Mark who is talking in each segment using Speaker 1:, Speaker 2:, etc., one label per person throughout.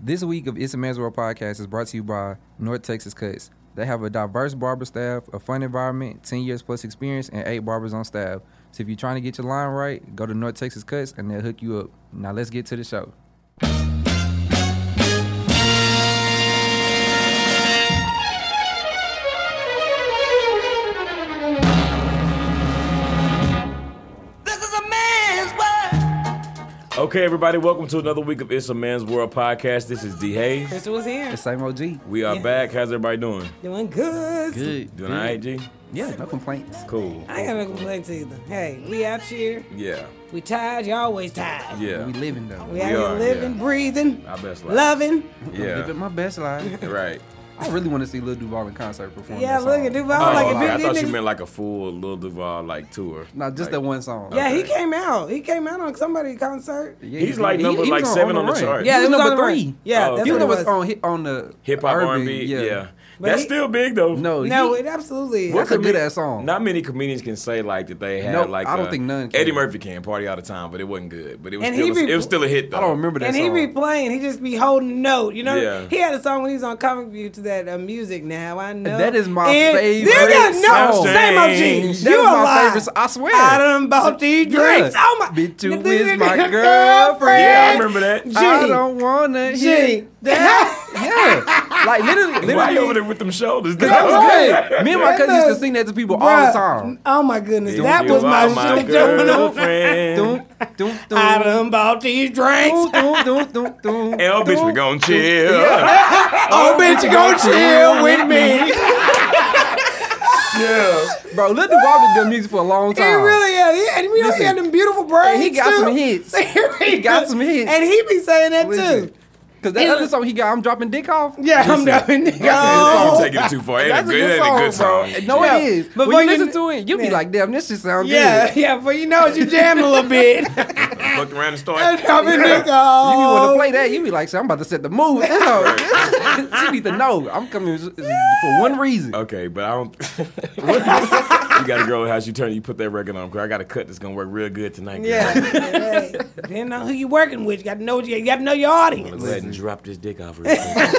Speaker 1: This week of It's a Man's World podcast is brought to you by North Texas Cuts. They have a diverse barber staff, a fun environment, 10 years plus experience, and eight barbers on staff. So if you're trying to get your line right, go to North Texas Cuts and they'll hook you up. Now let's get to the show.
Speaker 2: This is a man's world.
Speaker 3: Okay, everybody, welcome to another week of It's a Man's World podcast. This is D. Hayes.
Speaker 4: Crystal was here.
Speaker 1: It's same OG.
Speaker 3: We are
Speaker 4: Yeah.
Speaker 3: back. How's everybody doing?
Speaker 4: Doing good.
Speaker 5: Good.
Speaker 3: Doing all right, G?
Speaker 5: Yeah.
Speaker 1: No complaints.
Speaker 3: Cool.
Speaker 4: I ain't got no complaints either. Hey, we out here.
Speaker 3: Yeah,
Speaker 4: We tired. Y'all always tired.
Speaker 3: yeah.
Speaker 1: We living though.
Speaker 4: We out
Speaker 3: We
Speaker 4: here
Speaker 3: are,
Speaker 4: living,
Speaker 3: yeah.
Speaker 4: breathing,
Speaker 3: Our best life.
Speaker 4: loving.
Speaker 1: I'm living
Speaker 3: Yeah,
Speaker 1: my best life.
Speaker 3: right.
Speaker 1: I really want to see Lil Duval in concert perform.
Speaker 4: Yeah,
Speaker 1: that
Speaker 4: look
Speaker 1: song.
Speaker 4: at Duval.
Speaker 3: Oh,
Speaker 4: like,
Speaker 3: okay. I
Speaker 4: if
Speaker 3: thought
Speaker 4: these
Speaker 3: you
Speaker 4: niggas-
Speaker 3: meant like a full Lil Duval like tour.
Speaker 1: No, just that one song.
Speaker 4: Yeah, he
Speaker 3: Okay.
Speaker 4: came out. He came out on somebody's concert.
Speaker 1: Yeah,
Speaker 3: He's like
Speaker 1: he-
Speaker 3: number
Speaker 1: he
Speaker 3: like
Speaker 1: was
Speaker 3: seven on the
Speaker 1: run.
Speaker 3: chart.
Speaker 1: Yeah,
Speaker 4: Yeah,
Speaker 1: he was
Speaker 4: it was
Speaker 1: number
Speaker 4: on the run.
Speaker 1: three.
Speaker 4: Yeah,
Speaker 3: Oh,
Speaker 4: that's
Speaker 3: okay.
Speaker 1: You
Speaker 4: what
Speaker 1: know
Speaker 4: it
Speaker 1: what's
Speaker 4: was.
Speaker 1: on hit on the
Speaker 3: Hip hop
Speaker 1: urban,
Speaker 3: R&B. Yeah.
Speaker 4: But
Speaker 3: That's
Speaker 4: he-
Speaker 3: still big though.
Speaker 1: No,
Speaker 4: No,
Speaker 1: he-
Speaker 4: it absolutely.
Speaker 1: What
Speaker 4: Is.
Speaker 1: that's a good-ass song.
Speaker 3: Not many comedians can say like that they had
Speaker 1: Nope,
Speaker 3: like.
Speaker 1: I don't
Speaker 3: uh,
Speaker 1: think none can.
Speaker 3: Eddie Murphy can party all the time, but it wasn't good. But it was
Speaker 4: And
Speaker 3: still
Speaker 4: he
Speaker 3: a,
Speaker 4: be-
Speaker 3: it was still a hit though.
Speaker 1: I don't remember that
Speaker 4: And
Speaker 1: song.
Speaker 4: he be playing. He just be holding a note. You know,
Speaker 3: Yeah.
Speaker 4: he had a song when he was on Comic View to that uh, music. Now I know
Speaker 1: That is my
Speaker 4: And-
Speaker 1: favorite
Speaker 4: Nigga,
Speaker 3: song.
Speaker 4: no, same
Speaker 3: That
Speaker 4: OG.
Speaker 3: is
Speaker 1: That
Speaker 4: you
Speaker 1: was my
Speaker 4: a lie.
Speaker 1: favorite. I swear.
Speaker 4: I done bought these drinks.
Speaker 1: Yeah.
Speaker 4: Oh my!
Speaker 1: Bitch, you
Speaker 4: This
Speaker 1: is my
Speaker 4: nigga-
Speaker 1: girlfriend.
Speaker 3: yeah, I remember that.
Speaker 4: G.
Speaker 1: I don't wanna hear
Speaker 4: G.
Speaker 1: that. yeah, like literally,
Speaker 3: Why you over
Speaker 1: literally.
Speaker 3: there with them shoulders?
Speaker 1: That was good. Me and my
Speaker 4: Yeah,
Speaker 1: cousin used to
Speaker 4: look,
Speaker 1: sing that to people all the
Speaker 4: Bruh,
Speaker 1: time.
Speaker 4: Oh my goodness,
Speaker 3: You
Speaker 4: that was
Speaker 3: are
Speaker 4: my,
Speaker 3: my
Speaker 4: shit.
Speaker 3: girlfriend.
Speaker 1: Doom, doom, doom.
Speaker 4: I done bought these drinks.
Speaker 1: Doom, doom, doom, doom, doom.
Speaker 3: L bitch, we gon' chill.
Speaker 4: Oh bitch, you go chill with me.
Speaker 3: Yeah.
Speaker 1: Bro, Lil Duval been doing music for a long
Speaker 4: He
Speaker 1: time.
Speaker 4: really is. He- And you know he
Speaker 1: Listen,
Speaker 4: had them beautiful braids.
Speaker 1: he got
Speaker 4: too.
Speaker 1: some hits. He got some hits.
Speaker 4: And he be saying that too.
Speaker 1: Because that
Speaker 4: It-
Speaker 1: other song he got, I'm dropping dick off.
Speaker 4: Yeah,
Speaker 1: Listen,
Speaker 4: I'm done. Nigga.
Speaker 3: You
Speaker 1: That's
Speaker 4: Oh.
Speaker 3: take it too far. It ain't
Speaker 1: That's
Speaker 3: a good, it ain't a good song.
Speaker 1: bro. No,
Speaker 4: Yeah.
Speaker 1: it is. But
Speaker 4: But
Speaker 1: when
Speaker 4: for
Speaker 1: you
Speaker 4: you-
Speaker 1: listen to it, you'll be
Speaker 4: Yeah.
Speaker 1: like, damn, this shit sound
Speaker 4: Yeah,
Speaker 1: good.
Speaker 4: yeah, but you know what? You jammed a little bit.
Speaker 3: Fucked around and
Speaker 4: And
Speaker 3: started.
Speaker 4: I'm a nigga.
Speaker 1: You be want to play that?
Speaker 3: Oh,
Speaker 1: You be like, so I'm about to set the mood. So, she need to know I'm coming s- for one reason.
Speaker 3: Okay, but I don't. you got a girl house. You turn. You put that record on. Cause I got a cut that's gonna work real good tonight. girl.
Speaker 4: Yeah. hey, depending on who you working with, you got to know what you, you got to know your
Speaker 3: I'm gonna
Speaker 4: audience.
Speaker 3: go ahead and drop this dick off. Real quick.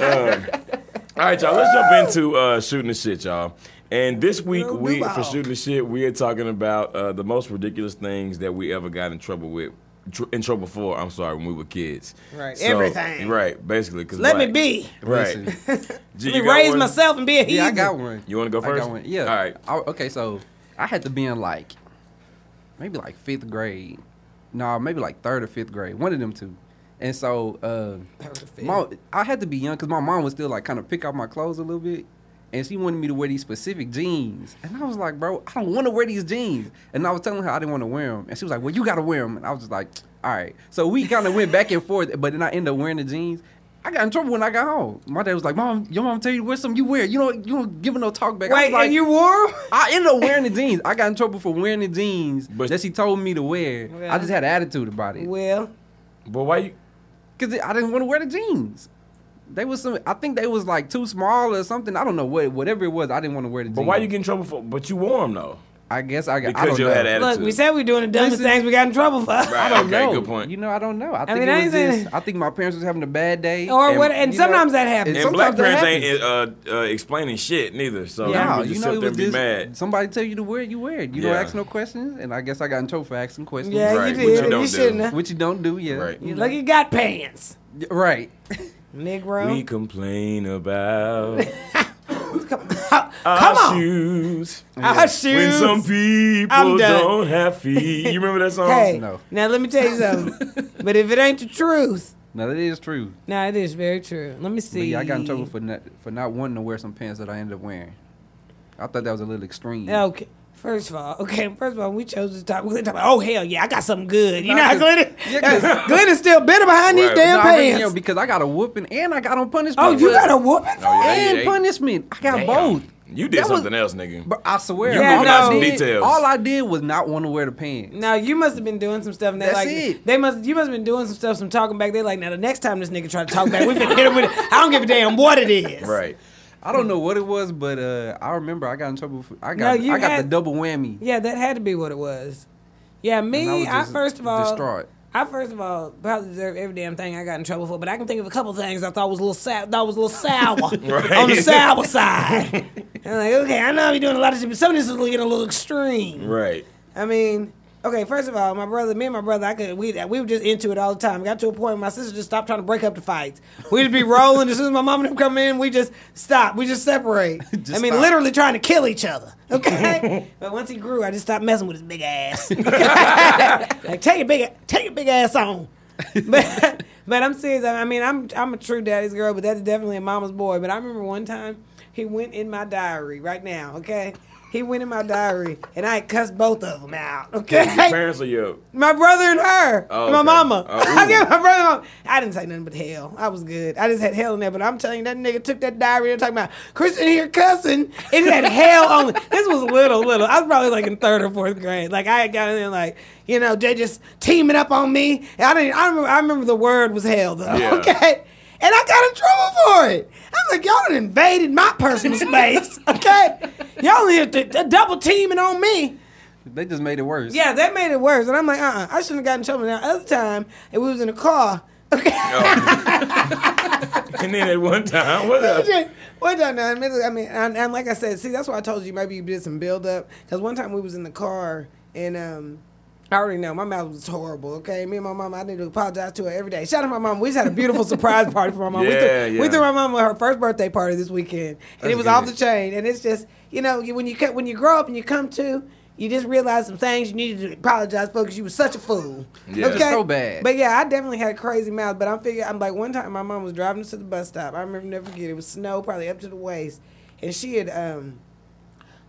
Speaker 3: um, all right, y'all. Let's jump into uh, shooting the shit, y'all. And this week,
Speaker 4: Little
Speaker 3: we
Speaker 4: Duval.
Speaker 3: for shooting the shit, we are talking about uh, the most ridiculous things that we ever got in trouble with, tr- in trouble for. I'm sorry, when we were kids.
Speaker 4: Right, everything.
Speaker 3: Right, basically. Cause
Speaker 4: Let me
Speaker 3: like-
Speaker 4: be.
Speaker 3: Right.
Speaker 1: Listen.
Speaker 3: G,
Speaker 4: Let me
Speaker 3: you got
Speaker 4: raise
Speaker 3: one?
Speaker 4: myself and be a heathen.
Speaker 1: Yeah, I got one.
Speaker 3: You want to go
Speaker 1: I
Speaker 3: first?
Speaker 1: got one. Yeah.
Speaker 3: All right.
Speaker 1: I- okay, so I had to be in like maybe like fifth grade. No, maybe like third or fifth grade. One of them two. And so uh, my, I had to be young because my mom would still like kind of pick out my clothes a little bit. And she wanted me to wear these specific jeans. And I was like, bro, I don't want to wear these jeans. And I was telling her I didn't want to wear them. And she was like, well, you got to wear them. And I was just like, all right. So we kind of went back and forth, but then I ended up wearing the jeans. I got in trouble when I got home. My dad was like, mom, your mom tell you to wear something you wear. You don't, you don't give her no talk back. I was
Speaker 4: Wait,
Speaker 1: like,
Speaker 4: and you wore 'em?
Speaker 1: I ended up wearing the jeans. I got in trouble for wearing the jeans
Speaker 3: But-
Speaker 1: that she told me to wear. I
Speaker 4: Yeah.
Speaker 1: just had an attitude about it
Speaker 4: Well,
Speaker 3: But why you?
Speaker 1: because I didn't want to wear the jeans. They was some. I think they was like too small or something. I don't know what whatever it was. I didn't want to wear the
Speaker 3: But
Speaker 1: jeans.
Speaker 3: why you get in trouble for? But you warm though.
Speaker 1: I guess I got. I
Speaker 3: Because
Speaker 1: don't
Speaker 3: you
Speaker 1: know.
Speaker 3: had attitude.
Speaker 4: look, we said we doing the dumbest
Speaker 1: Listen.
Speaker 4: things we got in trouble for.
Speaker 3: Right.
Speaker 1: I don't
Speaker 3: okay,
Speaker 1: know.
Speaker 3: good point.
Speaker 1: You know, I don't know. I think
Speaker 4: mean, I
Speaker 1: it was
Speaker 4: ain't saying-
Speaker 1: just. I think my parents was having a bad day.
Speaker 4: Or
Speaker 3: And,
Speaker 4: what? And
Speaker 1: you know,
Speaker 4: sometimes that happens.
Speaker 1: it's-
Speaker 3: and black
Speaker 1: sometimes that
Speaker 3: parents ain't uh, uh, explaining shit neither.
Speaker 1: Nah,
Speaker 3: So you
Speaker 1: you
Speaker 3: would just
Speaker 1: know,
Speaker 3: sit
Speaker 1: it
Speaker 3: there
Speaker 1: was
Speaker 3: and be
Speaker 1: just
Speaker 3: mad.
Speaker 1: somebody tell you to wear it, you wear it. You
Speaker 3: Yeah.
Speaker 1: don't ask no questions, and I guess I got in trouble for asking questions.
Speaker 4: yeah,
Speaker 3: Right,
Speaker 4: you
Speaker 3: which you
Speaker 4: did. You,
Speaker 3: don't do.
Speaker 4: shouldn't have.
Speaker 1: Which you don't do, yeah.
Speaker 3: Right.
Speaker 4: You lucky you got pants,
Speaker 1: Right.
Speaker 4: Negro.
Speaker 3: We complain about
Speaker 4: come, come
Speaker 3: our
Speaker 4: on.
Speaker 3: shoes
Speaker 4: Our shoes.
Speaker 3: when some people
Speaker 4: I'm done.
Speaker 3: don't have feet. You remember that song?
Speaker 4: hey,
Speaker 1: No.
Speaker 4: now let me tell you something. but if it ain't the truth,
Speaker 1: Now that is true.
Speaker 4: now it is very true. Let me
Speaker 1: But
Speaker 4: see.
Speaker 1: yeah, I got in trouble for not for not wanting to wear some pants that I ended up wearing. I thought that was a little extreme.
Speaker 4: Okay. First of all, okay. First of all, we chose this topic. We couldn't talk about, oh hell yeah, I got something good. You
Speaker 1: Nah,
Speaker 4: know, how
Speaker 1: 'cause-
Speaker 4: Glenn, is-
Speaker 1: yeah, 'cause-
Speaker 4: Glenn is still bitter behind
Speaker 3: Right.
Speaker 4: these damn
Speaker 1: No, I really am,
Speaker 4: pants.
Speaker 1: because I got a whooping and I got on punishment.
Speaker 4: oh, you
Speaker 1: Look,
Speaker 4: got a whooping?
Speaker 3: Oh, yeah,
Speaker 1: and
Speaker 3: yeah, yeah.
Speaker 1: punishment. I got
Speaker 3: Damn.
Speaker 1: both.
Speaker 3: You did
Speaker 1: That was-
Speaker 3: something else, nigga.
Speaker 1: But I swear,
Speaker 3: You
Speaker 4: Yeah,
Speaker 1: all,
Speaker 4: no.
Speaker 1: I
Speaker 4: Some
Speaker 1: did,
Speaker 3: details.
Speaker 1: all I did was not want to wear the pants.
Speaker 4: Now you must have been doing some stuff. And they
Speaker 1: That's
Speaker 4: like
Speaker 1: it.
Speaker 4: they must you must have been doing some stuff, some talking back. They like now the next time this nigga try to talk back, we finna hit him with it. I don't give a damn what it is.
Speaker 3: Right.
Speaker 1: I don't know what it was, but uh, I remember I got in trouble. For, I got
Speaker 4: No, you
Speaker 1: I got
Speaker 4: had-
Speaker 1: the double whammy.
Speaker 4: Yeah, that had to be what it was. Yeah,
Speaker 1: And I was
Speaker 4: me. I,
Speaker 1: just
Speaker 4: first of all,
Speaker 1: distraught.
Speaker 4: I first of all probably deserve every damn thing I got in trouble for, but I can think of a couple things I thought was a little sour. That was a little sour
Speaker 3: Right.
Speaker 4: on the sour side. I'm like, okay, I know I'm doing a lot of shit, but some of this is getting a little extreme.
Speaker 3: Right.
Speaker 4: I mean, okay, first of all, my brother, me and my brother, I could we we were just into it all the time. Got to a point where my sister just stopped trying to break up the fights. We'd be rolling as soon as my mom and them come in, we just stop. We just separate.
Speaker 1: Just
Speaker 4: I mean,
Speaker 1: stop.
Speaker 4: literally trying to kill each other. Okay, but once he grew, I just stopped messing with his big ass. like take your big take your big ass on. But but I'm serious. I mean, I'm I'm a true daddy's girl, but that's definitely a mama's boy. But I remember one time he went in my diary right now. Okay, he went in my diary, and I cussed both of them out.
Speaker 3: Your
Speaker 4: Okay.
Speaker 3: parents or your
Speaker 4: My brother and her,
Speaker 3: Oh,
Speaker 4: and my
Speaker 3: okay.
Speaker 4: mama.
Speaker 3: Oh,
Speaker 4: I
Speaker 3: ooh.
Speaker 4: gave my brother. and mama- I didn't say nothing but hell. I was good. I just had hell in there. But I'm telling you, that nigga took that diary and talking about Christian here cussing. It had hell on it. This was little, little. I was probably like in third or fourth grade. Like I had gotten in like you know they just teaming up on me. And I didn't. I remember. I remember the word was hell though.
Speaker 3: Yeah.
Speaker 4: Okay. And I got in trouble for it. I'm like, y'all done invaded my personal space, okay? Y'all here t- t- double teaming on me.
Speaker 1: They just made it worse.
Speaker 4: Yeah, that made it worse. And I'm like, uh uh I shouldn't have gotten in trouble. Now, other time, and we was in a car. Okay.
Speaker 3: and then at one time, what up?
Speaker 4: Well done. I mean, I mean and, and like I said, see, that's why I told you maybe you did some build up. Because one time we was in the car, and um, I already know my mouth was horrible. Okay, me and my mom, I need to apologize to her every day. Shout out to my mom. We just had a beautiful surprise party for my mom. we, threw,
Speaker 3: Yeah,
Speaker 4: we
Speaker 3: yeah.
Speaker 4: threw my mom her first birthday party this weekend, and it was
Speaker 1: good.
Speaker 4: off the chain. And it's just you know you- when you cut when you grow up and you come to. You just realize some things you needed to apologize for because you was such a fool.
Speaker 3: Yeah.
Speaker 4: Okay?
Speaker 1: So bad.
Speaker 4: But but yeah, I definitely had a crazy mouth. But I'm figure I'm like one time my mom was driving us to the bus stop. I remember never forget it was snow probably up to the waist, and she had um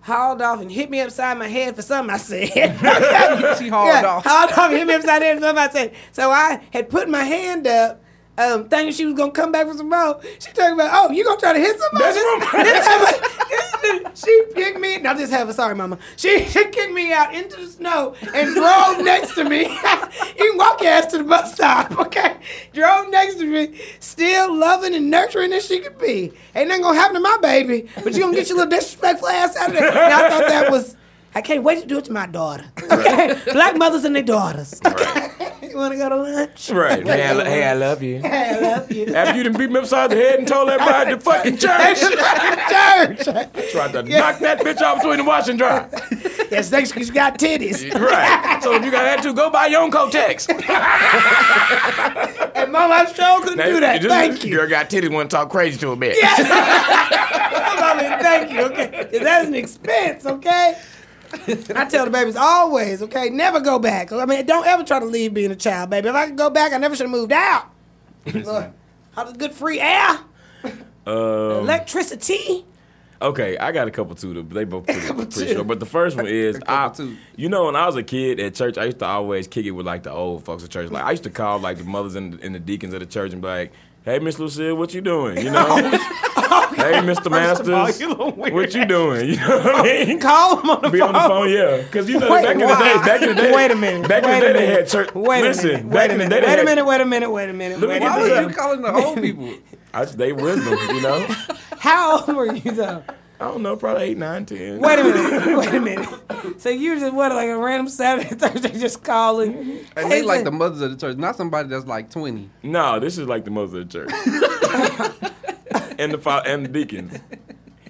Speaker 4: hauled off and hit me upside my head for something I said.
Speaker 1: she hauled
Speaker 4: yeah,
Speaker 1: off.
Speaker 4: Hauled off, hit me upside the head for something I said. So I had put my hand up. Um, thinking she was gonna come back from some road. She talking about, oh, you gonna try to hit somebody?
Speaker 3: That's
Speaker 4: This-
Speaker 3: what-
Speaker 4: this happened. This- she kicked me. Not just have a sorry, mama. She, she kicked me out into the snow and drove next to me. you can walk your ass to the bus stop, okay? Drove next to me, still loving and nurturing as she could be. Ain't nothing gonna happen to my baby, but you gonna get your little disrespectful ass out of there. And I thought that was. I can't wait to do it to my daughter. Okay, black mothers and their daughters. Okay, you want to go to lunch?
Speaker 3: Right. Hey, I, lo- hey, I love you.
Speaker 4: Hey, I love you.
Speaker 3: After you done beat me upside the head and told everybody to fucking church,
Speaker 4: Church.
Speaker 3: tried to knock that bitch out between the wash and dry.
Speaker 4: Yes, thanks. 'cause You got titties.
Speaker 3: Right. So if you got that to, go buy your own Kotex.
Speaker 4: And mom, I sure couldn't do that.
Speaker 3: this-
Speaker 4: Thank you.
Speaker 3: Girl got titties, want to talk crazy to a bitch.
Speaker 4: Mom, and Oh, thank you. Okay, 'Cause that's an expense. Okay. I tell the babies always, okay, never go back. I mean, don't ever try to leave being a child, baby. If I could go back, I never should have moved out. Lord, all the good free air,
Speaker 3: Um,
Speaker 4: electricity.
Speaker 3: Okay, I got a couple too. though. They both pretty,
Speaker 4: Couple
Speaker 3: pretty
Speaker 4: too.
Speaker 3: short. But the first one is, I,
Speaker 1: couple too.
Speaker 3: you know, when I was a kid at church, I used to always kick it with like the old folks at church. Like I used to call like the mothers and, and the deacons of the church and be like, "Hey, Miss Lucille, what you doing?" You know, "Hey, Mr.
Speaker 4: First of all,
Speaker 3: Masters,
Speaker 4: you little weird
Speaker 3: what you doing?" You know what I mean?
Speaker 4: Call them on the
Speaker 3: Be
Speaker 4: phone.
Speaker 3: on the phone, yeah. Because you know,
Speaker 4: Wait,
Speaker 3: back in the
Speaker 4: why?
Speaker 3: day, back in the day,
Speaker 4: Wait a minute.
Speaker 3: back in
Speaker 4: Wait
Speaker 3: the
Speaker 4: a
Speaker 3: day, they
Speaker 4: minute.
Speaker 3: had church.
Speaker 4: Wait a
Speaker 3: listen,
Speaker 4: minute.
Speaker 3: back
Speaker 4: Wait a
Speaker 3: in the
Speaker 4: minute.
Speaker 3: day, they
Speaker 4: Wait a
Speaker 3: had-
Speaker 4: minute. Wait a minute. Wait a minute.
Speaker 3: Let me
Speaker 4: Wait
Speaker 3: get
Speaker 4: a
Speaker 1: Why
Speaker 3: this
Speaker 1: was
Speaker 4: minute.
Speaker 3: Yeah.
Speaker 1: you calling the old people?
Speaker 3: I, they wisdom, you know.
Speaker 4: How old were you though?
Speaker 3: I don't know, probably eight, nine, ten.
Speaker 4: Wait a minute. Wait a minute. So you just what like a random Saturday, Thursday, just calling.
Speaker 1: Mm-hmm. And they like the mothers of the church, not somebody that's like twenty.
Speaker 3: No, this is like the mother of the church. and the fa- and the deacons.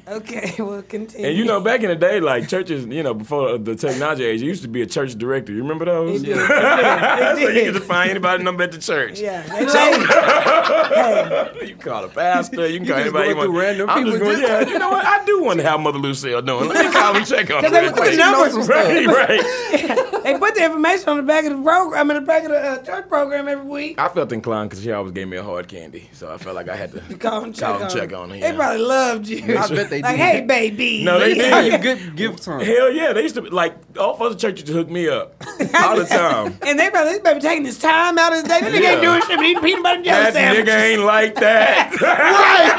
Speaker 4: Okay, well continue.
Speaker 3: And you know, back in the day, like churches, you know, before the technology age, it used to be a church director. You remember those?
Speaker 4: It did. It
Speaker 3: so
Speaker 4: did. It
Speaker 3: you
Speaker 4: did.
Speaker 3: could just find anybody number at the church.
Speaker 4: Yeah, they changed. hey,
Speaker 3: You can call a pastor. You can call
Speaker 1: just
Speaker 3: anybody. you
Speaker 1: going
Speaker 3: want.
Speaker 1: through random
Speaker 3: I'm
Speaker 1: people
Speaker 3: Just going,
Speaker 1: just-
Speaker 3: yeah, you know what? I do wonder how Mother Lucille doing. Let me call and check on her.
Speaker 4: they
Speaker 3: real
Speaker 4: look at the
Speaker 3: quick.
Speaker 4: numbers
Speaker 1: and stuff.
Speaker 3: right, right.
Speaker 4: they put the information on the back of the program. I mean, the back of the uh, church program every week.
Speaker 3: I felt inclined because she always gave me a hard candy, so I felt like I had to
Speaker 4: Call and check
Speaker 3: call
Speaker 4: on.
Speaker 3: and check
Speaker 4: them.
Speaker 3: on her.
Speaker 4: They
Speaker 3: yeah.
Speaker 4: probably loved you.
Speaker 1: I bet they
Speaker 4: like,
Speaker 1: did.
Speaker 4: hey, baby.
Speaker 3: No, they
Speaker 1: How you
Speaker 3: did.
Speaker 1: good gift time?
Speaker 3: Hell yeah, they used to be like all other churches hook me up all the time.
Speaker 4: And they probably this baby taking his time out of his day. This nigga
Speaker 3: Yeah.
Speaker 4: ain't doing shit but eating peanut butter and jelly
Speaker 3: That
Speaker 4: sandwiches.
Speaker 3: nigga ain't like like that.
Speaker 4: Right,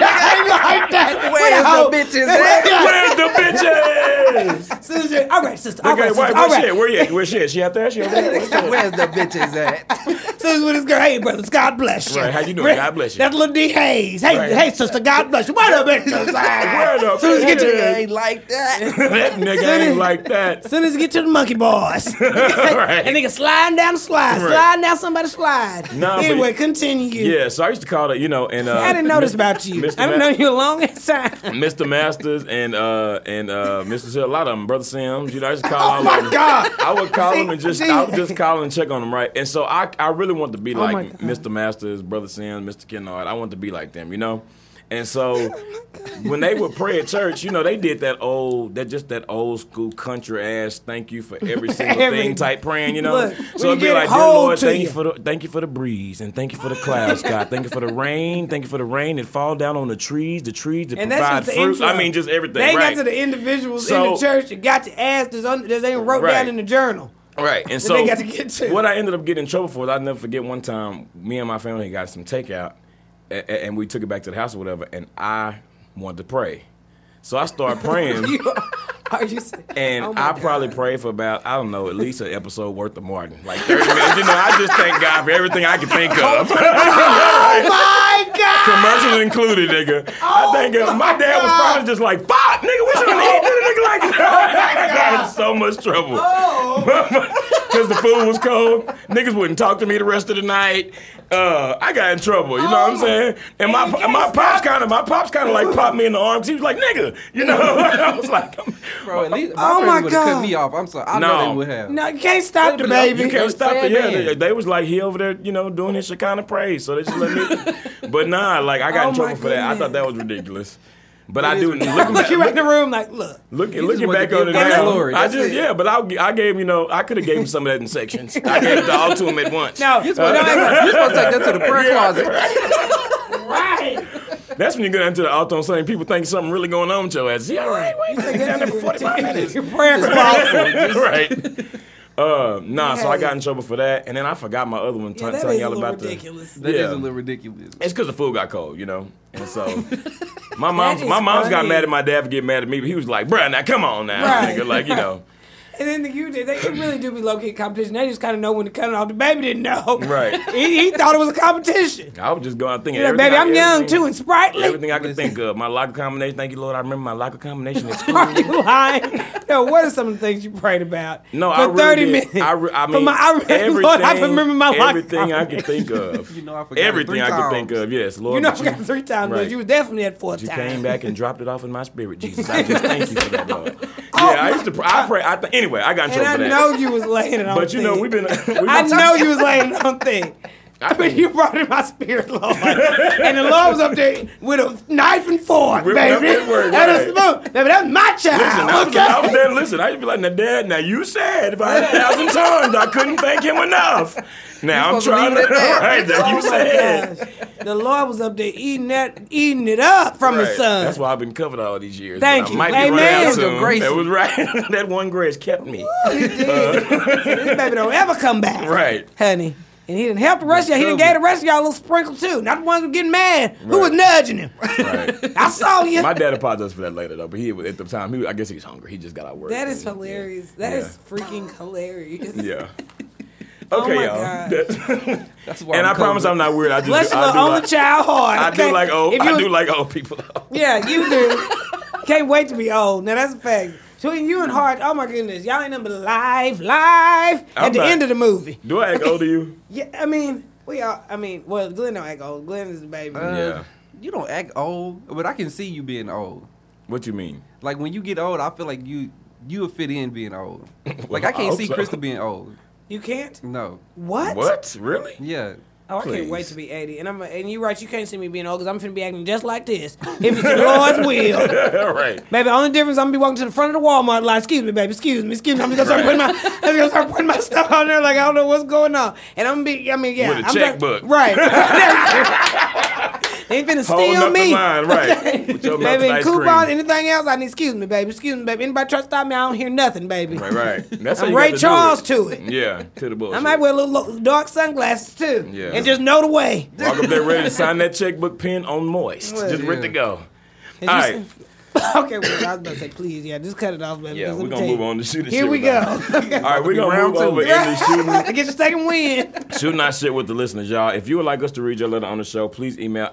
Speaker 4: I ain't like that.
Speaker 1: Where's the
Speaker 4: hoe?
Speaker 1: bitches eh?
Speaker 3: Where's the bitches?
Speaker 4: Sister, all right, sister. All
Speaker 3: Okay,
Speaker 4: right,
Speaker 3: wait,
Speaker 4: sister.
Speaker 3: where,
Speaker 4: All
Speaker 3: she at?
Speaker 4: right.
Speaker 3: Where she at? Where she at? She out there? She over there?
Speaker 1: Where's the bitches at?
Speaker 4: Sister with this girl. Hey, brothers, God bless you.
Speaker 3: Right, how you doing?
Speaker 4: Right.
Speaker 3: God bless you.
Speaker 4: That's little D Hayes. Hey,
Speaker 3: Right.
Speaker 4: hey, sister. God bless you. What up,
Speaker 3: Where
Speaker 4: bitches?
Speaker 3: the
Speaker 4: Soon as you get to
Speaker 1: Nigga
Speaker 3: bitches?
Speaker 1: ain't like that.
Speaker 3: That nigga ain't like that.
Speaker 4: Soon as you get to the monkey boys,
Speaker 3: Right.
Speaker 4: and nigga sliding down the slide,
Speaker 3: Right.
Speaker 4: sliding down somebody's slide.
Speaker 3: Nah, but-
Speaker 4: anyway, continue.
Speaker 3: Yeah, so I used to call it, you know, and uh,
Speaker 4: I didn't know this
Speaker 3: Mr.
Speaker 4: about you.
Speaker 3: Mr.
Speaker 4: I
Speaker 3: Ma-
Speaker 4: didn't know you a long ass time.
Speaker 3: Mr. Masters and uh and uh Mr. Sims, a lot of them, Brother Sims. You know, I just call all
Speaker 4: Oh, my
Speaker 3: of them.
Speaker 4: God.
Speaker 3: I would call them and just I would
Speaker 4: see.
Speaker 3: just call and check on them, right? And so I I really want to be
Speaker 4: Oh my
Speaker 3: like
Speaker 4: God.
Speaker 3: Mr. Masters, Brother Sims, Mr. Kennard. I want to be like them, you know. And
Speaker 4: Oh
Speaker 3: so when they would pray at church, you know, they did that old that just that old school country ass thank you for every single
Speaker 4: Every-
Speaker 3: thing type praying, you know.
Speaker 4: Look,
Speaker 3: so
Speaker 4: when
Speaker 3: it'd
Speaker 4: you
Speaker 3: be
Speaker 4: get
Speaker 3: like,
Speaker 4: it,
Speaker 3: Dear
Speaker 4: hold
Speaker 3: Lord,
Speaker 4: to
Speaker 3: thank you
Speaker 4: you."
Speaker 3: for the thank you for the breeze and thank you for the clouds, God. Thank you for the rain. Thank you for the rain that fall down on the trees, the trees that
Speaker 4: And that's
Speaker 3: provide
Speaker 4: just the
Speaker 3: fruit.
Speaker 4: intro.
Speaker 3: I mean, just everything.
Speaker 4: They
Speaker 3: right.
Speaker 4: got to the individuals in
Speaker 3: So-
Speaker 4: the church that got to ask this, un- this ain't wrote
Speaker 3: Right.
Speaker 4: down in the journal.
Speaker 3: Right, and
Speaker 4: that
Speaker 3: so
Speaker 4: they got to get to.
Speaker 3: what I ended up getting in trouble for, is I'll never forget one time, me and my family got some takeout, a- a- and we took it back to the house or whatever, and I wanted to pray. So I started praying,
Speaker 4: Are you serious?
Speaker 3: and
Speaker 4: Oh my
Speaker 3: I
Speaker 4: God.
Speaker 3: probably prayed for about, I don't know, at least an episode worth of Martin. Like 30 minutes. You know, I just thank God for everything I can think of.
Speaker 4: Oh my God!
Speaker 3: Commercials included, nigga.
Speaker 4: Oh,
Speaker 3: I think uh, my dad was probably just like, fuck, nigga, what you gonna eat? Nigga, nigga, like,
Speaker 4: Oh,
Speaker 3: I got in so much trouble. Because the food was cold. Niggas wouldn't talk to me the rest of the night. Uh, I got in trouble, you know what I'm saying? And my
Speaker 4: Oh. And you
Speaker 3: and my
Speaker 4: can't
Speaker 3: pops kind of my pops kind of like popped me in the arms. He was like, "Nigga," you know. I was like,
Speaker 1: Bro, at least my
Speaker 4: Oh my
Speaker 1: would have
Speaker 4: God.
Speaker 1: cut me off. I'm sorry. I
Speaker 3: No.
Speaker 1: know they would have.
Speaker 4: No, you can't stop the baby.
Speaker 3: "You can't stop
Speaker 1: Sad
Speaker 3: it." Yeah,
Speaker 1: man.
Speaker 3: they, they was like, "He over there, you know, doing his Shekinah praise." So they just let me. but nah, like I got
Speaker 4: Oh
Speaker 3: in trouble
Speaker 4: my
Speaker 3: for that. I thought
Speaker 4: goodness.
Speaker 3: that was ridiculous. But I
Speaker 1: is
Speaker 3: do
Speaker 1: ridiculous.
Speaker 3: looking
Speaker 4: Look,
Speaker 3: back,
Speaker 4: you right in the room, like, look.
Speaker 3: Look,
Speaker 1: just
Speaker 3: looking
Speaker 1: wanted
Speaker 3: back
Speaker 1: to
Speaker 3: on
Speaker 1: give
Speaker 3: it
Speaker 1: God
Speaker 3: now,
Speaker 1: glory.
Speaker 3: I
Speaker 1: That's
Speaker 3: just
Speaker 1: it.
Speaker 3: yeah, but I, I gave him, you know I could have gave him some of that in sections. I gave it all to him at once.
Speaker 4: No,
Speaker 1: You're supposed, you're supposed to take that to the prayer closet.
Speaker 4: right.
Speaker 3: That's when you get into the altar on Sunday. People think something really going on with your ass. Yeah, right. Wait,
Speaker 4: Like,
Speaker 3: wait, down there for forty five minutes.
Speaker 4: Your prayer closet.
Speaker 3: right. Uh, nah, so I got in trouble for that, and then I forgot my other one. t-
Speaker 4: Yeah, that
Speaker 3: telling
Speaker 4: is a
Speaker 3: y'all
Speaker 4: little
Speaker 3: about the.
Speaker 4: ridiculous.
Speaker 1: That is
Speaker 3: Yeah.
Speaker 1: a little ridiculous.
Speaker 3: It's because the food got cold, you know, and so my mom's
Speaker 4: is
Speaker 3: my mom's got
Speaker 4: funny.
Speaker 3: mad at my dad for getting mad at me, but he was like, "Bruh, now come on now,
Speaker 4: Right.
Speaker 3: nigga," like you know.
Speaker 4: And then the you did. They it really do be low key competition. They just kind of know when to cut it off. The baby didn't know.
Speaker 3: Right.
Speaker 4: He, he thought it was a competition.
Speaker 3: I was just going thinking.
Speaker 4: You're
Speaker 3: everything
Speaker 4: like, baby,
Speaker 3: I-
Speaker 4: I'm young
Speaker 3: everything-
Speaker 4: too and sprightly.
Speaker 3: Everything I could think of. My locker combination. Thank you, Lord. I remember my locker combination at school.
Speaker 4: Are you lying? no. What are some of the things you prayed about?
Speaker 3: No,
Speaker 4: for
Speaker 3: I really
Speaker 4: thirty
Speaker 3: did.
Speaker 4: minutes.
Speaker 3: I, re- I
Speaker 4: For
Speaker 3: mean,
Speaker 4: my- I remember-
Speaker 3: everything,
Speaker 4: Lord, I remember my locker
Speaker 3: everything I could think of.
Speaker 1: You know I forgot it
Speaker 3: everything
Speaker 1: three
Speaker 3: I could think
Speaker 1: times.
Speaker 3: of. Yes, Lord.
Speaker 4: you know, I
Speaker 3: but
Speaker 4: forgot three times,
Speaker 3: right.
Speaker 4: but you was definitely at four
Speaker 3: You
Speaker 4: times.
Speaker 3: came back and dropped it off in my spirit, Jesus. I just thank you for that, Lord. yeah, I used to. Pr- I pray. I th- anyway, I got in
Speaker 4: Oh, and
Speaker 3: trouble
Speaker 4: I
Speaker 3: for that.
Speaker 4: know you was laying it on.
Speaker 3: but you know,
Speaker 4: thick.
Speaker 3: we've been. We've been
Speaker 4: I know you was laying it on thing.
Speaker 3: I
Speaker 4: I mean,
Speaker 3: think-
Speaker 4: you brought in my spirit, Lord, and the Lord was up there with a knife and fork,
Speaker 3: Whipping up
Speaker 4: baby,
Speaker 3: that word,
Speaker 4: and a
Speaker 3: right.
Speaker 4: spoon. Baby, that's my child.
Speaker 3: Listen, I was,
Speaker 4: okay?
Speaker 3: I was there. Listen, I used to be like, now, Dad, now you said if I had a thousand tongues, I couldn't thank him enough. Now I'm
Speaker 1: supposed to
Speaker 3: trying to.
Speaker 1: leave it at that.
Speaker 3: Right, now you
Speaker 4: Oh my
Speaker 3: said.
Speaker 4: gosh. The Lord was up there eating that, eating it up from
Speaker 3: Right.
Speaker 4: his son.
Speaker 3: That's why I've been covered all these years.
Speaker 4: Thank
Speaker 3: but
Speaker 4: you.
Speaker 3: I might be running
Speaker 4: Amen.
Speaker 3: out
Speaker 4: Angel
Speaker 3: soon.
Speaker 1: grace.
Speaker 3: That was right. that one grace kept me.
Speaker 4: this baby don't ever come back,
Speaker 3: Right.
Speaker 4: honey. And he didn't help the rest of y'all. He didn't gave the rest of y'all a little sprinkle too. Not the ones who getting mad. Who was
Speaker 3: Right.
Speaker 4: nudging him?
Speaker 3: Right.
Speaker 4: I saw you.
Speaker 3: My dad apologized for that later though, but he was- at the time he was- I guess he was hungry. He just got out of work.
Speaker 4: that is
Speaker 3: Yeah.
Speaker 4: hilarious. That
Speaker 3: Yeah.
Speaker 4: is freaking hilarious.
Speaker 3: Yeah.
Speaker 4: Oh
Speaker 3: Okay,
Speaker 4: my
Speaker 3: y'all.
Speaker 4: God.
Speaker 3: That-
Speaker 1: That's why.
Speaker 3: and
Speaker 1: I'm
Speaker 3: I promise
Speaker 1: covered.
Speaker 3: I'm not weird. I just
Speaker 4: Bless
Speaker 3: do,
Speaker 4: your
Speaker 3: I do
Speaker 4: little only
Speaker 3: like,
Speaker 4: child heart.
Speaker 3: I
Speaker 4: okay?
Speaker 3: do like old.
Speaker 4: If you
Speaker 3: I
Speaker 4: was-
Speaker 3: do like old people.
Speaker 4: Yeah, you do. Can't wait to be old. Now that's a fact. Between you and Hart, oh my goodness, y'all ain't nothing but live, live at
Speaker 3: I'm
Speaker 4: the
Speaker 3: not-
Speaker 4: end of the movie.
Speaker 3: Do I act old to you?
Speaker 4: Yeah, I mean, we all. I mean, well, Glenn don't act old. Glenn is the baby.
Speaker 1: Uh,
Speaker 3: Yeah.
Speaker 1: You don't act old, but I can see you being old.
Speaker 3: What you mean?
Speaker 1: Like when you get old, I feel like you you'll fit in being old. Like
Speaker 3: Well,
Speaker 1: I
Speaker 3: I
Speaker 1: can't
Speaker 3: hope
Speaker 1: see
Speaker 3: so.
Speaker 1: Crystal being old.
Speaker 4: you can't.
Speaker 1: No.
Speaker 4: What?
Speaker 3: What? Really?
Speaker 1: Yeah.
Speaker 4: Oh, I can't
Speaker 3: Please.
Speaker 4: wait to be eighty. And I'm. And you're right. You can't see me being old because I'm finna be acting just like this. If it's the Lord's will.
Speaker 3: right.
Speaker 4: Baby, only difference I'm gonna be walking to the front of the Walmart line. Excuse me, baby. Excuse me. Excuse me. I'm just gonna start putting my, I'm just gonna start putting my stuff on there. Like I don't know what's going on, and I'm gonna be. I mean, yeah,
Speaker 3: With a
Speaker 4: I'm
Speaker 3: checkbook.
Speaker 4: Just, right. They ain't finna
Speaker 3: Holding
Speaker 4: steal
Speaker 3: up
Speaker 4: me.
Speaker 3: the line, right? With your melted
Speaker 4: Baby,
Speaker 3: ice
Speaker 4: coupon,
Speaker 3: cream.
Speaker 4: anything else? I need, excuse me, baby. Excuse me, baby. Anybody try to stop me? I don't hear nothing, baby.
Speaker 3: Right, right. That's how
Speaker 4: I'm
Speaker 3: you
Speaker 4: Ray
Speaker 3: got to
Speaker 4: Charles
Speaker 3: do
Speaker 4: to
Speaker 3: it. Mm-hmm.
Speaker 4: it.
Speaker 3: Yeah, to the bullshit.
Speaker 4: I might wear a little lo- dark sunglasses too,
Speaker 3: Yeah.
Speaker 4: and just know the way.
Speaker 3: Walk up there ready to sign that checkbook pen on moist. Just ready to go. All
Speaker 4: you
Speaker 3: right.
Speaker 4: okay, well, I was about to say, please, yeah, just cut it off, baby.
Speaker 3: Yeah,
Speaker 4: because
Speaker 3: we're gonna
Speaker 4: let me tell you.
Speaker 3: move on to shooting.
Speaker 4: Here
Speaker 3: shit
Speaker 4: we
Speaker 3: with us.
Speaker 4: go.
Speaker 3: All right, we're gonna
Speaker 1: Round
Speaker 3: move over
Speaker 1: two.
Speaker 3: into shooting,
Speaker 4: Get your second win.
Speaker 3: shooting our shit with the listeners, y'all. If you would like us to read your letter on the show, please email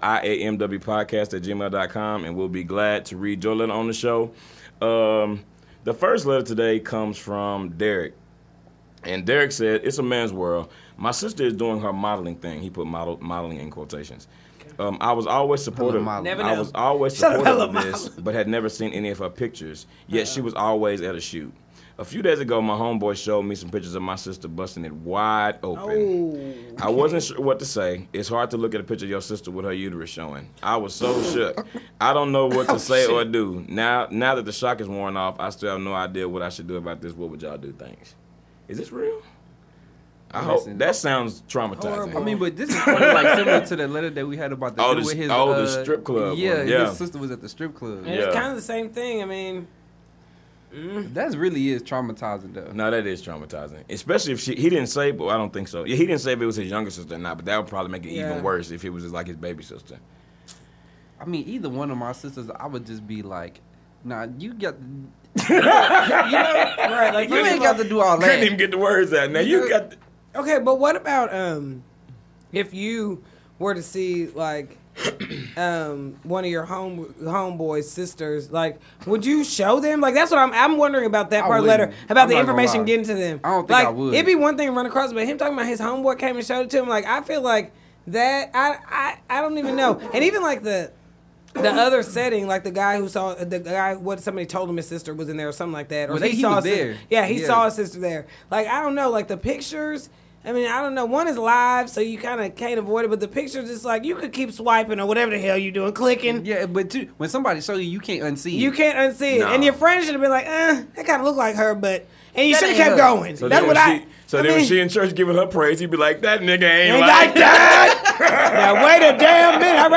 Speaker 3: iamwpodcast at gmail.com and we'll be glad to read your letter on the show. Um, the first letter today comes from Derek. And Derek said, "It's a man's world. My sister is doing her modeling thing. He put model modeling in quotations. Um, I was always supportive.
Speaker 1: model. Never
Speaker 3: I
Speaker 4: know.
Speaker 3: was always
Speaker 4: Shut up, Uh-huh.
Speaker 3: supportive
Speaker 4: hello
Speaker 3: of this, but had never seen any of her pictures. Yet she was always at a shoot. A few days ago, my homeboy showed me some pictures of my sister busting it wide
Speaker 4: Oh.
Speaker 3: open. I wasn't sure what to say. It's hard to look at a picture of your sister with her uterus showing. I was so shook. I don't know
Speaker 4: Oh,
Speaker 3: what to say or do. Now, now that the shock is worn off, I still have no idea what I should do about this. What would y'all do? Thanks." Is this real? I hope
Speaker 1: Listen.
Speaker 3: that sounds traumatizing.
Speaker 1: I mean, but this is kind of like similar to the letter that we had about the
Speaker 3: Oh,
Speaker 1: dude
Speaker 3: the-
Speaker 1: with his
Speaker 3: oh, the
Speaker 1: uh,
Speaker 3: strip club
Speaker 1: Yeah,
Speaker 3: one. Yeah.
Speaker 1: his sister was at the strip club.
Speaker 4: And
Speaker 3: Yeah.
Speaker 4: It's kind of the same thing. I mean,
Speaker 1: That really is traumatizing though.
Speaker 3: no, that is traumatizing, especially if she he didn't say. But I don't think so. Yeah, he didn't say if it was his younger sister or not. But that would probably make it
Speaker 4: Yeah.
Speaker 3: even worse if it was like his baby sister.
Speaker 1: I mean, either one of my sisters, I would just be like, "Nah, you got
Speaker 4: you know, right? Like,
Speaker 1: you
Speaker 4: first
Speaker 1: ain't
Speaker 4: of all-
Speaker 1: got to do all
Speaker 3: Couldn't
Speaker 1: that."
Speaker 3: even get the words out. Now you got. The,
Speaker 4: Okay, but what about um, if you were to see like um one of your home homeboys sisters, like would you show them? Like that's what I'm I'm wondering about that
Speaker 1: I
Speaker 4: part letter
Speaker 1: wouldn't.
Speaker 4: about
Speaker 1: I'm
Speaker 4: the
Speaker 1: not gonna
Speaker 4: information
Speaker 1: lie.
Speaker 4: getting to them.
Speaker 1: I don't think
Speaker 4: like,
Speaker 1: I would.
Speaker 4: It'd be one thing to run across, but him talking about his homeboy came and showed it to him. Like I feel like that I I, I don't even know, and even like the the other setting, like the guy who saw the guy, what somebody told him his sister was in there or something like that, or
Speaker 1: Well, they- he
Speaker 4: saw
Speaker 1: was
Speaker 4: his sis-
Speaker 1: there.
Speaker 4: Yeah, he
Speaker 1: Yeah.
Speaker 4: saw his sister there. Like I don't know, like the pictures. I mean, I don't know. One is live, so you kind of can't avoid it, but the pictures, it's like you could keep swiping or whatever the hell you doing, clicking.
Speaker 1: Yeah, but too, when somebody show you, you can't unsee.
Speaker 4: You
Speaker 1: it.
Speaker 4: can't unsee it,
Speaker 3: No.
Speaker 4: and your friend should have been like, "Uh, that kind of looked like her," but and you
Speaker 1: That
Speaker 4: should have
Speaker 1: ain't
Speaker 4: kept
Speaker 1: her.
Speaker 4: going.
Speaker 3: so
Speaker 4: That's
Speaker 3: then
Speaker 4: what
Speaker 3: when
Speaker 4: I.
Speaker 3: she, So
Speaker 4: I
Speaker 3: then when
Speaker 4: mean,
Speaker 3: she in church giving her praise, he'd be like, "That nigga ain't,
Speaker 4: ain't
Speaker 3: like,
Speaker 4: like that. now wait a damn minute, I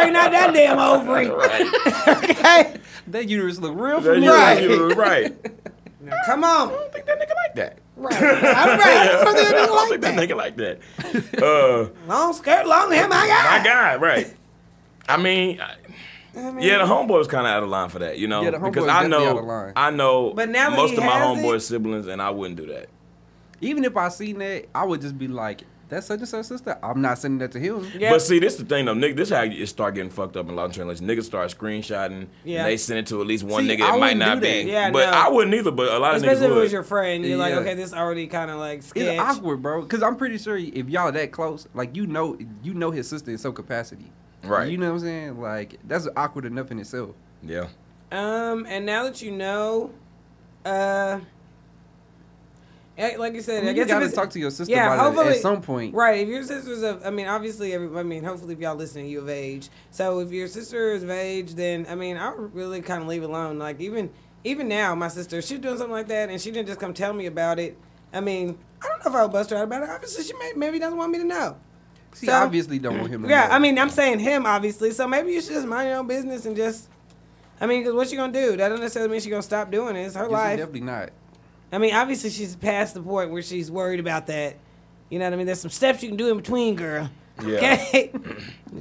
Speaker 4: recognize that damn ovary. okay,
Speaker 1: That uterus look real
Speaker 3: that."
Speaker 1: familiar.
Speaker 4: Right.
Speaker 3: You was right.
Speaker 4: now come on.
Speaker 3: I don't think that nigga like that.
Speaker 4: Right. I'm right.
Speaker 3: Yeah.
Speaker 4: So
Speaker 3: I
Speaker 4: they
Speaker 3: don't
Speaker 4: look
Speaker 3: think
Speaker 4: like
Speaker 3: that
Speaker 4: that.
Speaker 3: nigga like that. Uh,
Speaker 4: Long skirt, long hair, my
Speaker 3: my
Speaker 4: God.
Speaker 3: God, right? I mean, I- yeah, the homeboy was kind of out of line for that, you know,
Speaker 1: Yeah, the homeboy
Speaker 3: because
Speaker 1: was
Speaker 3: I know,
Speaker 1: definitely out of line.
Speaker 3: I know,
Speaker 4: But now that
Speaker 3: most
Speaker 4: he
Speaker 3: of my
Speaker 4: has
Speaker 3: homeboy
Speaker 4: it-
Speaker 3: siblings, and I wouldn't do that.
Speaker 1: Even if I seen that, I would just be like, "That's such and such sister." I'm not sending that to him.
Speaker 4: Yeah.
Speaker 3: But see, this the thing though, nigga. This how it start getting fucked up in law and translation. Niggas start screenshotting.
Speaker 4: Yeah.
Speaker 3: And they send it to at least one
Speaker 1: See,
Speaker 3: nigga.
Speaker 1: I
Speaker 3: It might
Speaker 1: wouldn't
Speaker 3: not
Speaker 1: do that.
Speaker 3: be.
Speaker 4: Yeah,
Speaker 3: but
Speaker 4: no.
Speaker 3: I would neither. But a lot of
Speaker 4: Especially
Speaker 3: niggas
Speaker 4: if it
Speaker 3: would.
Speaker 4: was your friend, you're like,
Speaker 1: Yeah.
Speaker 4: okay, this already kind of like
Speaker 1: It's
Speaker 4: sketch.
Speaker 1: awkward, bro. Because I'm pretty sure if y'all that close, like you know, you know his sister in some capacity,
Speaker 3: Right.
Speaker 1: You know what I'm saying? Like that's awkward enough in itself.
Speaker 3: yeah.
Speaker 4: Um, and now that you know, uh, eh, like you said, I,
Speaker 1: mean, you
Speaker 4: guess if
Speaker 1: gotta
Speaker 4: it's-
Speaker 1: talk to your sister about it at some point.
Speaker 4: right? If your sister's of, I mean, obviously, every, I mean, hopefully, if y'all listening, you of age. So if your sister is of age, then I mean, I would really kind of leave it alone. Like even even now, my sister, she's doing something like that, and she didn't just come tell me about it. I mean, I don't know if I would bust her out about it. Obviously, she may, maybe doesn't want me to know.
Speaker 1: See,
Speaker 4: So-
Speaker 1: obviously don't want him. to
Speaker 4: Yeah,
Speaker 1: know.
Speaker 4: I mean, I'm saying him obviously. So maybe you should just mind your own business and just. I mean, because what you gonna do? That doesn't necessarily mean she's gonna stop doing it. It's her
Speaker 1: Yes,
Speaker 4: life.
Speaker 1: definitely not.
Speaker 4: I mean, obviously she's past the point where she's worried about that. You know what I mean? There's some steps you can do in between, girl.
Speaker 3: Yeah.
Speaker 4: Okay, Do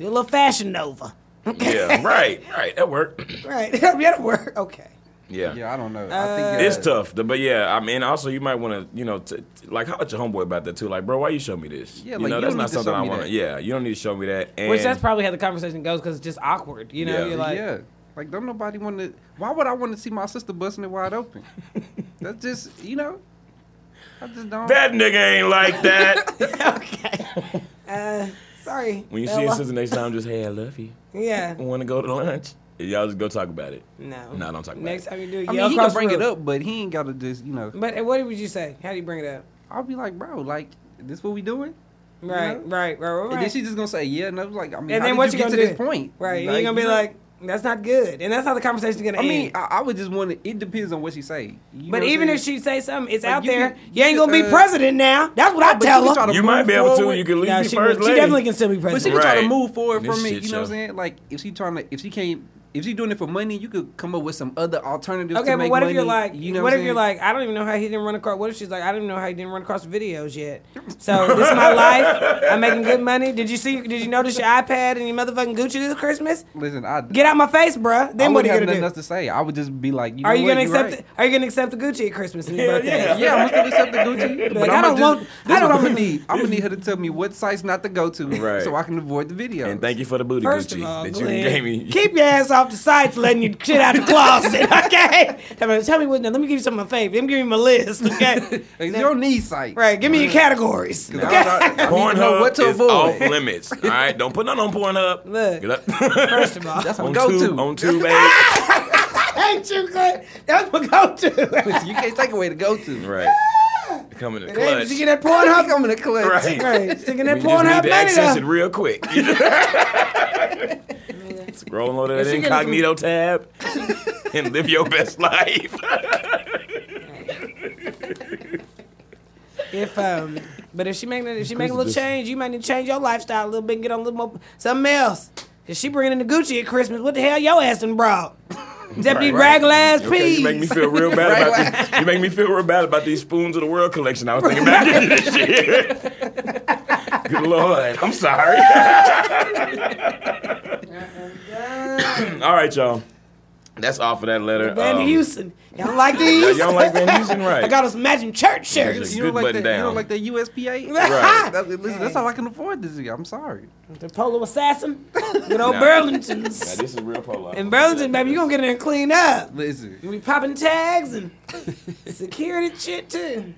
Speaker 4: a little fashion nova.
Speaker 3: Yeah. Right. Right. That worked.
Speaker 4: Right, that'll work. Okay.
Speaker 3: Yeah.
Speaker 1: Yeah, I don't know. I think
Speaker 3: It's
Speaker 1: uh,
Speaker 3: tough, th- but yeah, I mean, also you might want to, you know, t- t- like how about your homeboy about that too? Like, bro, why you show me this?
Speaker 1: Yeah,
Speaker 3: you
Speaker 1: like,
Speaker 3: know,
Speaker 1: you
Speaker 3: that's
Speaker 1: don't
Speaker 3: not
Speaker 1: need to
Speaker 3: something
Speaker 1: show
Speaker 3: I
Speaker 1: me
Speaker 3: want
Speaker 1: that.
Speaker 3: Yeah, you don't need to show me that. And
Speaker 4: Which that's probably how the conversation goes because it's just awkward. You know,
Speaker 3: Yeah.
Speaker 4: you're like,
Speaker 1: Oh, yeah, like don't nobody want to. Why would I want to see my sister busting it wide open? That's just you know, I just don't.
Speaker 3: that nigga ain't like that.
Speaker 4: uh, sorry.
Speaker 3: when you see
Speaker 4: Ella.
Speaker 3: your sister next time, just hey, I love you.
Speaker 4: yeah,
Speaker 3: Want to go to lunch? Y'all just go talk about it.
Speaker 4: no,
Speaker 3: No, don't talk about
Speaker 4: Next
Speaker 3: it.
Speaker 4: time you do, it,
Speaker 1: I
Speaker 4: yell
Speaker 1: mean, he
Speaker 4: across
Speaker 1: can
Speaker 4: the
Speaker 1: bring it
Speaker 4: room.
Speaker 1: up, but he ain't got to just you know.
Speaker 4: But uh, what would you say? How do you bring it up?
Speaker 1: I'll be like, bro, like this what we doing? You
Speaker 4: Right,
Speaker 1: know?
Speaker 4: right, right, right.
Speaker 1: And then she's just gonna say yeah, and I was like, I mean,
Speaker 4: And
Speaker 1: how
Speaker 4: then
Speaker 1: did
Speaker 4: what you
Speaker 1: you get
Speaker 4: gonna
Speaker 1: to
Speaker 4: do?
Speaker 1: this point?
Speaker 4: right. you're gonna be
Speaker 1: you know,
Speaker 4: like, That's not good, and that's how the conversation's gonna
Speaker 1: I
Speaker 4: end.
Speaker 1: mean, I, I would just want to. It depends on what she say. You know
Speaker 4: but
Speaker 1: what
Speaker 4: even
Speaker 1: I'm
Speaker 4: if she say something, it's
Speaker 1: Like,
Speaker 4: out
Speaker 1: you
Speaker 4: there.
Speaker 1: can-
Speaker 4: you,
Speaker 1: you
Speaker 4: ain't
Speaker 1: can,
Speaker 4: gonna be
Speaker 1: uh,
Speaker 4: president now. That's what I
Speaker 1: but you
Speaker 4: tell
Speaker 1: can
Speaker 4: her.
Speaker 1: try to-
Speaker 3: You might be able to.
Speaker 1: forward.
Speaker 3: You can leave
Speaker 4: No,
Speaker 3: me
Speaker 4: she,
Speaker 3: first
Speaker 4: she
Speaker 3: lady.
Speaker 4: definitely can still be
Speaker 1: But she
Speaker 4: president.
Speaker 1: can try to
Speaker 3: Right.
Speaker 1: move forward
Speaker 3: This
Speaker 1: from it.
Speaker 3: shit
Speaker 1: You know what I'm
Speaker 3: show.
Speaker 1: saying? Like if she trying to, if she can't, if she doing it for money, you could come up with some other alternatives.
Speaker 4: Okay,
Speaker 1: to
Speaker 4: but
Speaker 1: make
Speaker 4: what if you're
Speaker 1: money,
Speaker 4: like,
Speaker 1: you know
Speaker 4: what
Speaker 1: I'm
Speaker 4: if you're
Speaker 1: saying?
Speaker 4: like, I don't even know how he didn't run across. What if she's like, I don't even know how he didn't run across videos yet. So this is my life. I'm making good money. Did you see? Did you notice your iPad and your motherfucking Gucci this Christmas?
Speaker 1: listen, I
Speaker 4: Get out my face, bruh.
Speaker 1: I
Speaker 4: Then
Speaker 1: wouldn't
Speaker 4: what are you
Speaker 1: have
Speaker 4: gonna
Speaker 1: nothing
Speaker 4: do?
Speaker 1: else to say. I would just be like, you
Speaker 4: Are
Speaker 1: know
Speaker 4: you
Speaker 1: what?
Speaker 4: gonna
Speaker 1: You're
Speaker 4: accept?
Speaker 1: right.
Speaker 4: the- Are you gonna accept the Gucci at Christmas? and his
Speaker 3: Hell
Speaker 4: birthday?
Speaker 3: yeah.
Speaker 1: Yeah, I'm gonna still accept the Gucci.
Speaker 4: Like,
Speaker 1: But
Speaker 4: I
Speaker 1: I'm
Speaker 4: don't
Speaker 1: gonna
Speaker 4: want-
Speaker 1: This
Speaker 4: I don't
Speaker 1: what I'm
Speaker 4: want-
Speaker 1: gonna need. I'm gonna need her to tell me what sites not to go to,
Speaker 3: Right.
Speaker 1: so I can avoid the video.
Speaker 3: And thank you for the booty
Speaker 4: First
Speaker 3: Gucci
Speaker 4: of all,
Speaker 3: that you
Speaker 4: Glenn,
Speaker 3: gave me.
Speaker 4: keep your ass off the sites, letting your shit out the closet. Okay, tell me, tell me what. Now, let me give you some of my favorite. Let me give you my list. Okay,
Speaker 1: you. Your knee sites.
Speaker 4: right. Give me your categories.
Speaker 1: I,
Speaker 4: Okay.
Speaker 1: I, I need to know
Speaker 3: Pornhub
Speaker 1: what to
Speaker 3: is off
Speaker 1: avoid.
Speaker 3: limits. All right, don't put none on Pornhub.
Speaker 4: Look.
Speaker 3: Get up.
Speaker 4: First of all,
Speaker 1: That's my
Speaker 3: on
Speaker 1: go
Speaker 3: tube,
Speaker 1: to.
Speaker 3: on tube, aid.
Speaker 4: ain't you good? That's my go-to.
Speaker 1: You can't take away the go to.
Speaker 3: right. Coming to
Speaker 4: Hey,
Speaker 3: clutch.
Speaker 4: did you get that
Speaker 1: I'm
Speaker 4: Pornhub?
Speaker 1: coming to clutch.
Speaker 3: Right.
Speaker 4: Right, sticking
Speaker 3: We
Speaker 4: that
Speaker 3: just need
Speaker 4: Pornhub
Speaker 3: to
Speaker 4: money
Speaker 3: access it
Speaker 4: though.
Speaker 3: real quick. Scroll over that incognito tab and live your best life.
Speaker 4: If um, but if she make that, if she make a little change, you might need to change your lifestyle a little bit, and get on a little more something else. If she bringing in the Gucci at Christmas, what the hell your ass done brought? Deputy
Speaker 3: Right, right.
Speaker 4: Raggle ass
Speaker 3: Okay, you make me
Speaker 4: peas.
Speaker 3: feel real bad about these, You make me feel real bad about these spoons of the world collection. I was thinking about getting this year. Good lord, I'm sorry. All right, y'all. That's all for that letter.
Speaker 4: Van
Speaker 3: Um,
Speaker 4: Houston, y'all like
Speaker 3: y'all
Speaker 4: these?
Speaker 3: don't like Van Houston, right?
Speaker 4: I got us matching church shirts.
Speaker 1: You don't,
Speaker 3: Good
Speaker 1: like that,
Speaker 3: button
Speaker 1: you
Speaker 3: down.
Speaker 1: don't like that USPA?
Speaker 3: Right.
Speaker 1: That- listen, that's all I can afford this year. I'm sorry.
Speaker 4: The Polo Assassin, good old
Speaker 3: Nah. Now,
Speaker 4: Burlingtons.
Speaker 3: this is real polo.
Speaker 4: In Burlington, baby, you gonna get in there and clean up.
Speaker 1: Listen.
Speaker 4: We popping tags and security shit too.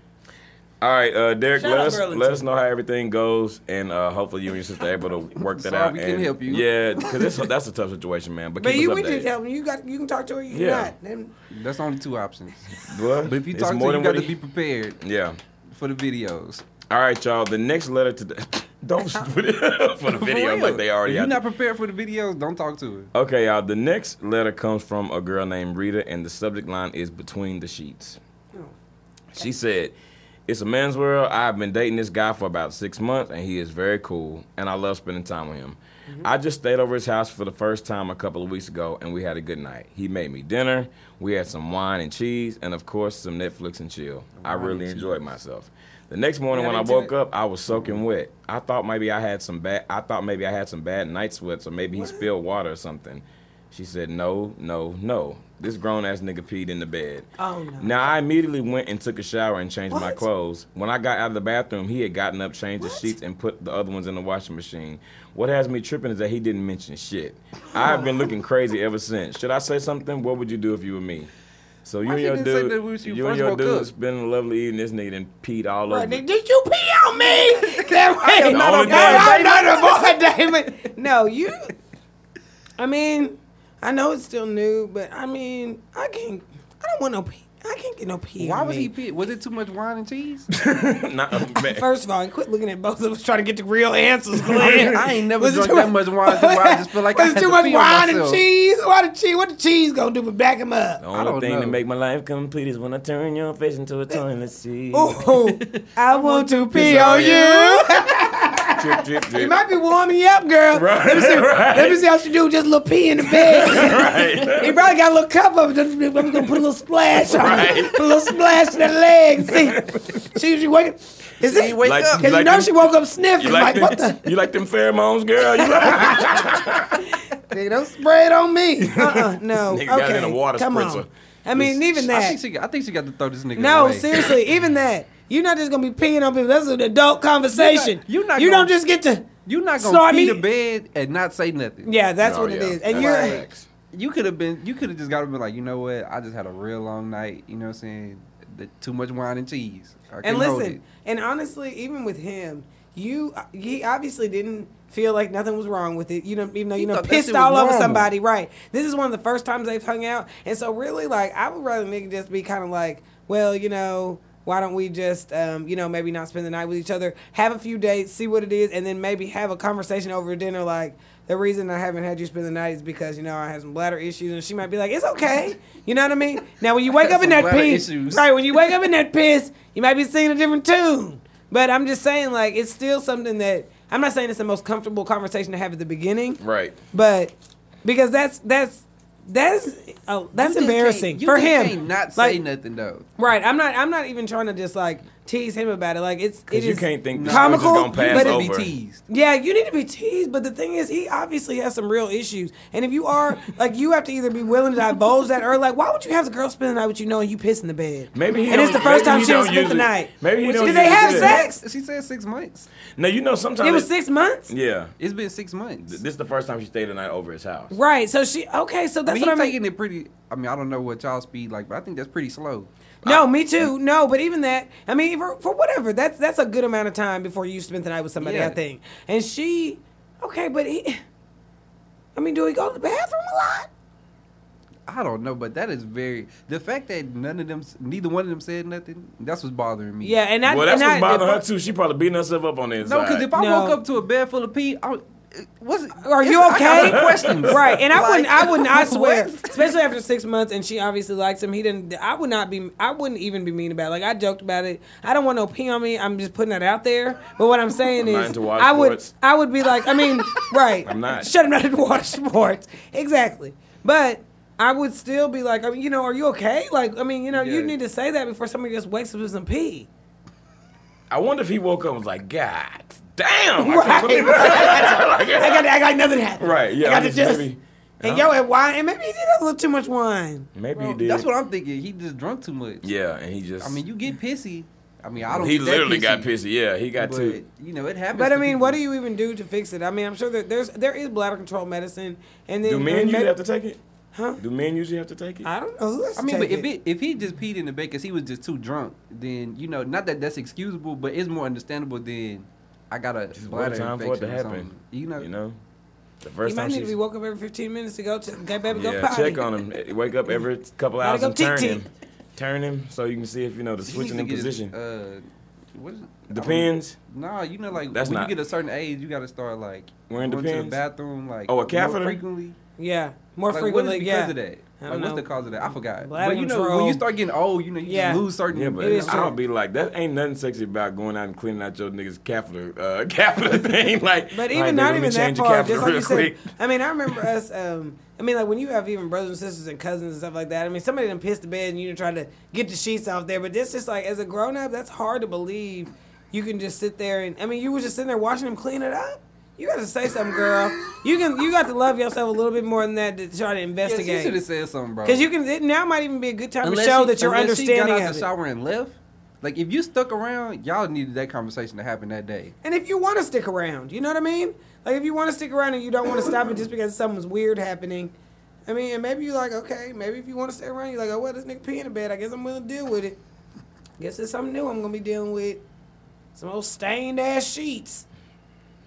Speaker 3: All right, uh, Derek,
Speaker 4: Shout
Speaker 3: let
Speaker 4: out
Speaker 3: us
Speaker 4: Burlington.
Speaker 3: let us know how everything goes, and uh, hopefully you and your sister are able to work that
Speaker 1: Sorry
Speaker 3: out.
Speaker 1: we couldn't
Speaker 3: and-
Speaker 1: help you.
Speaker 3: Yeah, because that's a tough situation, man. But,
Speaker 4: But
Speaker 3: keep
Speaker 4: you,
Speaker 3: us
Speaker 4: we did
Speaker 3: updated.
Speaker 4: tell them you got you can talk to her. You
Speaker 3: Yeah.
Speaker 4: not. Then
Speaker 1: That's only two options.
Speaker 3: Well,
Speaker 1: But if you
Speaker 3: it's
Speaker 1: talk to her,
Speaker 3: more than
Speaker 1: you got
Speaker 3: what
Speaker 1: to
Speaker 3: he-
Speaker 1: be prepared
Speaker 3: yeah.
Speaker 1: for the videos.
Speaker 3: All right, y'all. The next letter today. Don't put it for the
Speaker 1: For
Speaker 3: video,
Speaker 1: real.
Speaker 3: like they already.
Speaker 1: If you're
Speaker 3: out
Speaker 1: not prepared for the videos, don't talk to her.
Speaker 3: there. Okay, y'all. The next letter comes from a girl named Rita, and the subject line is "Between the Sheets." She said, It's a man's world. I've been dating this guy for about six months, and he is very cool, and I love spending time with him. I just stayed over his house for the first time a couple of weeks ago, and we had a good night. He made me dinner, we had some wine and cheese, and of course, some Netflix and chill. I really enjoyed myself. The next morning
Speaker 4: Yeah,
Speaker 3: when
Speaker 4: me
Speaker 3: I
Speaker 4: too.
Speaker 3: woke up, I was soaking
Speaker 1: Mm-hmm.
Speaker 3: wet. I thought maybe I had some bad I thought maybe I had some bad night sweats or maybe he spilled water or something. She said, "No, no, no. This grown ass nigga peed in the bed."
Speaker 4: Oh, no.
Speaker 3: Now I immediately went and took a shower and changed my
Speaker 4: What?
Speaker 3: clothes. When I got out of the bathroom, he had gotten up, changed the sheets, and put the other ones in the washing machine. What has me tripping is that he didn't mention shit. I've been looking crazy ever since. Should I say something? What would you do if you were me? So you
Speaker 1: Why
Speaker 3: and
Speaker 1: she
Speaker 3: your
Speaker 1: didn't say
Speaker 3: dude,
Speaker 1: that when she
Speaker 3: you and
Speaker 1: first
Speaker 3: your
Speaker 1: woke
Speaker 3: dude,
Speaker 1: up?
Speaker 3: it's been a lovely evening. This nigga done peed all over.
Speaker 4: Right, nigga, Did you pee on me? That way.
Speaker 1: am
Speaker 3: not a boy,
Speaker 4: I'm
Speaker 1: Damon.
Speaker 4: not a boy, Damon. No, you. I mean, I know it's still new, but I mean, I can't. I don't want no pee. I can't get no pee.
Speaker 1: Why
Speaker 4: on
Speaker 1: was
Speaker 4: me.
Speaker 1: he pissed? Was it too much wine and cheese?
Speaker 3: Not a man.
Speaker 4: First of all, and quit looking at both of us trying to get the real answers.
Speaker 1: I,
Speaker 4: Glenn.
Speaker 1: ain't never
Speaker 4: Was it
Speaker 1: drunk
Speaker 4: too
Speaker 1: that much wine. so I just feel like I
Speaker 4: was it
Speaker 1: had
Speaker 4: too
Speaker 1: to
Speaker 4: much
Speaker 1: pee on
Speaker 4: wine and
Speaker 1: myself.
Speaker 4: cheese? Why the cheese? What the cheese gonna do but back him
Speaker 3: the
Speaker 4: up?
Speaker 1: I
Speaker 3: only
Speaker 1: don't
Speaker 3: thing to
Speaker 1: know.
Speaker 3: make my life complete is when I turn your face into a toilet seat.
Speaker 4: Ooh, I want to pee on
Speaker 3: Sorry.
Speaker 4: you.
Speaker 3: Drip, drip, drip.
Speaker 4: You might be warming you up, girl.
Speaker 3: Right,
Speaker 4: Let me see.
Speaker 3: right.
Speaker 4: Let me see how she do. Just a little pee in the bed.
Speaker 3: right.
Speaker 4: he probably got a little cup of it. Just- I'm gonna put a little splash on
Speaker 3: Right.
Speaker 4: it. Put a little splash in that leg. See, she she waking. Is it?
Speaker 1: wake
Speaker 3: Like-
Speaker 1: up.
Speaker 4: Cause you,
Speaker 3: like
Speaker 4: know
Speaker 3: them-
Speaker 4: she woke up sniffing.
Speaker 3: You
Speaker 4: Like,
Speaker 3: like,
Speaker 4: what
Speaker 3: them,
Speaker 4: the?
Speaker 3: you like them pheromones, girl? You like
Speaker 4: Nigga, don't spray it on me. Uh uh No.
Speaker 3: Nigga
Speaker 4: okay.
Speaker 3: got it in a water
Speaker 4: Come
Speaker 3: spritzer.
Speaker 4: on. I mean, even that.
Speaker 1: I think, she, got- I think she got to throw this nigga
Speaker 4: No,
Speaker 1: away.
Speaker 4: seriously, even that. You're not just gonna be peeing on people. That's an adult conversation.
Speaker 1: you're not
Speaker 4: you
Speaker 1: gonna-
Speaker 4: don't just get to.
Speaker 1: You're not
Speaker 4: Snort
Speaker 1: going to pee
Speaker 4: me.
Speaker 1: the bed and not say nothing.
Speaker 4: Yeah, that's
Speaker 3: Oh,
Speaker 4: what it
Speaker 3: yeah.
Speaker 4: is. And
Speaker 3: That's
Speaker 4: you're.
Speaker 3: facts.
Speaker 1: You could have been, you could have just got to be like, you know what? I just had a real long night. You know what I'm saying? The- Too much wine and cheese. I
Speaker 4: And
Speaker 1: can't hold
Speaker 4: listen,
Speaker 1: it.
Speaker 4: and honestly, even with him, you he obviously didn't feel like nothing was wrong with it. You know, even though you know
Speaker 1: thought that shit
Speaker 4: pissed
Speaker 1: was
Speaker 4: all over
Speaker 1: normal.
Speaker 4: somebody, right? This is one of the first times they've hung out, and so really, like, I would rather nigga just be kind of like, well, you know. Why don't we just, um, you know, maybe not spend the night with each other, have a few dates, see what it is, and then maybe have a conversation over dinner, like, The reason I haven't had you spend the night is because you know I have some bladder issues, and she might be like, "It's okay." You know what I mean? Now, when you wake
Speaker 1: got
Speaker 4: up
Speaker 1: some
Speaker 4: in that
Speaker 1: bladder
Speaker 4: piss,
Speaker 1: issues.
Speaker 4: right? When you wake up in that piss, you might be singing a different tune. But I'm just saying, like, it's still something that I'm not saying it's the most comfortable conversation to have at the beginning,
Speaker 3: Right.
Speaker 4: but because that's that's that's oh, that's
Speaker 1: You just
Speaker 4: embarrassing
Speaker 1: can't- you
Speaker 4: for
Speaker 1: just
Speaker 4: him.
Speaker 1: Can't not
Speaker 4: Like,
Speaker 1: say nothing though.
Speaker 4: Right. I'm not. I'm not even trying to just like tease him about it. Like it's. it
Speaker 3: Because you
Speaker 4: is-
Speaker 3: can't think this
Speaker 4: comical,
Speaker 3: comical, just gonna pass
Speaker 1: Let
Speaker 4: but
Speaker 1: it
Speaker 4: it'd
Speaker 1: be
Speaker 3: over.
Speaker 1: teased.
Speaker 4: Yeah, you need to be teased. But the thing is, he obviously has some real issues. And if you are like, you have to either be willing to divulge that, or like, why would you have the girl spend the night with you knowing you piss in the bed?
Speaker 3: Maybe he
Speaker 4: And it's the
Speaker 3: don't- maybe
Speaker 4: first time
Speaker 3: he
Speaker 4: she
Speaker 3: don't
Speaker 4: done spent the
Speaker 3: usually-
Speaker 4: night.
Speaker 3: Maybe he don't
Speaker 4: Did they
Speaker 3: usually
Speaker 4: have
Speaker 3: do that.
Speaker 4: sex?
Speaker 1: She said six months.
Speaker 3: Now you know sometimes
Speaker 4: It was six months.
Speaker 3: Yeah,
Speaker 1: It's been six months.
Speaker 3: this is the first time she stayed the night over his house.
Speaker 4: Right. So she. Okay. So
Speaker 1: I
Speaker 4: that's
Speaker 1: mean, he's
Speaker 4: what I'm.
Speaker 1: taking it pretty. I mean, I don't know what y'all speed like, but I think that's pretty slow.
Speaker 4: No, me too. No, but even that, I mean, for, for whatever, that's that's a good amount of time before you spend the night with somebody, I
Speaker 1: Yeah.
Speaker 4: think. And she, okay, but he, I mean, do he go to the bathroom a lot?
Speaker 1: I don't know, but that is very the fact that none of them, neither one of them said nothing. That's what's bothering me.
Speaker 4: Yeah, and I,
Speaker 3: well, that's
Speaker 4: and
Speaker 3: what's
Speaker 4: I,
Speaker 3: bothering her
Speaker 4: if-
Speaker 3: too. She probably beating herself up on the inside.
Speaker 1: No, because if I
Speaker 4: No.
Speaker 1: woke up to a bed full of pee, I would- it- what's it-
Speaker 4: Are
Speaker 1: it's-
Speaker 4: you
Speaker 1: I got
Speaker 4: okay?
Speaker 1: some questions,
Speaker 4: Right, and I wouldn't, I wouldn't, I
Speaker 1: Like,
Speaker 4: swear,
Speaker 1: what?
Speaker 4: especially after six months, and she obviously likes him. He didn't. I would not be, I wouldn't even be mean about. it. Like I joked about it. I don't want no pee on me. I'm just putting that out there. But what I'm saying
Speaker 3: I'm not
Speaker 4: is,
Speaker 3: into water
Speaker 4: I would,
Speaker 3: sports.
Speaker 4: I would be like, I mean, right?
Speaker 3: I'm not.
Speaker 4: Shut him out of water sports. Exactly. But I would still be like, I mean, you know, are you okay? Like, I mean, you know, you
Speaker 1: Yeah.
Speaker 4: need to say that before somebody just wakes up with some pee.
Speaker 3: I wonder if he woke up and was like, God damn! I
Speaker 4: Right.
Speaker 3: can't believe it."
Speaker 4: I got, to act like nothing happened.
Speaker 3: right. Yeah.
Speaker 4: I got
Speaker 3: I'm
Speaker 4: to
Speaker 3: just-
Speaker 4: just.
Speaker 3: maybe,
Speaker 4: And yo, and wine, and maybe he did have a little too much wine.
Speaker 3: maybe he
Speaker 1: Bro,
Speaker 3: did.
Speaker 1: That's what I'm thinking. He just drunk too much.
Speaker 3: yeah, and he just.
Speaker 1: I mean, you get pissy. I mean, I don't.
Speaker 3: he
Speaker 1: get that
Speaker 3: literally
Speaker 1: pissy,
Speaker 3: got pissy. Yeah, he got
Speaker 1: but,
Speaker 3: too.
Speaker 1: You know, it happens.
Speaker 4: But
Speaker 1: to
Speaker 4: I mean, what do
Speaker 1: people.
Speaker 4: you even do to fix it? I mean, I'm sure that there's there is bladder control medicine, and then
Speaker 3: Do
Speaker 4: I mean,
Speaker 3: men usually
Speaker 4: maybe-
Speaker 3: have to take it?
Speaker 4: Huh?
Speaker 3: Do men usually have to take it?
Speaker 4: I don't know. Who has
Speaker 1: I mean, but if it, if he just peed in the bed because he was just too drunk, then you know, not that that's excusable, but it's more understandable than I got a
Speaker 3: It's one
Speaker 1: bladder
Speaker 3: time for it
Speaker 1: infection
Speaker 3: to
Speaker 1: or
Speaker 3: happen.
Speaker 1: something. You know,
Speaker 3: You know. The
Speaker 4: you
Speaker 3: first
Speaker 4: might
Speaker 3: time
Speaker 4: need to
Speaker 3: she.
Speaker 4: be woke up every 15 minutes to go to okay, baby, go
Speaker 3: Yeah,
Speaker 4: potty.
Speaker 3: check on him. Wake up every couple
Speaker 4: Gotta
Speaker 3: hours
Speaker 4: go
Speaker 3: and turn
Speaker 4: tick,
Speaker 3: him.
Speaker 4: tick.
Speaker 3: Turn him so you can see if you know the
Speaker 1: He
Speaker 3: switching
Speaker 1: needs to
Speaker 3: in
Speaker 1: get his,
Speaker 3: position.
Speaker 1: Uh, what is it? I don't-
Speaker 3: Depends.
Speaker 1: Nah, you know, like
Speaker 3: That's
Speaker 1: when
Speaker 3: not-
Speaker 1: you get a certain age, you got to start like going
Speaker 3: Wearing
Speaker 1: to the
Speaker 3: Depends?
Speaker 1: bathroom, like
Speaker 3: Oh, a
Speaker 1: more
Speaker 3: catheter?
Speaker 1: frequently.
Speaker 4: Yeah, more
Speaker 1: Like,
Speaker 4: frequently.
Speaker 1: what is because
Speaker 4: yeah.
Speaker 1: of that?
Speaker 4: I don't
Speaker 1: Like,
Speaker 4: know.
Speaker 1: what's the cause of that? I forgot.
Speaker 4: Bladder
Speaker 1: but you know,
Speaker 4: control.
Speaker 1: when you start getting old, you know, you
Speaker 4: Yeah.
Speaker 1: just lose certain.
Speaker 3: Yeah, but
Speaker 4: It is
Speaker 3: I'll
Speaker 4: true.
Speaker 3: be like, that ain't nothing sexy about going out and cleaning out your niggas' catheter, uh, catheter thing. Like,
Speaker 4: But
Speaker 3: like,
Speaker 4: even
Speaker 3: nigga,
Speaker 4: not
Speaker 3: let me
Speaker 4: even that
Speaker 3: change your
Speaker 4: part.
Speaker 3: catheter
Speaker 4: Just like
Speaker 3: real
Speaker 4: you said,
Speaker 3: quick.
Speaker 4: I mean, I remember us. Um, I mean, like when you have even brothers and sisters and cousins and stuff like that. I mean, somebody done pissed the bed and you done tried to get the sheets off there. But this just like as a grown up, that's hard to believe. You can just sit there and I mean, you were just sitting there watching them clean it up. You got to say something, girl. You can. You got to love yourself a little bit more than that to try
Speaker 1: Yes, you should
Speaker 4: to
Speaker 1: have
Speaker 4: investigate.
Speaker 1: said something, bro.
Speaker 4: Because you can. It, now might even be a good time
Speaker 1: Unless
Speaker 4: to show
Speaker 1: she-
Speaker 4: that you're
Speaker 1: unless she
Speaker 4: understanding
Speaker 1: got out
Speaker 4: of
Speaker 1: the
Speaker 4: it.
Speaker 1: shower and left. Like if you stuck around, y'all needed that conversation to happen that day.
Speaker 4: And if you want to stick around, you know what I mean? Like if you want to stick around and you don't want to stop it just because something's weird happening. I mean, and maybe you're like, okay, maybe if you want to stay around, you're like, oh well, this nigga pee in the bed. I guess I'm willing to deal with it. Guess it's something new I'm gonna be dealing with. Some old stained ass sheets.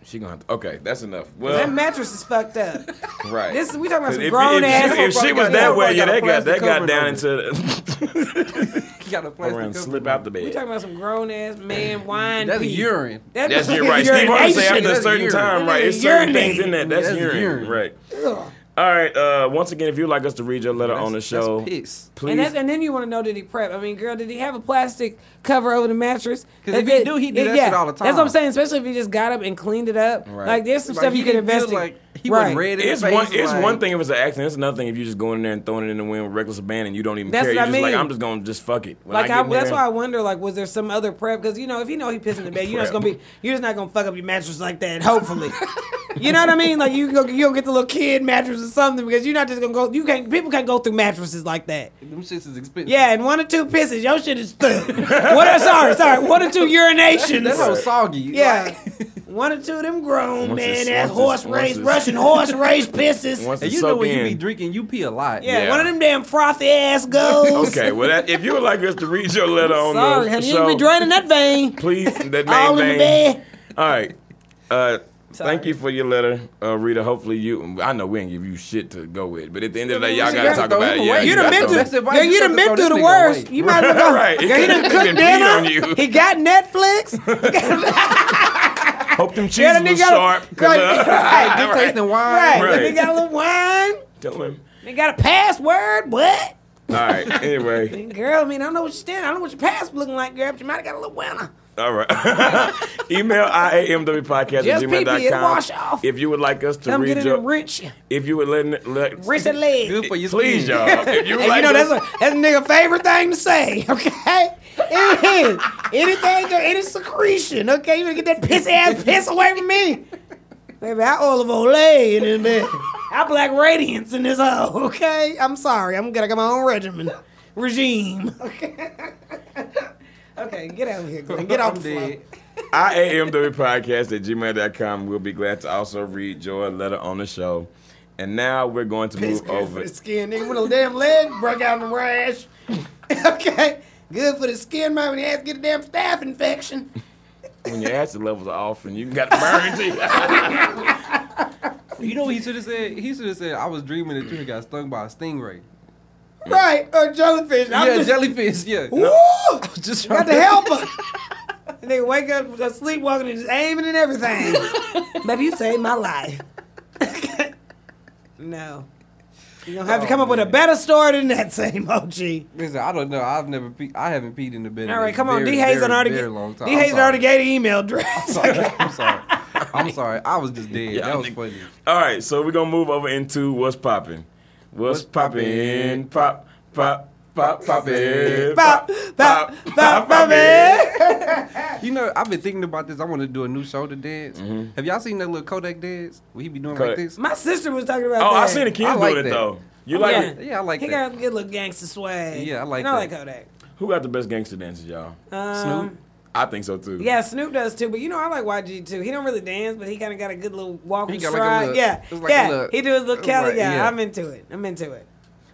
Speaker 3: She gonna have to, okay, that's enough.
Speaker 4: That
Speaker 3: Well,
Speaker 4: mattress is fucked up.
Speaker 3: right.
Speaker 4: This we talking about
Speaker 3: 'Cause
Speaker 4: some
Speaker 3: if-
Speaker 4: grown
Speaker 3: if,
Speaker 4: ass.
Speaker 3: She, if she was that way, yeah, that got that got down into
Speaker 1: Everybody
Speaker 3: the
Speaker 1: You got a plastic
Speaker 3: around,
Speaker 1: cover
Speaker 3: slip
Speaker 1: over
Speaker 3: out the
Speaker 4: we
Speaker 3: bed.
Speaker 4: talking about some grown ass man wine.
Speaker 1: That's
Speaker 4: pee.
Speaker 1: urine.
Speaker 4: That-
Speaker 3: That's your right. Steve Harvey
Speaker 4: urination.
Speaker 3: say after a
Speaker 1: That's
Speaker 3: certain
Speaker 1: urine.
Speaker 3: time, right? It's
Speaker 4: That's
Speaker 3: certain
Speaker 4: urine.
Speaker 3: things in that. That's,
Speaker 1: That's
Speaker 3: urine.
Speaker 1: urine.
Speaker 3: right?
Speaker 4: Ugh.
Speaker 3: All right. Uh, once again, if you'd like us to read your letter
Speaker 1: That's-
Speaker 3: on the
Speaker 1: that's
Speaker 3: show,
Speaker 1: piss.
Speaker 3: please.
Speaker 4: And, that's, and then you want to know did he prep? I mean, girl, did he have a plastic cover over the mattress?
Speaker 1: 'Cause
Speaker 4: That-
Speaker 1: if he do, he do that shit all the
Speaker 4: That's what I'm
Speaker 1: time.
Speaker 4: saying, especially if he just got up and cleaned it up.
Speaker 3: Right.
Speaker 4: Like there's some
Speaker 1: Like,
Speaker 4: stuff
Speaker 1: he
Speaker 4: you can
Speaker 1: didn't feel
Speaker 4: investigate.
Speaker 1: Like he wasn't red in the
Speaker 3: It's
Speaker 1: face,
Speaker 3: one. It's
Speaker 1: like-
Speaker 3: one thing if it's an accident. It's another thing if you just go in there and throwing it in the wind with reckless abandon. You don't even
Speaker 4: That's
Speaker 3: care.
Speaker 4: what
Speaker 3: You're
Speaker 4: I
Speaker 3: just like,
Speaker 4: mean.
Speaker 3: I'm just gonna just fuck it. When
Speaker 4: Like
Speaker 3: I
Speaker 4: I,
Speaker 3: get in
Speaker 4: that's
Speaker 3: there-
Speaker 4: why I wonder. Like, was there some other prep? Because you know, if you know he pissed in the bed, you're just
Speaker 3: Prep.
Speaker 4: gonna be, you're just not gonna fuck up your mattress like that. Hopefully, you know what I mean. Like you go, you gonna get the little kid mattress or something because you're not just gonna go. You can't. People can't go through mattresses like that.
Speaker 1: Them shits is expensive.
Speaker 4: Yeah, and one or two pisses, your shit is through. What? Sorry, sorry. One or two urinations.
Speaker 1: That's so soggy.
Speaker 4: Yeah.
Speaker 1: Like,
Speaker 4: One or two of them grown
Speaker 3: Once it's-
Speaker 4: man ass
Speaker 3: once
Speaker 4: horse
Speaker 3: it's-
Speaker 4: race,
Speaker 3: once it's-
Speaker 4: Russian horse race pisses.
Speaker 3: Once
Speaker 1: and
Speaker 3: it's
Speaker 1: you know
Speaker 3: soaked
Speaker 1: when you be
Speaker 3: in.
Speaker 1: drinking, you pee a lot.
Speaker 4: yeah,
Speaker 3: Yeah.
Speaker 4: one of them damn frothy ass goes.
Speaker 3: Okay, well, that, if you would like us to read your letter on
Speaker 4: Sorry,
Speaker 3: the
Speaker 4: honey,
Speaker 3: show,
Speaker 4: you be draining that vein.
Speaker 3: please, that name
Speaker 4: All in the
Speaker 3: vein.
Speaker 4: bed.
Speaker 3: All right. Uh,
Speaker 4: Sorry.
Speaker 3: thank you for your letter, uh, Rita. Hopefully, you. I know we ain't give you shit to go with, but at the end of the day, y'all
Speaker 4: You
Speaker 3: gotta
Speaker 4: gotta
Speaker 3: talk
Speaker 1: throw
Speaker 3: about it.
Speaker 1: him
Speaker 3: Yeah,
Speaker 1: away.
Speaker 4: You
Speaker 1: got
Speaker 4: done been
Speaker 1: the-
Speaker 4: through,
Speaker 1: That's the advice
Speaker 4: girl,
Speaker 1: you
Speaker 4: you
Speaker 1: got
Speaker 4: done
Speaker 1: to
Speaker 4: been
Speaker 1: throw
Speaker 4: through
Speaker 1: this
Speaker 4: the
Speaker 1: nigga
Speaker 4: worst.
Speaker 1: away.
Speaker 4: You might as well go.
Speaker 3: Right.
Speaker 4: Girl, he done
Speaker 3: He
Speaker 4: cooked
Speaker 3: done peed on
Speaker 4: dinner.
Speaker 3: you.
Speaker 4: He got Netflix. He got-
Speaker 3: Hope them cheese
Speaker 4: Yeah, the
Speaker 3: was
Speaker 4: nigga got
Speaker 3: sharp.
Speaker 4: a-
Speaker 3: 'cause,
Speaker 4: Right,
Speaker 3: uh,
Speaker 4: right,
Speaker 1: Good
Speaker 3: right.
Speaker 1: tasting wine.
Speaker 4: Right.
Speaker 3: Right.
Speaker 4: They got a little wine.
Speaker 3: Tell him.
Speaker 4: They got a password. What?
Speaker 3: All right. Anyway.
Speaker 4: Girl, I mean, I don't know what you're standing. I don't know what your past looking like, girl, but you might have got a little winner.
Speaker 3: All right. Email iamwpodcast at
Speaker 4: Just pee-pee, it wash
Speaker 3: gmail.com.
Speaker 4: off.
Speaker 3: If you would like us to
Speaker 4: Come get
Speaker 3: read
Speaker 4: it in
Speaker 3: your.
Speaker 4: rich.
Speaker 3: If you would let. let
Speaker 4: Rich and leg.
Speaker 1: Good for your
Speaker 3: Please,
Speaker 1: skin.
Speaker 3: y'all. If you would
Speaker 4: And
Speaker 3: like
Speaker 4: you know that's
Speaker 3: us,
Speaker 4: a that's a nigga favorite thing to say, okay? It is. Anything, any secretion, okay? You gonna get that piss ass piss away from me. Baby, I olive Olay in this bed. I black radiance in this hole, okay? I'm sorry, I'm gonna get my own regimen. Regime. Okay. okay, get out of here, Glenn. Get off
Speaker 1: I'm
Speaker 4: the floor.
Speaker 1: dead.
Speaker 3: IAMWpodcast at gmail.com. We'll be glad to also read your letter on the show. And now we're going to
Speaker 4: It's
Speaker 3: move
Speaker 4: good
Speaker 3: over.
Speaker 4: for the skin. Nigga, with a damn leg broke out in a rash. okay. Good for the skin, mama. The ass get a damn staph infection.
Speaker 3: When your acid levels are off and you got burn tea.
Speaker 1: You know what he should have said? He should have said, I was dreaming that you had got stung by a stingray.
Speaker 4: Right, or jellyfish. I'm
Speaker 1: yeah,
Speaker 4: just,
Speaker 1: jellyfish, yeah.
Speaker 4: Woo!
Speaker 1: Just
Speaker 4: Got
Speaker 1: trying
Speaker 4: the helper. and they wake up uh, sleepwalking and just aiming and everything. Baby, you saved my life. no. You're going to have to
Speaker 1: Oh,
Speaker 4: come up with a
Speaker 1: man.
Speaker 4: better story than that same OG.
Speaker 1: Listen, I don't know. I've never pe- I haven't peed in the bed. in
Speaker 4: All right,
Speaker 1: a
Speaker 4: come on.
Speaker 1: very,
Speaker 4: D. Hayes
Speaker 1: very,
Speaker 4: already,
Speaker 1: very
Speaker 4: ga-
Speaker 1: long time.
Speaker 4: D.
Speaker 1: I'm
Speaker 4: Hayes
Speaker 1: sorry.
Speaker 4: already gave the email address.
Speaker 1: I'm sorry. I'm sorry. I was just dead.
Speaker 3: Yeah,
Speaker 1: that
Speaker 3: I
Speaker 1: was
Speaker 3: think-
Speaker 1: funny.
Speaker 3: All right, so we're gonna move over into what's popping. What's, popping? Pop, pop, pop, poppin'.
Speaker 4: Pop, pop, pop, poppin'.
Speaker 1: You know, I've been thinking about this. I want to do a new show to dance. Have y'all seen that little Kodak dance? Will he be doing
Speaker 3: Kodak.
Speaker 1: like this?
Speaker 4: My sister was talking about
Speaker 3: Oh,
Speaker 4: that.
Speaker 3: I seen the
Speaker 1: I like
Speaker 3: kids doing it
Speaker 1: that.
Speaker 3: though. You like
Speaker 4: yeah.
Speaker 3: it?
Speaker 1: Yeah, I like
Speaker 4: he
Speaker 1: that.
Speaker 4: got a good little gangster swag.
Speaker 1: Yeah, I like
Speaker 4: and I like
Speaker 1: that.
Speaker 4: Kodak.
Speaker 3: Who got the best gangster dances, y'all?
Speaker 4: Um,
Speaker 1: Snoop?
Speaker 3: I think so too.
Speaker 4: Yeah, Snoop does too, but you know I like YG too. He don't really dance, but he kind of got a good little walk
Speaker 1: He
Speaker 4: and
Speaker 1: got
Speaker 4: stride.
Speaker 1: like a little-
Speaker 4: yeah,
Speaker 1: it's like a
Speaker 4: yeah,
Speaker 1: little-
Speaker 4: he do his little Cali.
Speaker 1: right,
Speaker 4: yeah,
Speaker 1: yeah.
Speaker 4: I'm into it. I'm into it.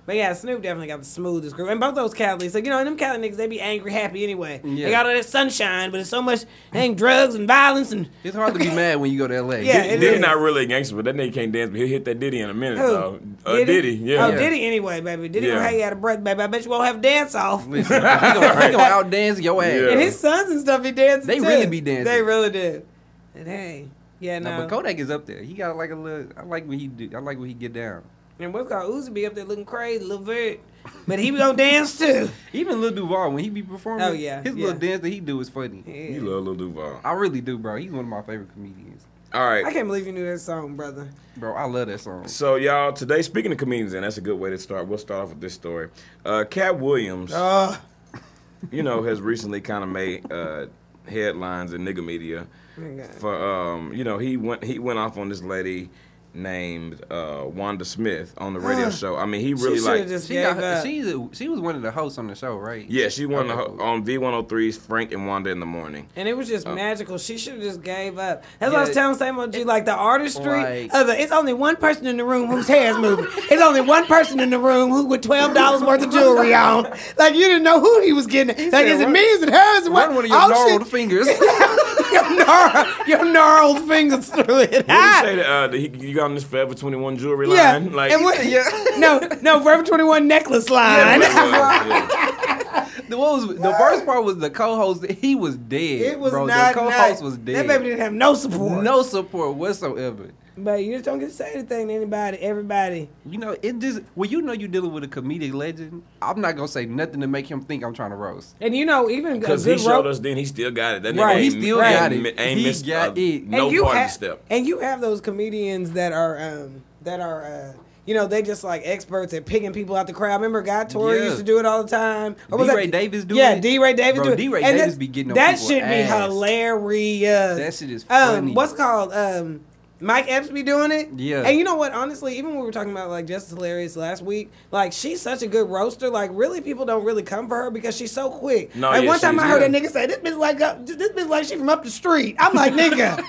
Speaker 4: But yeah, Snoop definitely got the smoothest groove, and both those Cali. So you know, and them Cali niggas, they be angry, happy anyway.
Speaker 1: Yeah.
Speaker 4: They got all that sunshine, but it's so much dang drugs and violence and
Speaker 1: It's hard to be mad when you go to LA.
Speaker 4: Yeah, it
Speaker 3: Diddy
Speaker 4: is.
Speaker 3: not really a gangster, but that nigga can't dance. But he hit that Diddy in a minute
Speaker 4: Who?
Speaker 3: though. Uh, Diddy? yeah.
Speaker 4: Oh, Diddy anyway, baby. Diddy
Speaker 3: Yeah.
Speaker 4: gonna have you out of breath, baby. I bet you won't have a dance off.
Speaker 1: Listen, he gonna, he gonna out dance your ass.
Speaker 3: Yeah.
Speaker 4: And his sons and stuff be dancing.
Speaker 1: They
Speaker 4: too.
Speaker 1: really be dancing.
Speaker 4: They really do. And hey, yeah,
Speaker 1: No,
Speaker 4: no.
Speaker 1: but Kodak is up there. He got like a little. I like when he do. I like when he get down.
Speaker 4: and what's called Uzi be up there looking crazy, little vert. But he be gonna dance too.
Speaker 1: Even Lil Duval when he be performing.
Speaker 4: Oh, yeah,
Speaker 1: his
Speaker 4: yeah.
Speaker 1: little dance that he do is funny.
Speaker 3: You
Speaker 4: Yeah.
Speaker 3: love Lil Duval.
Speaker 1: I really do, bro. He's one of my favorite comedians,
Speaker 3: All
Speaker 4: I
Speaker 3: right.
Speaker 4: can't believe you knew that song, brother.
Speaker 1: bro. I love that song.
Speaker 3: So y'all today speaking of comedians, and that's a good way to start. We'll start off with this story. Uh, Cat Williams.
Speaker 4: Uh,
Speaker 3: you know, has recently kind of made uh, headlines in nigga media
Speaker 4: Okay.
Speaker 3: for um, you know he went he went off on this lady named uh, Wanda Smith on the radio
Speaker 4: Ugh.
Speaker 3: show. I mean, he
Speaker 4: she
Speaker 3: really
Speaker 4: should
Speaker 3: like
Speaker 4: have just
Speaker 1: She
Speaker 4: gave
Speaker 1: got.
Speaker 4: up.
Speaker 1: She's a, she was one of the hosts on the show, right?
Speaker 3: yeah, she won the
Speaker 1: Okay,
Speaker 3: ho um,
Speaker 1: cool.
Speaker 3: on V103's Frank and Wanda in the morning.
Speaker 4: and it was just
Speaker 3: Oh.
Speaker 4: magical. She should have just gave up. That's what I
Speaker 1: Yeah.
Speaker 4: was telling Sam OG. Like the artistry
Speaker 1: Like-
Speaker 4: of the, it's only one person in the room whose hair's moving. it's only one person in the room who with twelve dollars worth of jewelry on. Like you didn't know who he was getting. like
Speaker 1: said,
Speaker 4: is it
Speaker 1: "Run-
Speaker 4: me? Is it her? Is it what?
Speaker 1: Run one of your
Speaker 4: Oh,
Speaker 1: gnarled
Speaker 4: shit.
Speaker 1: fingers.
Speaker 4: your gnarled, your gnarled fingers through it.
Speaker 3: Did he say that, uh, that he, you got on this Forever 21 jewelry line? Like,
Speaker 4: and what,
Speaker 1: yeah.
Speaker 4: No, no, Forever 21 necklace
Speaker 3: Yeah,
Speaker 4: line.
Speaker 3: yeah.
Speaker 1: the what was the worst part was the co-host. He was dead.
Speaker 4: it was
Speaker 1: bro.
Speaker 4: not
Speaker 1: The co-host
Speaker 4: nice.
Speaker 1: was
Speaker 4: That
Speaker 1: dead.
Speaker 4: baby didn't have no support.
Speaker 1: no support whatsoever.
Speaker 4: But you just don't get to say anything to anybody, everybody.
Speaker 1: You know, it just when you know you're dealing with a comedic legend, I'm not gonna say nothing to make him think I'm trying to roast.
Speaker 4: And you know, even a
Speaker 3: Because
Speaker 4: good
Speaker 3: he showed
Speaker 4: rope-
Speaker 3: us then, he still got it. That nigga
Speaker 1: Right, he
Speaker 3: ain't,
Speaker 1: still
Speaker 3: ain't,
Speaker 1: got it.
Speaker 3: mi- Ain't
Speaker 1: He
Speaker 3: missed
Speaker 1: got
Speaker 3: a-
Speaker 1: it.
Speaker 3: no
Speaker 4: you
Speaker 3: party
Speaker 4: have,
Speaker 3: step.
Speaker 4: And you have those comedians that are um that are uh you know, they just like experts at picking people out the crowd. Remember, Guy Tori
Speaker 1: Yeah.
Speaker 4: used to do it all the time. Or was
Speaker 1: D-Ray
Speaker 4: that-
Speaker 1: Davis do
Speaker 4: yeah,
Speaker 1: it?
Speaker 4: D. Ray Davis
Speaker 1: Bro,
Speaker 4: do it.
Speaker 1: D-Ray
Speaker 4: And
Speaker 1: Davis
Speaker 4: that-
Speaker 1: be getting on
Speaker 4: That
Speaker 1: people's
Speaker 4: should be
Speaker 1: ass.
Speaker 4: hilarious.
Speaker 1: That shit is
Speaker 4: Um,
Speaker 1: funny.
Speaker 4: what's it called um, Mike Epps be doing it.
Speaker 1: Yeah.
Speaker 4: And you know what? Honestly, even when we were talking about like Justice Hilarious last week, like she's such a good roaster. Like really, people don't really come for her because she's so quick.
Speaker 3: No,
Speaker 4: like
Speaker 3: yeah,
Speaker 4: one time
Speaker 3: she
Speaker 4: I
Speaker 3: is,
Speaker 4: heard
Speaker 3: yeah.
Speaker 4: that nigga say, "This bitch like up, this bitch like she from up the street." I'm like, nigga.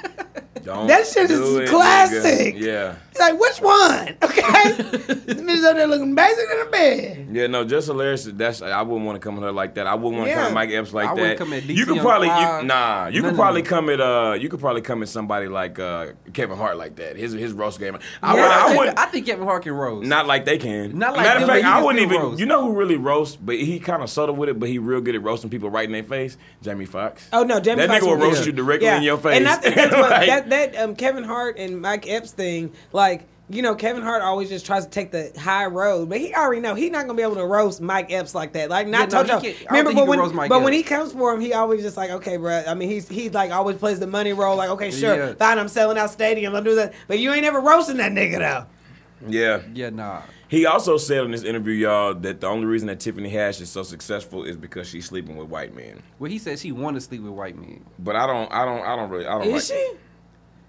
Speaker 3: Don't
Speaker 4: That shit is
Speaker 3: do it, nigga.
Speaker 4: classic.
Speaker 3: Yeah.
Speaker 4: He's like, which one? Okay. this bitch up there looking basic in the bed.
Speaker 3: Yeah, no, just hilarious. That's I wouldn't want to come at her like that. I wouldn't want to
Speaker 4: Yeah.
Speaker 3: come at Mike Epps like
Speaker 1: I wouldn't
Speaker 3: that.
Speaker 1: come at
Speaker 3: you
Speaker 1: DC
Speaker 3: could
Speaker 1: on
Speaker 3: probably you,
Speaker 1: Fox.
Speaker 3: nah.
Speaker 1: None
Speaker 3: You could
Speaker 1: of
Speaker 3: probably
Speaker 1: them.
Speaker 3: come at uh. You could probably come at somebody like uh Kevin Hart like that. His his roast game. I,
Speaker 1: Yeah, I,
Speaker 3: would, I
Speaker 1: think,
Speaker 3: would
Speaker 1: I think Kevin Hart can roast.
Speaker 3: not like they can.
Speaker 1: Not like
Speaker 3: matter of
Speaker 1: them,
Speaker 3: fact,
Speaker 1: but he
Speaker 3: I
Speaker 1: can
Speaker 3: wouldn't
Speaker 1: still
Speaker 3: even.
Speaker 1: roast.
Speaker 3: You know who really roasts? But he kind of subtle with it. But he real good at roasting people right in their face. Jamie Foxx.
Speaker 4: Oh no, Jamie
Speaker 3: that
Speaker 4: Foxx
Speaker 3: nigga will
Speaker 4: would-
Speaker 3: roast
Speaker 1: yeah.
Speaker 3: you directly in your face.
Speaker 4: And I think that's what,
Speaker 3: Like,
Speaker 4: that that um, Kevin Hart and Mike Epps thing, like. You know, Kevin Hart always just tries to take the high road, but he already know he's not gonna be able to roast Mike Epps like that. Like, not
Speaker 1: Yeah, no,
Speaker 4: told
Speaker 1: he
Speaker 4: y'all.
Speaker 1: can't- I don't think
Speaker 4: Remember,
Speaker 1: he
Speaker 4: but
Speaker 1: can
Speaker 4: when
Speaker 1: roast Mike
Speaker 4: but when he
Speaker 1: Epps.
Speaker 4: comes for him, he always just like, okay, bro. I mean, he's he like always plays the money role. Like, okay, sure,
Speaker 1: Yeah.
Speaker 4: fine, I'm selling out stadiums, I'm doing that, but you ain't ever roasting that nigga though.
Speaker 3: yeah.
Speaker 1: Yeah, nah.
Speaker 3: He also said in this interview, y'all, that the only reason that Tiffany Hash is so successful is because she's sleeping with white men.
Speaker 1: Well, he said she want to sleep with white men.
Speaker 3: But I don't, I don't, I don't really, I don't like.
Speaker 4: Is she?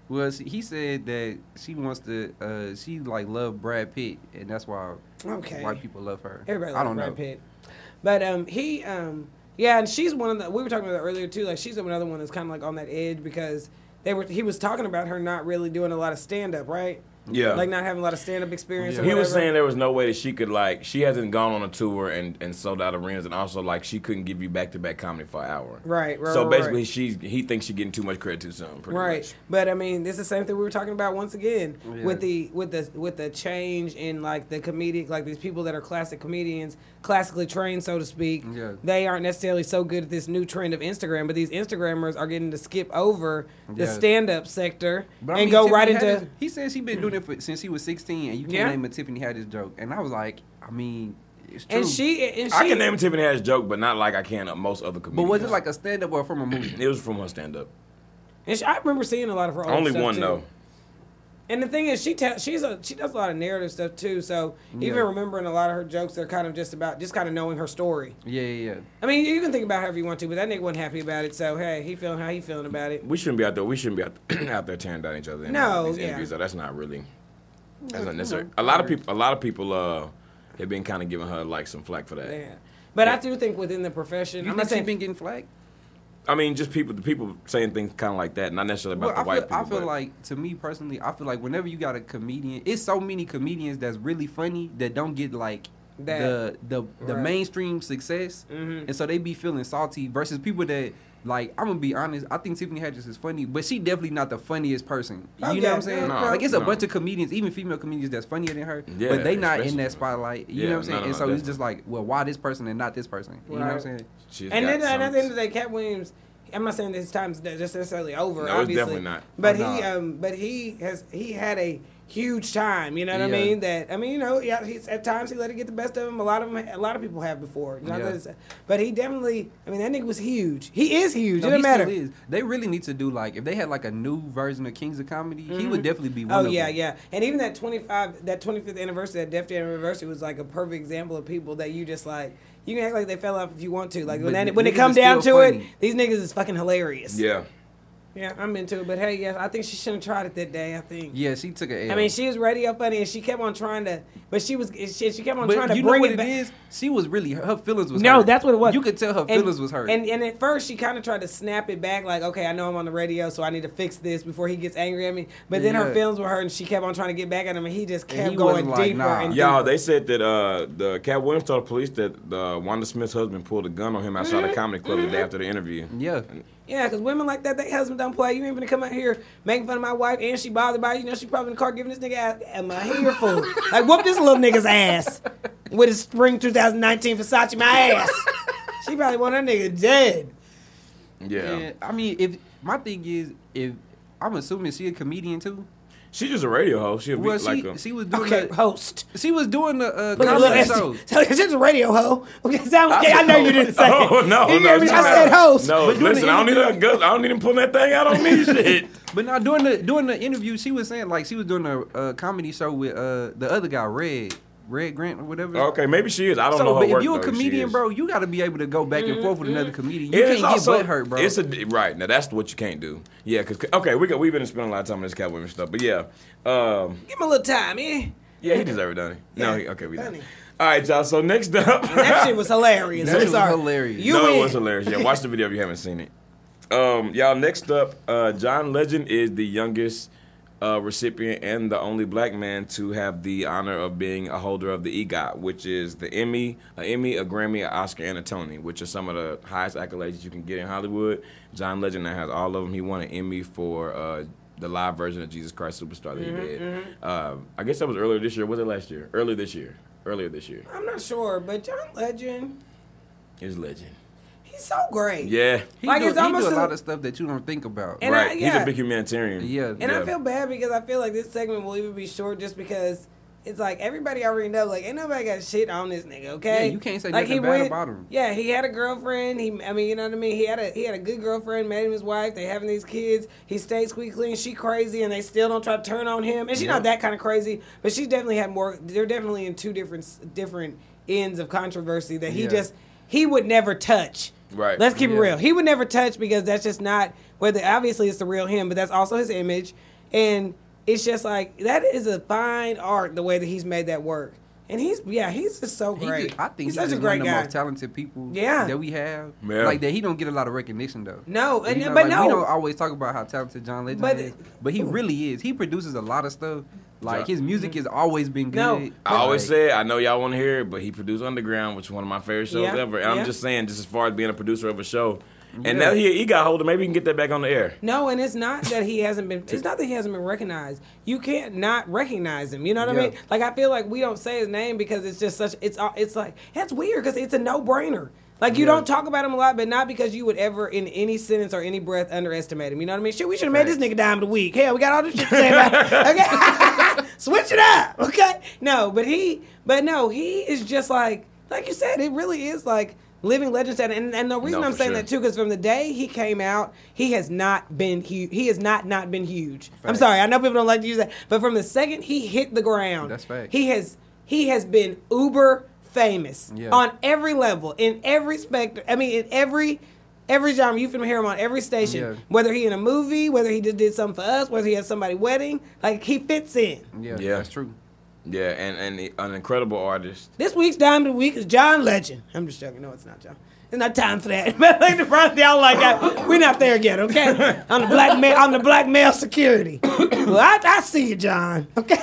Speaker 1: Well, she- he said that she wants to. Uh, she like love Brad Pitt, and that's why
Speaker 4: Okay.
Speaker 1: white people love her.
Speaker 4: Everybody
Speaker 1: I don't
Speaker 4: loves Brad
Speaker 1: know.
Speaker 4: Pitt. But um, he um, yeah, and she's one of the. We were talking about that earlier too. Like she's another one that's kind of like on that edge because they were. He was talking about her not really doing a lot of stand up, right?
Speaker 3: Yeah.
Speaker 4: Like not having a lot of stand up experience. Or
Speaker 3: Oh, He was
Speaker 4: whatever.
Speaker 3: saying there was no way that she could like she hasn't gone on a tour and, and sold out arenas and also like she couldn't give you back to back comedy for an hour.
Speaker 4: Right, right,
Speaker 3: So
Speaker 4: right,
Speaker 3: basically,
Speaker 4: right.
Speaker 3: she's he thinks she's getting too much credit too soon. Pretty
Speaker 4: right
Speaker 3: much.
Speaker 4: but i mean it's the same thing we were talking about once again
Speaker 1: Yeah.
Speaker 4: with the with the with the change in like the comedic like these people that are classic comedians classically trained so to speak
Speaker 1: Yeah.
Speaker 4: they aren't necessarily so good at this new trend of instagram but these instagrammers are getting to skip over the
Speaker 1: Yeah.
Speaker 4: stand-up sector
Speaker 1: But I
Speaker 4: and
Speaker 1: mean,
Speaker 4: go
Speaker 1: Tiffany
Speaker 4: right
Speaker 1: Haddish-
Speaker 4: into
Speaker 1: He says he been doing it for, since he was 16, and you can't
Speaker 4: Yeah.
Speaker 1: name a Tiffany Haddish joke. And I was like, I mean, it's true.
Speaker 4: and she and she
Speaker 3: I can name a Tiffany Hash joke, but not like I can uh, most other
Speaker 1: But
Speaker 3: comedians.
Speaker 1: was it like a stand up or from a movie?
Speaker 3: It was from her stand up.
Speaker 4: and she, i remember seeing a lot of her old
Speaker 3: Oh, Only
Speaker 4: stuff,
Speaker 3: one
Speaker 4: too.
Speaker 3: though.
Speaker 4: And the thing is, she tells she's a she does a lot of narrative stuff too. So even
Speaker 1: Yeah.
Speaker 4: remembering a lot of her jokes, they're kind of just about just kind of knowing her story.
Speaker 1: yeah, yeah, yeah.
Speaker 4: I mean, you can think about it however you want to, but that nigga wasn't happy about it. So hey, he feeling how he feeling about it.
Speaker 3: We shouldn't be out there. We shouldn't be out, out there tearing down each other. In
Speaker 4: No,
Speaker 3: these
Speaker 4: yeah.
Speaker 3: interviews, though. That's not really. That's not necessary. A lot of people. A lot of people. Uh, have been kind of giving her like some flack for that.
Speaker 4: Yeah. But I do think within the profession,
Speaker 1: You think
Speaker 4: I'm not
Speaker 1: she
Speaker 4: saying
Speaker 1: been getting flagged?
Speaker 3: I mean, just people. The people saying things kind of like that, not necessarily
Speaker 1: Well,
Speaker 3: about
Speaker 1: I
Speaker 3: the white
Speaker 1: feel,
Speaker 3: people.
Speaker 1: I feel
Speaker 3: but-
Speaker 1: like, to me personally, I feel like whenever you got a comedian, it's so many comedians that's really funny that don't get like
Speaker 4: That.
Speaker 1: the the, the
Speaker 4: Right. Mm-hmm.
Speaker 1: mainstream success, and so they be feeling salty versus people that like I'm gonna be honest. I think Tiffany Haddish is funny, but she definitely not the funniest person. You
Speaker 4: Okay,
Speaker 1: know what I'm saying?
Speaker 4: no,
Speaker 1: like it's a
Speaker 3: no.
Speaker 1: bunch of comedians, even female comedians, that's funnier than her,
Speaker 3: Yeah,
Speaker 1: but they not in
Speaker 3: especially-
Speaker 1: that spotlight. You
Speaker 3: Yeah,
Speaker 1: know what I'm saying?
Speaker 3: no, no,
Speaker 1: and
Speaker 3: no,
Speaker 1: so it's
Speaker 3: definitely.
Speaker 1: just like, well, why this person and not this person? You know what I'm
Speaker 4: Right.
Speaker 1: saying?
Speaker 3: She's
Speaker 4: and
Speaker 3: got
Speaker 4: then and at
Speaker 3: some-
Speaker 4: the end of the day, Cat Williams. I'm not saying his time's ne- just necessarily over.
Speaker 3: No, it's
Speaker 4: obviously,
Speaker 3: definitely not.
Speaker 4: But
Speaker 1: Oh,
Speaker 4: he,
Speaker 1: nah.
Speaker 4: um, but he has he had a huge time. You know what I
Speaker 1: Yeah.
Speaker 4: mean? That I mean, you know, yeah. He's, at times he let it get the best of him. A lot of 'em- a lot of people have before. Not
Speaker 1: Yeah.
Speaker 4: that it's- but he definitely. I mean, that nigga was huge. He is huge.
Speaker 1: No,
Speaker 4: it doesn't
Speaker 1: he
Speaker 4: matter.
Speaker 1: still is. They really need to do like if they had like a new version of Kings of Comedy, he would definitely be one
Speaker 4: Oh
Speaker 1: of
Speaker 4: yeah,
Speaker 1: them.
Speaker 4: yeah, and even that twenty five, that twenty fifth anniversary, that Def Jam anniversary was like a perfect example of people that you just like. You can act like they fell off if you want to. Like when,
Speaker 1: But
Speaker 4: that,
Speaker 1: th-
Speaker 4: when it
Speaker 1: niggas
Speaker 4: come
Speaker 1: is
Speaker 4: down to
Speaker 1: still
Speaker 4: it,
Speaker 1: funny.
Speaker 4: these niggas is fucking hilarious.
Speaker 3: Yeah.
Speaker 4: yeah, I'm into it. But hey, yes, I think she should have tried it that day. I think.
Speaker 1: Yeah, she took a L.
Speaker 4: I mean, she was radio funny, and she kept on trying to, but she was she, she kept on
Speaker 1: but
Speaker 4: trying to
Speaker 1: you know
Speaker 4: bring
Speaker 1: what
Speaker 4: it
Speaker 1: it
Speaker 4: back.
Speaker 1: is? She was really her feelings was
Speaker 4: No,
Speaker 1: hurt.
Speaker 4: that's what it was.
Speaker 1: You could tell her
Speaker 4: And-
Speaker 1: feelings was hurt.
Speaker 4: And and at first she kind of tried to snap it back, like, okay, I know I'm on the radio, so I need to fix this before he gets angry at me. But then her
Speaker 1: Yeah.
Speaker 4: feelings were hurt, and she kept on trying to get back at him, and he just
Speaker 1: And
Speaker 4: kept
Speaker 1: he
Speaker 4: going
Speaker 1: wasn't like,
Speaker 4: deeper
Speaker 1: nah.
Speaker 4: and
Speaker 3: Y'all,
Speaker 4: deeper.
Speaker 3: they said that uh, the Cat Williams told the police that uh, Wanda Smith's husband pulled a gun on him outside the comedy club the day after the interview.
Speaker 1: yeah.
Speaker 4: yeah, because women like that, they husband don't play. You ain't gonna come out here making fun of my wife, and she bothered by it. you know she probably in the car giving this nigga ass, am I here for? like whoop this little nigga's ass with his spring 2019 Versace my ass. she probably want her nigga dead.
Speaker 3: Yeah.
Speaker 1: And, I mean, if my thing is if I'm assuming she a comedian too.
Speaker 3: She's just a radio host. She'll be
Speaker 1: Well,
Speaker 3: like
Speaker 1: she
Speaker 3: a.
Speaker 1: she was doing
Speaker 4: Okay,
Speaker 1: the,
Speaker 4: host.
Speaker 1: she was doing the uh,
Speaker 4: Look, look,
Speaker 1: comedy
Speaker 4: it's-
Speaker 1: show.
Speaker 4: So it's just a radio hoe. Okay, sound, okay, I know you didn't say.
Speaker 3: Oh no! no,
Speaker 4: you hear me?
Speaker 3: she
Speaker 4: I
Speaker 3: not-
Speaker 4: said host.
Speaker 3: No,
Speaker 1: But doing
Speaker 3: listen.
Speaker 1: the
Speaker 3: I don't need a gun. I don't need him pulling that thing out on me. Shit.
Speaker 1: But now during the during the interview, she was saying like she was doing a uh, comedy show with uh, the other guy, Red Red Grant or whatever.
Speaker 3: Okay, maybe she is. I don't
Speaker 1: So,
Speaker 3: know her
Speaker 1: but
Speaker 3: work,
Speaker 1: if you're a
Speaker 3: though, she
Speaker 1: comedian,
Speaker 3: is.
Speaker 1: bro, you got to be able to go back and forth with another comedian. You
Speaker 3: It is
Speaker 1: can't get butt hurt, bro.
Speaker 3: It's a right now. That's what you can't do. Yeah, because okay, we got, we've been spending a lot of time on this Cat Williams stuff, but yeah, um,
Speaker 4: Give him a little time, eh?
Speaker 3: yeah, he deserved it, don't he? No,
Speaker 4: Yeah,
Speaker 3: he, okay, we done.
Speaker 4: Donnie.
Speaker 3: All right, y'all. So next up,
Speaker 4: That shit was hilarious.
Speaker 1: That
Speaker 4: I'm
Speaker 1: shit was
Speaker 4: sorry.
Speaker 1: hilarious.
Speaker 4: You
Speaker 3: no,
Speaker 4: win.
Speaker 3: it was hilarious. Yeah, watch the video if you haven't seen it. Um, y'all, next up, uh, John Legend is the youngest uh, recipient and the only black man to have the honor of being a holder of the EGOT, which is the Emmy, a Emmy, a Grammy, an Oscar, and a Tony, which are some of the highest accolades you can get in Hollywood. John Legend now has all of them. He won an Emmy for uh, the live version of Jesus Christ Superstar that
Speaker 4: Mm-hmm,
Speaker 3: he did. Uh, I guess that was earlier this year. Was it last year? Earlier this year. Earlier this year.
Speaker 4: I'm not sure, but John Legend,
Speaker 3: Is legend.
Speaker 4: he's so great.
Speaker 3: Yeah.
Speaker 1: He
Speaker 4: Like,
Speaker 1: do,
Speaker 4: it's
Speaker 1: he
Speaker 4: almost
Speaker 1: do a
Speaker 4: a-
Speaker 1: lot of stuff that you don't think about.
Speaker 4: And I-
Speaker 3: right. He's
Speaker 4: yeah.
Speaker 3: a big humanitarian.
Speaker 1: Yeah.
Speaker 4: And I
Speaker 3: Yeah.
Speaker 4: feel bad because I feel like this segment will even be short just because it's like everybody already knows. Like, ain't nobody got shit on this nigga, okay?
Speaker 1: Yeah, you can't say
Speaker 4: like,
Speaker 1: nothing
Speaker 4: he
Speaker 1: bad about him.
Speaker 4: Yeah, he had a girlfriend. He, I mean, you know what I mean. He had a he had a good girlfriend, made him his wife. They having these kids. He stayed squeaky clean. She crazy, and they still don't try to turn on him. And she's not that kind of crazy, but she definitely had more. They're definitely in two different s- different ends of controversy that he
Speaker 1: Yeah.
Speaker 4: just he would never touch.
Speaker 3: Right.
Speaker 4: Let's keep it
Speaker 1: Yeah.
Speaker 4: real. He would never touch because that's just not whether obviously it's the real him, but that's also his image. And it's just like that is a fine art the way that he's made that work. And he's yeah, he's just so
Speaker 1: He
Speaker 4: great.
Speaker 1: just- I think
Speaker 4: he's
Speaker 1: he's
Speaker 4: such a
Speaker 1: just
Speaker 4: great
Speaker 1: one of the
Speaker 4: guy.
Speaker 1: most talented people
Speaker 4: Yeah.
Speaker 1: that we have.
Speaker 3: Yeah.
Speaker 1: Like that he don't get a lot of recognition though.
Speaker 4: No, and-
Speaker 1: You know,
Speaker 4: but
Speaker 1: like,
Speaker 4: no.
Speaker 1: we don't always talk about how talented John Legend
Speaker 4: But-
Speaker 1: is, but he really is. He produces a lot of stuff. Like
Speaker 3: Yeah.
Speaker 1: his music has always been good.
Speaker 4: No.
Speaker 3: I always
Speaker 1: Like,
Speaker 3: say, I know y'all want to hear it, but he produced Underground, which is one of my favorite shows
Speaker 4: Yeah,
Speaker 3: ever. And
Speaker 4: yeah.
Speaker 3: I'm just saying, just as far as being a producer of a show,
Speaker 1: Yeah.
Speaker 3: and now he he got hold of, maybe he can get that back on the air.
Speaker 4: No, and it's not that he hasn't been. It's not that he hasn't been recognized. You can't not recognize him. You know what I
Speaker 1: Yeah.
Speaker 4: mean? Like I feel like we don't say his name because it's just such. It's all- it's like that's weird because it's a no brainer. Like you
Speaker 1: Yeah.
Speaker 4: don't talk about him a lot, but not because you would ever in any sentence or any breath underestimate him. You know what I mean? Shit, we should have made this nigga dime of the week. Hell, we got all this shit to say about. It. Okay, switch it up. Okay, no, but he, but no, he is just like like you said. It really is like. Living legend status, and, and the reason
Speaker 3: No,
Speaker 4: I'm
Speaker 3: for
Speaker 4: saying
Speaker 3: sure.
Speaker 4: that too, because from the day he came out, he has not been huge. He has not not been huge. I'm
Speaker 1: Facts.
Speaker 4: sorry, I know people don't like to use that, but from the second he hit the ground,
Speaker 1: That's facts.
Speaker 4: He has he has been uber famous
Speaker 1: Yeah.
Speaker 4: on every level, in every spectrum. I mean, in every every genre. You can hear him on every station,
Speaker 1: Yeah.
Speaker 4: whether he in a movie, whether he just did something for us, whether he has somebody wedding. Like he fits in.
Speaker 1: yeah,
Speaker 3: Yeah.
Speaker 1: that's true.
Speaker 3: Yeah, and, and he- an incredible artist.
Speaker 4: This week's dime of the week is John Legend. I'm just joking. No, it's not John. It's not time for that. But like the front, y'all like that. We're not there yet, okay? I'm the black man. I'm the black male security. well, I, I see you, John. Okay.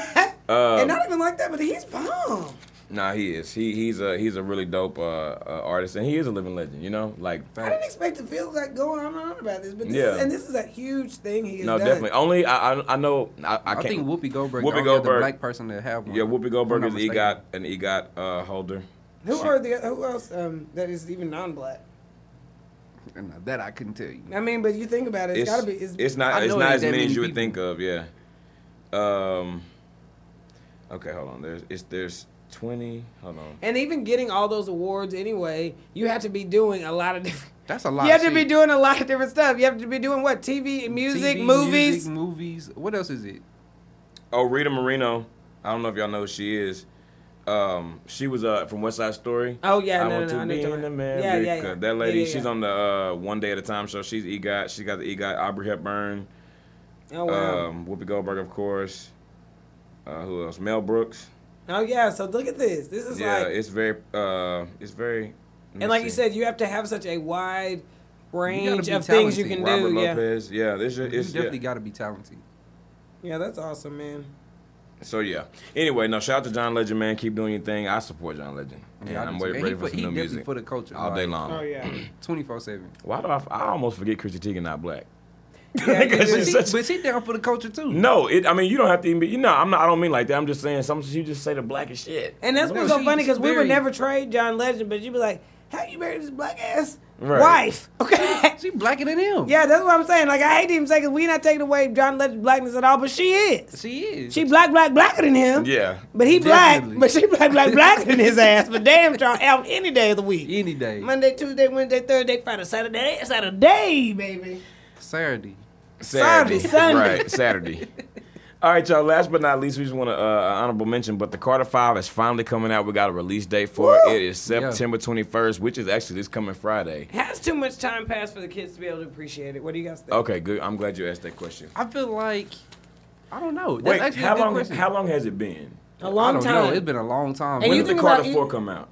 Speaker 3: Uh,
Speaker 4: and not even like that, but he's bomb.
Speaker 3: Nah, he is. He he's a he's a really dope uh, uh, artist, and he is a living legend. You know, like
Speaker 4: I didn't expect to feel like going on and on about this, but this
Speaker 3: uh, Yeah.
Speaker 4: is, and this is a huge thing he has
Speaker 3: no,
Speaker 4: done.
Speaker 3: definitely. Only I I, I know I, I
Speaker 1: I,
Speaker 3: can't.
Speaker 1: think Whoopi Goldberg
Speaker 3: Whoopi
Speaker 1: is the
Speaker 3: Goldberg.
Speaker 1: black person to have one.
Speaker 3: yeah, Whoopi Goldberg
Speaker 1: If I'm
Speaker 3: is
Speaker 1: not
Speaker 3: an EGOT
Speaker 1: mistaken.
Speaker 3: an EGOT uh, holder.
Speaker 4: Who are the who else um, that is even non-black?
Speaker 1: And that I couldn't tell you.
Speaker 4: I mean, but you think about it,
Speaker 3: It's
Speaker 4: it's got to be.
Speaker 3: it's,
Speaker 4: It's,
Speaker 3: not
Speaker 1: I
Speaker 3: it's
Speaker 1: know
Speaker 3: not
Speaker 1: it
Speaker 3: as
Speaker 1: ain't that
Speaker 3: many as
Speaker 1: many
Speaker 3: you would think
Speaker 1: people.
Speaker 3: of. Yeah. Um. Okay, hold on. There's it's there's twenty. Hold on.
Speaker 4: and even getting all those awards anyway, you have to be doing a lot of different.
Speaker 1: That's a lot.
Speaker 4: You have
Speaker 1: of
Speaker 4: to be
Speaker 1: shit.
Speaker 4: doing a lot of different stuff. You have to be doing what? TV, music,
Speaker 1: TV,
Speaker 4: movies.
Speaker 1: music, movies. What else is it?
Speaker 3: Oh, Rita Moreno. I don't know if y'all know who she is. Um, she was uh from West Side Story.
Speaker 4: Oh, yeah,
Speaker 3: I
Speaker 4: no,
Speaker 3: want
Speaker 4: no, no, I
Speaker 3: to
Speaker 4: know
Speaker 3: be
Speaker 4: you're
Speaker 3: in
Speaker 4: talking
Speaker 3: America.
Speaker 4: about- Yeah, yeah, yeah.
Speaker 3: That lady,
Speaker 4: Yeah, yeah,
Speaker 3: she's
Speaker 4: yeah.
Speaker 3: on the uh, One Day at a Time show. She's EGOT. She got the EGOT. Aubrey Hepburn.
Speaker 4: Oh wow.
Speaker 3: Um, Whoopi Goldberg, of course. Uh, who else? Mel Brooks.
Speaker 4: oh yeah. So look at this. This is
Speaker 3: yeah,
Speaker 4: like
Speaker 3: it's very. Uh, it's very. let me
Speaker 4: and like you
Speaker 3: see.
Speaker 4: said, you have to have such a wide range
Speaker 1: be
Speaker 4: of things you
Speaker 1: talented.
Speaker 4: can
Speaker 3: Robert
Speaker 4: do. Yeah.
Speaker 3: Lopez. Yeah, this is.
Speaker 1: You
Speaker 3: It's,
Speaker 1: definitely
Speaker 3: yeah.
Speaker 1: got to be talented.
Speaker 4: Yeah, that's awesome, man.
Speaker 3: So yeah. Anyway, no shout out to John Legend, man. Keep doing your thing. I support John Legend, and
Speaker 1: Yeah, I do
Speaker 3: I'm
Speaker 1: too.
Speaker 3: waiting
Speaker 1: And he
Speaker 3: ready for
Speaker 1: put-
Speaker 3: some
Speaker 1: he
Speaker 3: new
Speaker 1: definitely
Speaker 3: music
Speaker 1: for the culture,
Speaker 3: all
Speaker 1: like-
Speaker 3: day long.
Speaker 4: Oh yeah.
Speaker 1: Twenty four seven.
Speaker 3: Why do I, I almost forget Chrissy Teigen not black?
Speaker 4: Yeah,
Speaker 3: Because
Speaker 4: you
Speaker 1: But
Speaker 4: do.
Speaker 3: She's
Speaker 1: she,
Speaker 3: such-
Speaker 1: but she down for the culture too.
Speaker 3: No, it. I mean, you don't have to even. Be, you know, I'm not. I don't mean like that. I'm just saying. Sometimes you just say the blackest shit.
Speaker 4: And that's what's
Speaker 1: No,
Speaker 4: so funny
Speaker 1: she's
Speaker 4: because we would
Speaker 1: very-
Speaker 4: never trade John Legend, but you'd be like, "How you married this black ass
Speaker 3: Right.
Speaker 4: wife?" Okay.
Speaker 1: She blacker than him.
Speaker 4: yeah, that's what I'm saying. Like I hate to even say because we not taking away John Legend's blackness at all, but she is.
Speaker 1: she is.
Speaker 4: She black, black, blacker than him.
Speaker 3: Yeah.
Speaker 4: But he black,
Speaker 1: Definitely.
Speaker 4: but she black, black, blacker than his ass. But damn, trying out any day of the week.
Speaker 1: any day.
Speaker 4: Monday, Tuesday, Wednesday, Thursday, Friday, Saturday, Saturday, baby.
Speaker 1: Saturday.
Speaker 4: Saturday, Sunday.
Speaker 3: Right. Saturday. All right, y'all. Last but not least, we just want to uh, honorable mention. But the Carter Five is finally coming out. We got a release date for
Speaker 4: Woo!
Speaker 3: it. It is September 21st, which is actually this coming Friday.
Speaker 4: Has too much time passed for the kids to be able to appreciate it. What do you guys think?
Speaker 3: Okay, good. I'm glad you asked that question.
Speaker 1: I feel like I don't know. That's
Speaker 3: Wait,
Speaker 1: actually a
Speaker 3: how
Speaker 1: good
Speaker 3: long?
Speaker 1: question.
Speaker 3: How long has it been?
Speaker 4: A
Speaker 1: I
Speaker 4: long
Speaker 1: don't
Speaker 4: time.
Speaker 1: know. It's been a long time.
Speaker 4: And
Speaker 1: When
Speaker 3: When
Speaker 4: you
Speaker 1: the-
Speaker 3: did the
Speaker 4: think
Speaker 3: Carter
Speaker 4: about- you-
Speaker 3: Four come out?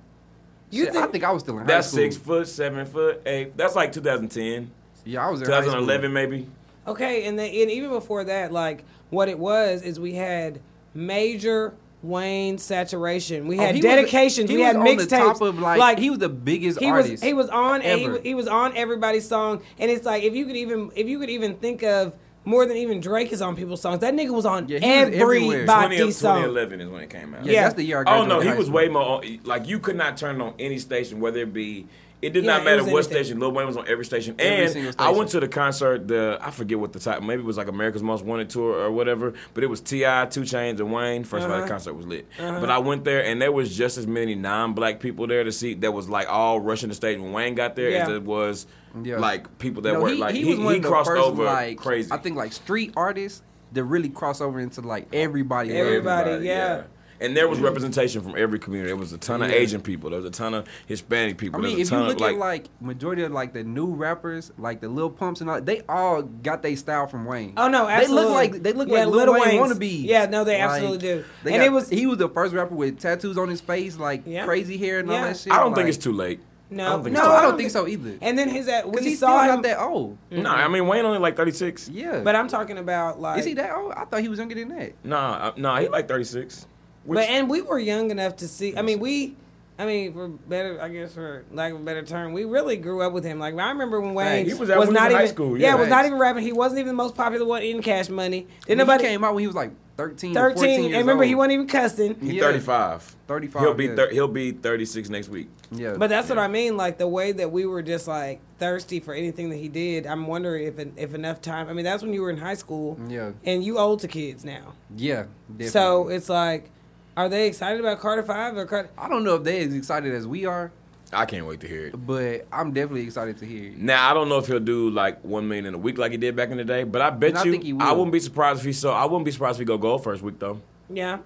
Speaker 4: you
Speaker 1: shit,
Speaker 4: think,
Speaker 1: I think I was still in high
Speaker 3: That's
Speaker 1: school.
Speaker 3: six foot, seven foot, eight. That's like 2010,
Speaker 1: Yeah, I was in high school.
Speaker 3: 2011 maybe.
Speaker 4: Okay, and then and even before that, like what it was is we had major Wayne saturation. We had
Speaker 1: Oh, he was-
Speaker 4: dedications.
Speaker 1: he
Speaker 4: we had
Speaker 1: was on the top
Speaker 4: mixtapes.
Speaker 1: of, like, he was the biggest
Speaker 4: he was-
Speaker 1: artist
Speaker 4: he was on. and He,
Speaker 1: ever.
Speaker 4: wa- he was on everybody's song, and it's like if you could even if you could even think of more than even Drake is on people's songs. That nigga was on
Speaker 1: Yeah, he was everywhere.
Speaker 4: everybody's
Speaker 3: 20,
Speaker 4: song.
Speaker 3: 2011 is when it came out.
Speaker 1: Yeah,
Speaker 4: Yeah.
Speaker 1: that's the year I
Speaker 3: Oh
Speaker 1: graduated
Speaker 3: no, he
Speaker 1: high
Speaker 3: was
Speaker 1: school.
Speaker 3: way more. on- Like you could not turn on any station, whether it be. It did
Speaker 4: Yeah,
Speaker 3: not
Speaker 4: it
Speaker 3: matter
Speaker 4: was
Speaker 3: what
Speaker 4: anything.
Speaker 3: station. Lil Wayne was on every station,
Speaker 1: Every
Speaker 3: and
Speaker 1: single
Speaker 3: I
Speaker 1: station.
Speaker 3: went to the concert. The I forget what the title. Maybe it was like America's Most Wanted tour or whatever. But it was Ti, Two Chains, and Wayne. 1st of all, the
Speaker 1: Uh-huh.
Speaker 3: concert was lit. But I went there, and there was just as many non-black people there to see. That was like all rushing the stage when Wayne got there,
Speaker 4: Yeah.
Speaker 3: as it was
Speaker 1: Yeah.
Speaker 3: like people that
Speaker 1: No,
Speaker 3: were like he, he,
Speaker 1: one of the
Speaker 3: crossed
Speaker 1: first,
Speaker 3: over
Speaker 1: like,
Speaker 3: crazy.
Speaker 1: I think like street artists that really cross over into like everybody.
Speaker 4: Everybody.
Speaker 1: loves them.
Speaker 4: yeah.
Speaker 3: And there was representation from every community. There was a ton of
Speaker 1: Yeah.
Speaker 3: Asian people. There was a ton of Hispanic
Speaker 1: I
Speaker 3: people.
Speaker 1: mean,
Speaker 3: there was
Speaker 1: if
Speaker 3: a
Speaker 1: you
Speaker 3: ton
Speaker 1: look
Speaker 3: of like,
Speaker 1: at like majority of like the new rappers, like the Lil Pumps and all, they all got their style from Wayne.
Speaker 4: Oh, no,
Speaker 1: They
Speaker 4: absolutely.
Speaker 1: look like they look
Speaker 4: Yeah,
Speaker 1: like
Speaker 4: Lil
Speaker 1: Lil Wayne
Speaker 4: Wayne's-
Speaker 1: wannabes.
Speaker 4: yeah, no, they absolutely do.
Speaker 1: they
Speaker 4: And
Speaker 1: got-
Speaker 4: it was-
Speaker 1: he was the first rapper with tattoos on his face, like
Speaker 4: Yeah.
Speaker 1: crazy hair and all
Speaker 4: Yeah.
Speaker 1: that shit.
Speaker 3: I don't
Speaker 1: like-
Speaker 3: think it's too late. I
Speaker 4: No,
Speaker 3: don't think
Speaker 4: no,
Speaker 3: so.
Speaker 1: I don't think so either.
Speaker 4: And then his at
Speaker 1: 'Cause
Speaker 4: we
Speaker 1: he's still
Speaker 4: saw him,
Speaker 1: not that old.
Speaker 3: No, I mean Wayne only like 36.
Speaker 1: Yeah,
Speaker 4: but I'm talking about like
Speaker 1: is he that old? I thought he was younger than that.
Speaker 3: Nah, uh, nah, he like 36. Which,
Speaker 4: But and we were young enough to see. I mean, we. I mean, for better, I guess, for lack of a better term, we really grew up with him. Like I remember when Wayne
Speaker 1: Thanks.
Speaker 3: He was out when
Speaker 4: not
Speaker 3: we was in
Speaker 4: even
Speaker 3: high school,
Speaker 4: yeah,
Speaker 3: yeah.
Speaker 4: was not
Speaker 1: Thanks.
Speaker 4: even rapping. He wasn't even the most popular one in Cash Money. Then
Speaker 1: When
Speaker 4: nobody
Speaker 1: he came out when he was like 13, 13 14
Speaker 4: thirteen.
Speaker 1: years
Speaker 4: And remember,
Speaker 1: old.
Speaker 4: he wasn't even cussing.
Speaker 3: he
Speaker 1: yeah.
Speaker 3: 35.
Speaker 1: 35,
Speaker 3: He'll be
Speaker 1: yeah.
Speaker 3: thir- he'll be 36 next week.
Speaker 1: Yeah,
Speaker 4: But that's what I mean. Like the way that we were just like thirsty for anything that he did. I'm wondering if en- if enough time. I mean, that's when you were in high school.
Speaker 1: Yeah.
Speaker 4: And you old to kids now,
Speaker 1: yeah. Definitely.
Speaker 4: so it's like, are they excited about Carter Five or Carter?
Speaker 1: I don't know if they're as excited as we are,
Speaker 3: I can't wait to hear it.
Speaker 1: but I'm definitely excited to hear. it.
Speaker 3: Now I don't know if he'll do like one million in a week like he did back in the day, but I bet
Speaker 1: And I
Speaker 3: you
Speaker 1: think he will.
Speaker 3: I wouldn't be surprised if he so I wouldn't be surprised if he go gold first week though,
Speaker 4: Yeah.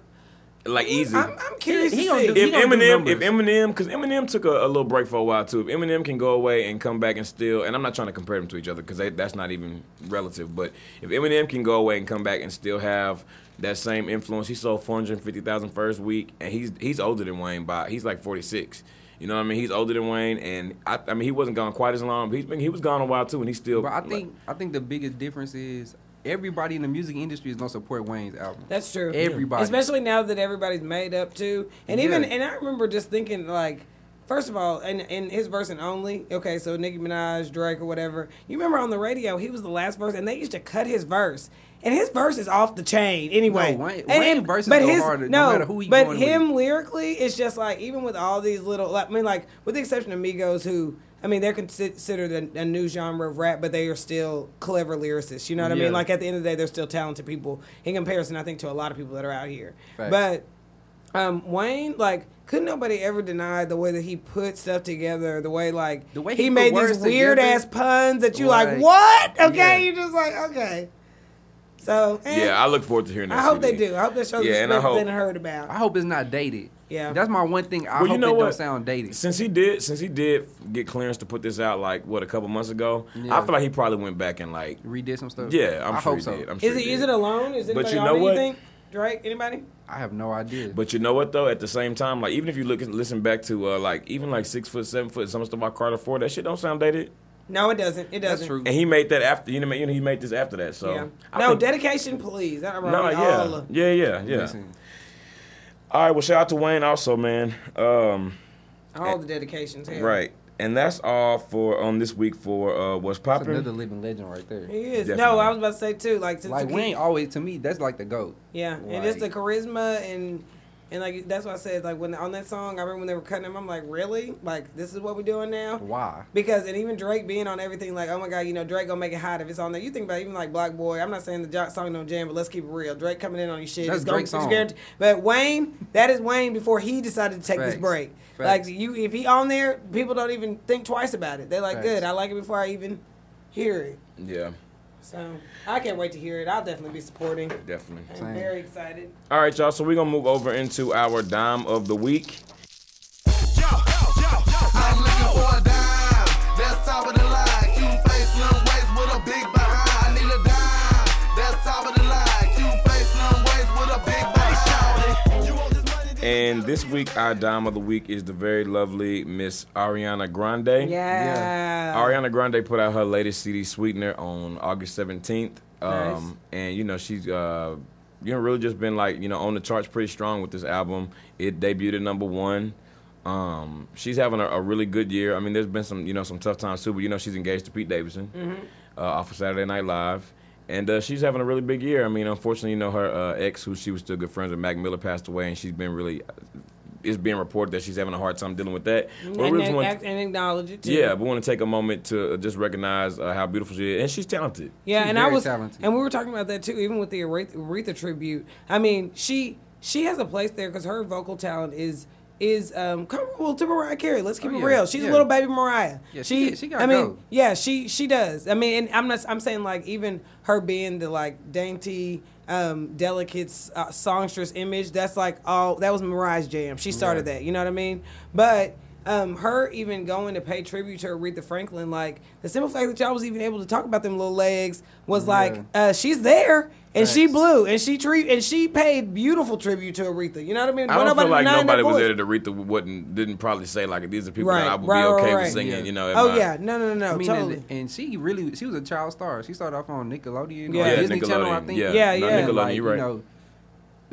Speaker 3: like easy.
Speaker 4: I'm, I'm curious.
Speaker 1: He- he
Speaker 4: to
Speaker 1: don't
Speaker 4: see.
Speaker 1: do-
Speaker 3: if
Speaker 1: don't
Speaker 3: Eminem, if
Speaker 1: numbers.
Speaker 3: Eminem, because Eminem took a, a little break for a while too. If Eminem can go away and come back and still, and I'm not trying to compare them to each other because that's not even relative. But if Eminem can go away and come back and still have that same influence, he sold 450,000 first week, and he's he's older than Wayne by he's like 46. You know what I mean? He's older than Wayne, and I, I mean he wasn't gone quite as long. But he's been he was gone a while too, and he's still.
Speaker 1: But I think I think the biggest difference is everybody in the music industry is gonna support Wayne's album.
Speaker 4: That's true.
Speaker 1: Everybody.
Speaker 4: especially now that everybody's made up too, and even
Speaker 1: Yeah.
Speaker 4: and I remember just thinking like, first of all, and in his verse and only, okay, so Nicki Minaj, Drake, or whatever. You remember on the radio, he was the last verse, and they used to cut his verse. And his verse is off the chain anyway.
Speaker 1: No, Wayne-
Speaker 4: and,
Speaker 1: Wayne
Speaker 4: and-
Speaker 1: verses
Speaker 4: but
Speaker 1: go
Speaker 4: his,
Speaker 1: harder, no
Speaker 4: no,
Speaker 1: matter who he
Speaker 4: But
Speaker 1: going
Speaker 4: him lyrically, it's just like even with all these little, like, I mean, like with the exception of Migos, who I mean, they're considered a, a new genre of rap, but they are still clever lyricists. You know what I
Speaker 1: Yeah.
Speaker 4: mean? Like at the end of the day, they're still talented people in comparison, I think, to a lot of people that are out here.
Speaker 1: Facts.
Speaker 4: But um, Wayne, like, could nobody ever deny the way that he put stuff together? The way, like,
Speaker 1: The way
Speaker 4: he,
Speaker 1: he put
Speaker 4: made these
Speaker 1: words
Speaker 4: weird
Speaker 1: together.
Speaker 4: ass puns that you like,
Speaker 1: Like,
Speaker 4: what? Okay,
Speaker 1: yeah.
Speaker 4: you just like, okay. So eh,
Speaker 3: yeah, I look forward to hearing that.
Speaker 4: I hope
Speaker 3: CD.
Speaker 4: they do. I hope that shows
Speaker 3: Yeah,
Speaker 4: yeah,
Speaker 3: and I hope-
Speaker 4: been heard about.
Speaker 1: I hope it's not dated.
Speaker 4: Yeah.
Speaker 1: that's my one thing. I
Speaker 3: Well, you
Speaker 1: hope
Speaker 3: know
Speaker 1: it
Speaker 3: what?
Speaker 1: don't sound dated.
Speaker 3: Since he did, since he did get clearance to put this out, like what a couple months ago, I
Speaker 1: Yeah.
Speaker 3: feel like he probably went back and like,
Speaker 1: Redid some stuff.
Speaker 3: yeah, I'm
Speaker 1: I
Speaker 3: sure
Speaker 1: hope
Speaker 3: he
Speaker 1: so.
Speaker 3: did. I'm sure
Speaker 4: is it
Speaker 3: he
Speaker 4: is
Speaker 3: did.
Speaker 4: it alone? Is
Speaker 3: But
Speaker 4: anybody
Speaker 3: you
Speaker 4: on
Speaker 3: know what?
Speaker 4: anything? Drake? Anybody?
Speaker 1: I have no idea.
Speaker 3: But you know what though? At the same time, like even if you look and listen back to uh, like even like six foot, seven foot, some stuff about Carter Ford, that shit don't sound dated.
Speaker 4: No, it doesn't. It doesn't.
Speaker 1: that's true.
Speaker 3: And he made that after you know you know, he made this after that. So
Speaker 4: Yeah.
Speaker 3: I
Speaker 4: No,
Speaker 3: think-
Speaker 4: dedication, please. I wrote
Speaker 3: no,
Speaker 4: all
Speaker 3: yeah,
Speaker 4: of-
Speaker 3: yeah, yeah, yeah.
Speaker 1: Listen,
Speaker 3: All right, well, shout out to Wayne also, man. Um,
Speaker 4: all the dedications. hell.
Speaker 3: Right, and that's all for on this week for uh, what's
Speaker 1: that's
Speaker 3: popping.
Speaker 1: another living legend right there.
Speaker 4: He is. No,
Speaker 3: Definitely.
Speaker 4: I was about to say too. Like since
Speaker 1: Like
Speaker 4: the
Speaker 1: Wayne always to me, that's like the goat.
Speaker 4: Yeah, and just the charisma and and like that's why I said like when on that song I remember when they were cutting him I'm like really like this is what we're doing now
Speaker 1: Why?
Speaker 4: because and even Drake being on everything like oh my god you know Drake gonna make it hot if it's on there you think about even like Black Boy I'm not saying the jo- song don't jam but let's keep it real Drake coming in on your shit
Speaker 1: That's
Speaker 4: it's gonna-
Speaker 1: Drake's
Speaker 4: it's
Speaker 1: song.
Speaker 4: guaranteed- but Wayne that is Wayne before he decided to take this
Speaker 1: Facts.
Speaker 4: break
Speaker 1: Facts.
Speaker 4: like you if he on there people don't even think twice about it they're like
Speaker 1: Facts.
Speaker 4: good I like it before I even hear it
Speaker 3: Yeah,
Speaker 4: so I can't wait to hear it I'll definitely be supporting
Speaker 3: definitely.
Speaker 4: I'm
Speaker 1: Same.
Speaker 4: very excited.
Speaker 3: All right, y'all. So we're gonna move over into our dime of the week.
Speaker 5: I'm looking for a dime. That's top of the line. Cute face, slim waist with a big behind. I need a dime. That's top of the line. Cute face, slim waist with a big behind. You want this money?
Speaker 3: And this week, our dime of the week is the very lovely Miss Ariana Grande.
Speaker 1: Yeah.
Speaker 4: Yeah.
Speaker 3: Ariana Grande put out her latest CD, Sweetener, on August 17th.
Speaker 4: Nice.
Speaker 3: Um, and, you know, she's, uh, you know, really just been like, you know, on the charts pretty strong with this album. It debuted at number one. Um, she's having a, a really good year. I mean, there's been some, you know, some tough times too, but you know, she's engaged to Pete Davidson uh, off of Saturday Night Live. And uh, she's having a really big year. I mean, unfortunately, you know, her uh, ex, who she was still good friends with, Mac Miller, passed away, and she's been really. uh, It's being reported that she's having a hard time dealing with that. But we
Speaker 4: and,
Speaker 3: just
Speaker 4: then
Speaker 3: want-
Speaker 4: act- and acknowledge it too.
Speaker 3: yeah, but we want to take a moment to just recognize uh, how beautiful she is, and she's talented.
Speaker 4: Yeah,
Speaker 1: She's
Speaker 4: and I
Speaker 1: very
Speaker 4: was,
Speaker 1: talented.
Speaker 4: and we were talking about that too. Even with the Aretha, Aretha tribute, I mean, she she has a place there because her vocal talent is is um comparable to Mariah Carey. Let's keep
Speaker 1: Oh,
Speaker 4: it
Speaker 1: yeah,
Speaker 4: real. She's
Speaker 1: yeah.
Speaker 4: a little baby Mariah.
Speaker 1: Yeah, she- she got
Speaker 4: I mean,
Speaker 1: dope.
Speaker 4: yeah, she she does. I mean, and I'm not. I'm saying like even her being the like dainty. Um, delicate uh, songstress image. That's like all. That was Mariah's jam. She started that. You know what I mean? But um, her even going to pay tribute to Aretha Franklin, like the simple fact that y'all was even able to talk about them little legs was like uh, she's there and she
Speaker 1: Thanks.
Speaker 4: blew and she tre- and she paid beautiful tribute to Aretha. You know what I mean?
Speaker 3: I don't
Speaker 4: Nobody
Speaker 3: feel like
Speaker 4: denying
Speaker 3: nobody
Speaker 4: that
Speaker 3: was
Speaker 4: voice.
Speaker 3: there that Aretha wouldn't didn't probably say like these are people
Speaker 4: Right,
Speaker 3: that I would
Speaker 4: right,
Speaker 3: be
Speaker 4: right,
Speaker 3: okay
Speaker 4: right.
Speaker 3: with singing.
Speaker 1: Yeah.
Speaker 3: You know? at
Speaker 4: Oh
Speaker 3: my-
Speaker 4: yeah, no, no, no,
Speaker 1: I mean,
Speaker 4: totally.
Speaker 1: and, and she really she was a child star. She started off on Nickelodeon,
Speaker 4: Yeah.
Speaker 1: yeah,
Speaker 4: Yeah,
Speaker 1: Disney Channel, I
Speaker 3: Nickelodeon.
Speaker 1: think.
Speaker 3: Yeah,
Speaker 4: Yeah, no, yeah.
Speaker 1: And,
Speaker 4: Nickelodeon,
Speaker 1: like,
Speaker 3: you're right.
Speaker 1: You know,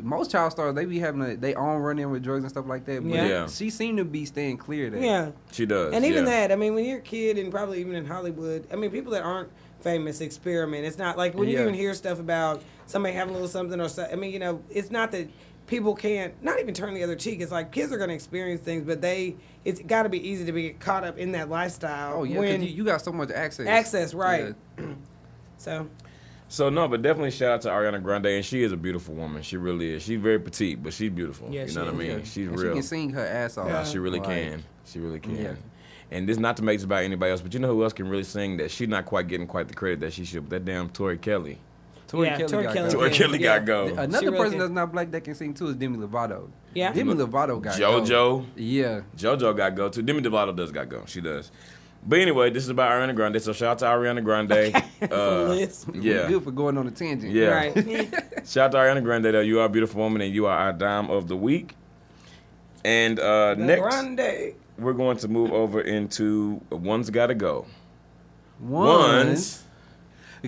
Speaker 1: most child stars they be having a, they own run in with drugs and stuff like that. But
Speaker 4: Yeah.
Speaker 3: Yeah.
Speaker 1: she seemed to be staying clear of that.
Speaker 4: yeah.
Speaker 3: She does.
Speaker 4: And even
Speaker 3: yeah.
Speaker 4: that, I mean, when you're a kid and probably even in Hollywood, I mean, people that aren't famous experiment. It's not like when you
Speaker 1: Yeah.
Speaker 4: even hear stuff about somebody having a little something or something. I mean, you know, it's not that people can't not even turn the other cheek. It's like kids are going to experience things, but they it's got to be easy to be caught up in that lifestyle.
Speaker 1: Oh yeah, because
Speaker 4: when,
Speaker 1: you, you got so much access.
Speaker 4: Access, right.
Speaker 1: Yeah.
Speaker 4: so
Speaker 3: So no, but definitely shout out to Ariana Grande, and she is a beautiful woman. She really is. She's very petite, but she's beautiful.
Speaker 4: Yeah,
Speaker 3: you
Speaker 4: she
Speaker 3: know what I
Speaker 4: is,
Speaker 3: mean?
Speaker 1: Yeah.
Speaker 3: She's
Speaker 1: And
Speaker 3: real.
Speaker 1: She can sing her ass off.
Speaker 3: Uh, she really
Speaker 1: Like,
Speaker 3: can. She really can.
Speaker 1: Yeah.
Speaker 3: And this not to make this about anybody else, but you know who else can really sing that she's not quite getting quite the credit that she should. That damn Tori Kelly.
Speaker 1: Tori
Speaker 4: Yeah,
Speaker 1: Kelly.
Speaker 4: Tori
Speaker 1: got
Speaker 4: Kelly.
Speaker 1: gold.
Speaker 3: Tori
Speaker 4: Tori Yeah,
Speaker 3: Kelly
Speaker 4: yeah. uh,
Speaker 3: got gold.
Speaker 1: Another
Speaker 4: She really
Speaker 1: person
Speaker 4: can.
Speaker 1: that's not black that can sing too is Demi Lovato.
Speaker 4: Yeah.
Speaker 1: Demi Lovato got
Speaker 3: JoJo.
Speaker 1: gold. Yeah.
Speaker 3: JoJo got go too. Demi Lovato does got go. She does. But anyway, this is about Ariana Grande. So shout out to Ariana Grande. Uh,
Speaker 4: list.
Speaker 1: We're
Speaker 3: yeah.
Speaker 1: good for going on a tangent.
Speaker 3: Yeah.
Speaker 4: right.
Speaker 3: Shout out to Ariana Grande though. You are a beautiful woman and you are our dime of the week. And uh, next
Speaker 4: Grande.
Speaker 3: we're going to move over into One's Gotta Go.
Speaker 1: One's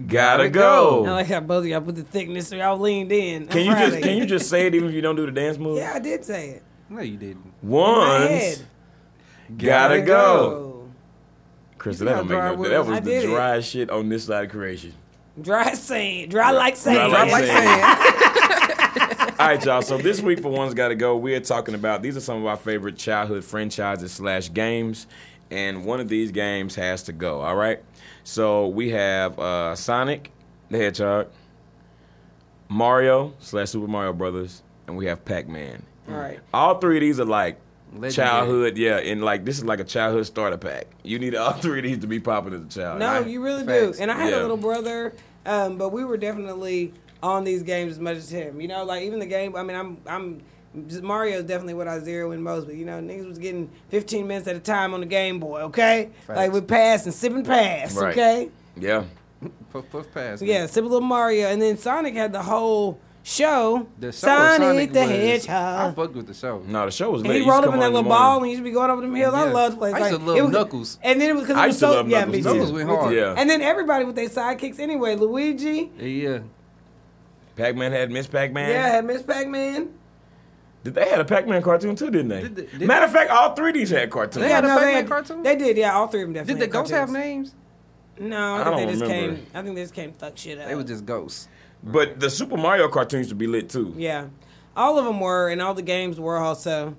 Speaker 3: Gotta
Speaker 1: go.
Speaker 3: go.
Speaker 4: I like how both of y'all put the thickness, so y'all leaned in. I'm
Speaker 3: Oh. Can you
Speaker 4: proud
Speaker 3: just
Speaker 4: of
Speaker 3: can you just say it even if you don't do the dance move?
Speaker 4: Yeah, I did say it.
Speaker 1: No, you didn't.
Speaker 4: my
Speaker 3: One's
Speaker 4: head.
Speaker 3: gotta go.
Speaker 4: Oh.
Speaker 3: Chris,
Speaker 1: You
Speaker 3: that
Speaker 1: see how
Speaker 3: don't make
Speaker 1: dry
Speaker 3: no.
Speaker 1: it
Speaker 3: That
Speaker 1: was?
Speaker 3: was
Speaker 4: I
Speaker 3: the
Speaker 4: did it.
Speaker 3: driest shit on this side of creation.
Speaker 4: Dry sand. Dry like sand.
Speaker 3: Dry like
Speaker 1: Like
Speaker 3: sand.
Speaker 1: saying,
Speaker 3: All right, y'all. So this week for one's got to go. We are talking about these are some of our favorite childhood franchises slash games, and one of these games has to go. All right. So we have uh, Sonic the Hedgehog, Mario slash Super Mario Brothers, and we have Pac Man.
Speaker 4: All right.
Speaker 3: All three of these are like
Speaker 1: Legendary.
Speaker 3: childhood, yeah, and like this is like a childhood starter pack. You need all three of these to be popular as a child.
Speaker 4: No,
Speaker 3: And I-
Speaker 4: you really
Speaker 1: Facts.
Speaker 4: do. And I had
Speaker 3: Yeah.
Speaker 4: a little brother, um, but we were definitely on these games as much as him. You know, like even the game. I mean, I'm I'm just- Mario's definitely what I zero in most, but you know, niggas was getting 15 minutes at a time on the Game Boy. Okay, like
Speaker 1: Facts.
Speaker 4: we pass and sip and pass.
Speaker 3: Right.
Speaker 4: Okay,
Speaker 3: Yeah.
Speaker 1: puff, puff, pass.
Speaker 4: yeah, sip a little Mario, and then Sonic had the whole show.
Speaker 1: The show
Speaker 4: Sonic,
Speaker 1: Sonic, Sonic
Speaker 4: the
Speaker 1: was, I
Speaker 4: Hedgehog.
Speaker 1: fucked with the show.
Speaker 3: No, the show was.
Speaker 4: And
Speaker 3: late.
Speaker 4: he
Speaker 3: It used
Speaker 4: rolled
Speaker 3: to
Speaker 4: up
Speaker 3: come
Speaker 4: in that
Speaker 3: on in the
Speaker 4: little
Speaker 3: morning.
Speaker 4: ball and he used to be going over them hills. I
Speaker 1: Yeah.
Speaker 4: loved plays.
Speaker 1: I used to
Speaker 4: like,
Speaker 1: love
Speaker 4: it was-
Speaker 1: Knuckles.
Speaker 4: And then it was because
Speaker 3: I
Speaker 4: it was
Speaker 3: used to
Speaker 4: so
Speaker 3: love
Speaker 4: yeah,
Speaker 3: Knuckles.
Speaker 4: me too.
Speaker 1: Knuckles went hard.
Speaker 3: Yeah.
Speaker 4: And then everybody with their sidekicks anyway. Luigi.
Speaker 1: Yeah.
Speaker 3: Pac Man had Miss Pac Man.
Speaker 4: Yeah, had Miss Pac Man.
Speaker 3: Did they had a Pac Man cartoon too? Didn't they?
Speaker 1: Did they- did-
Speaker 3: Matter of fact, all three of these had cartoons.
Speaker 1: They had a Pac-Man
Speaker 4: had-
Speaker 1: cartoon?
Speaker 4: They did, yeah. All three of them definitely.
Speaker 1: Did the
Speaker 4: had
Speaker 1: ghosts have
Speaker 4: cartoons.
Speaker 1: names?
Speaker 4: No, I
Speaker 3: I
Speaker 4: think they
Speaker 3: don't
Speaker 4: just
Speaker 3: remember.
Speaker 4: came. I think they just came fuck shit up.
Speaker 1: They were just ghosts.
Speaker 3: But the Super Mario cartoons used to be lit too.
Speaker 4: Yeah, all of them were, and all the games were also.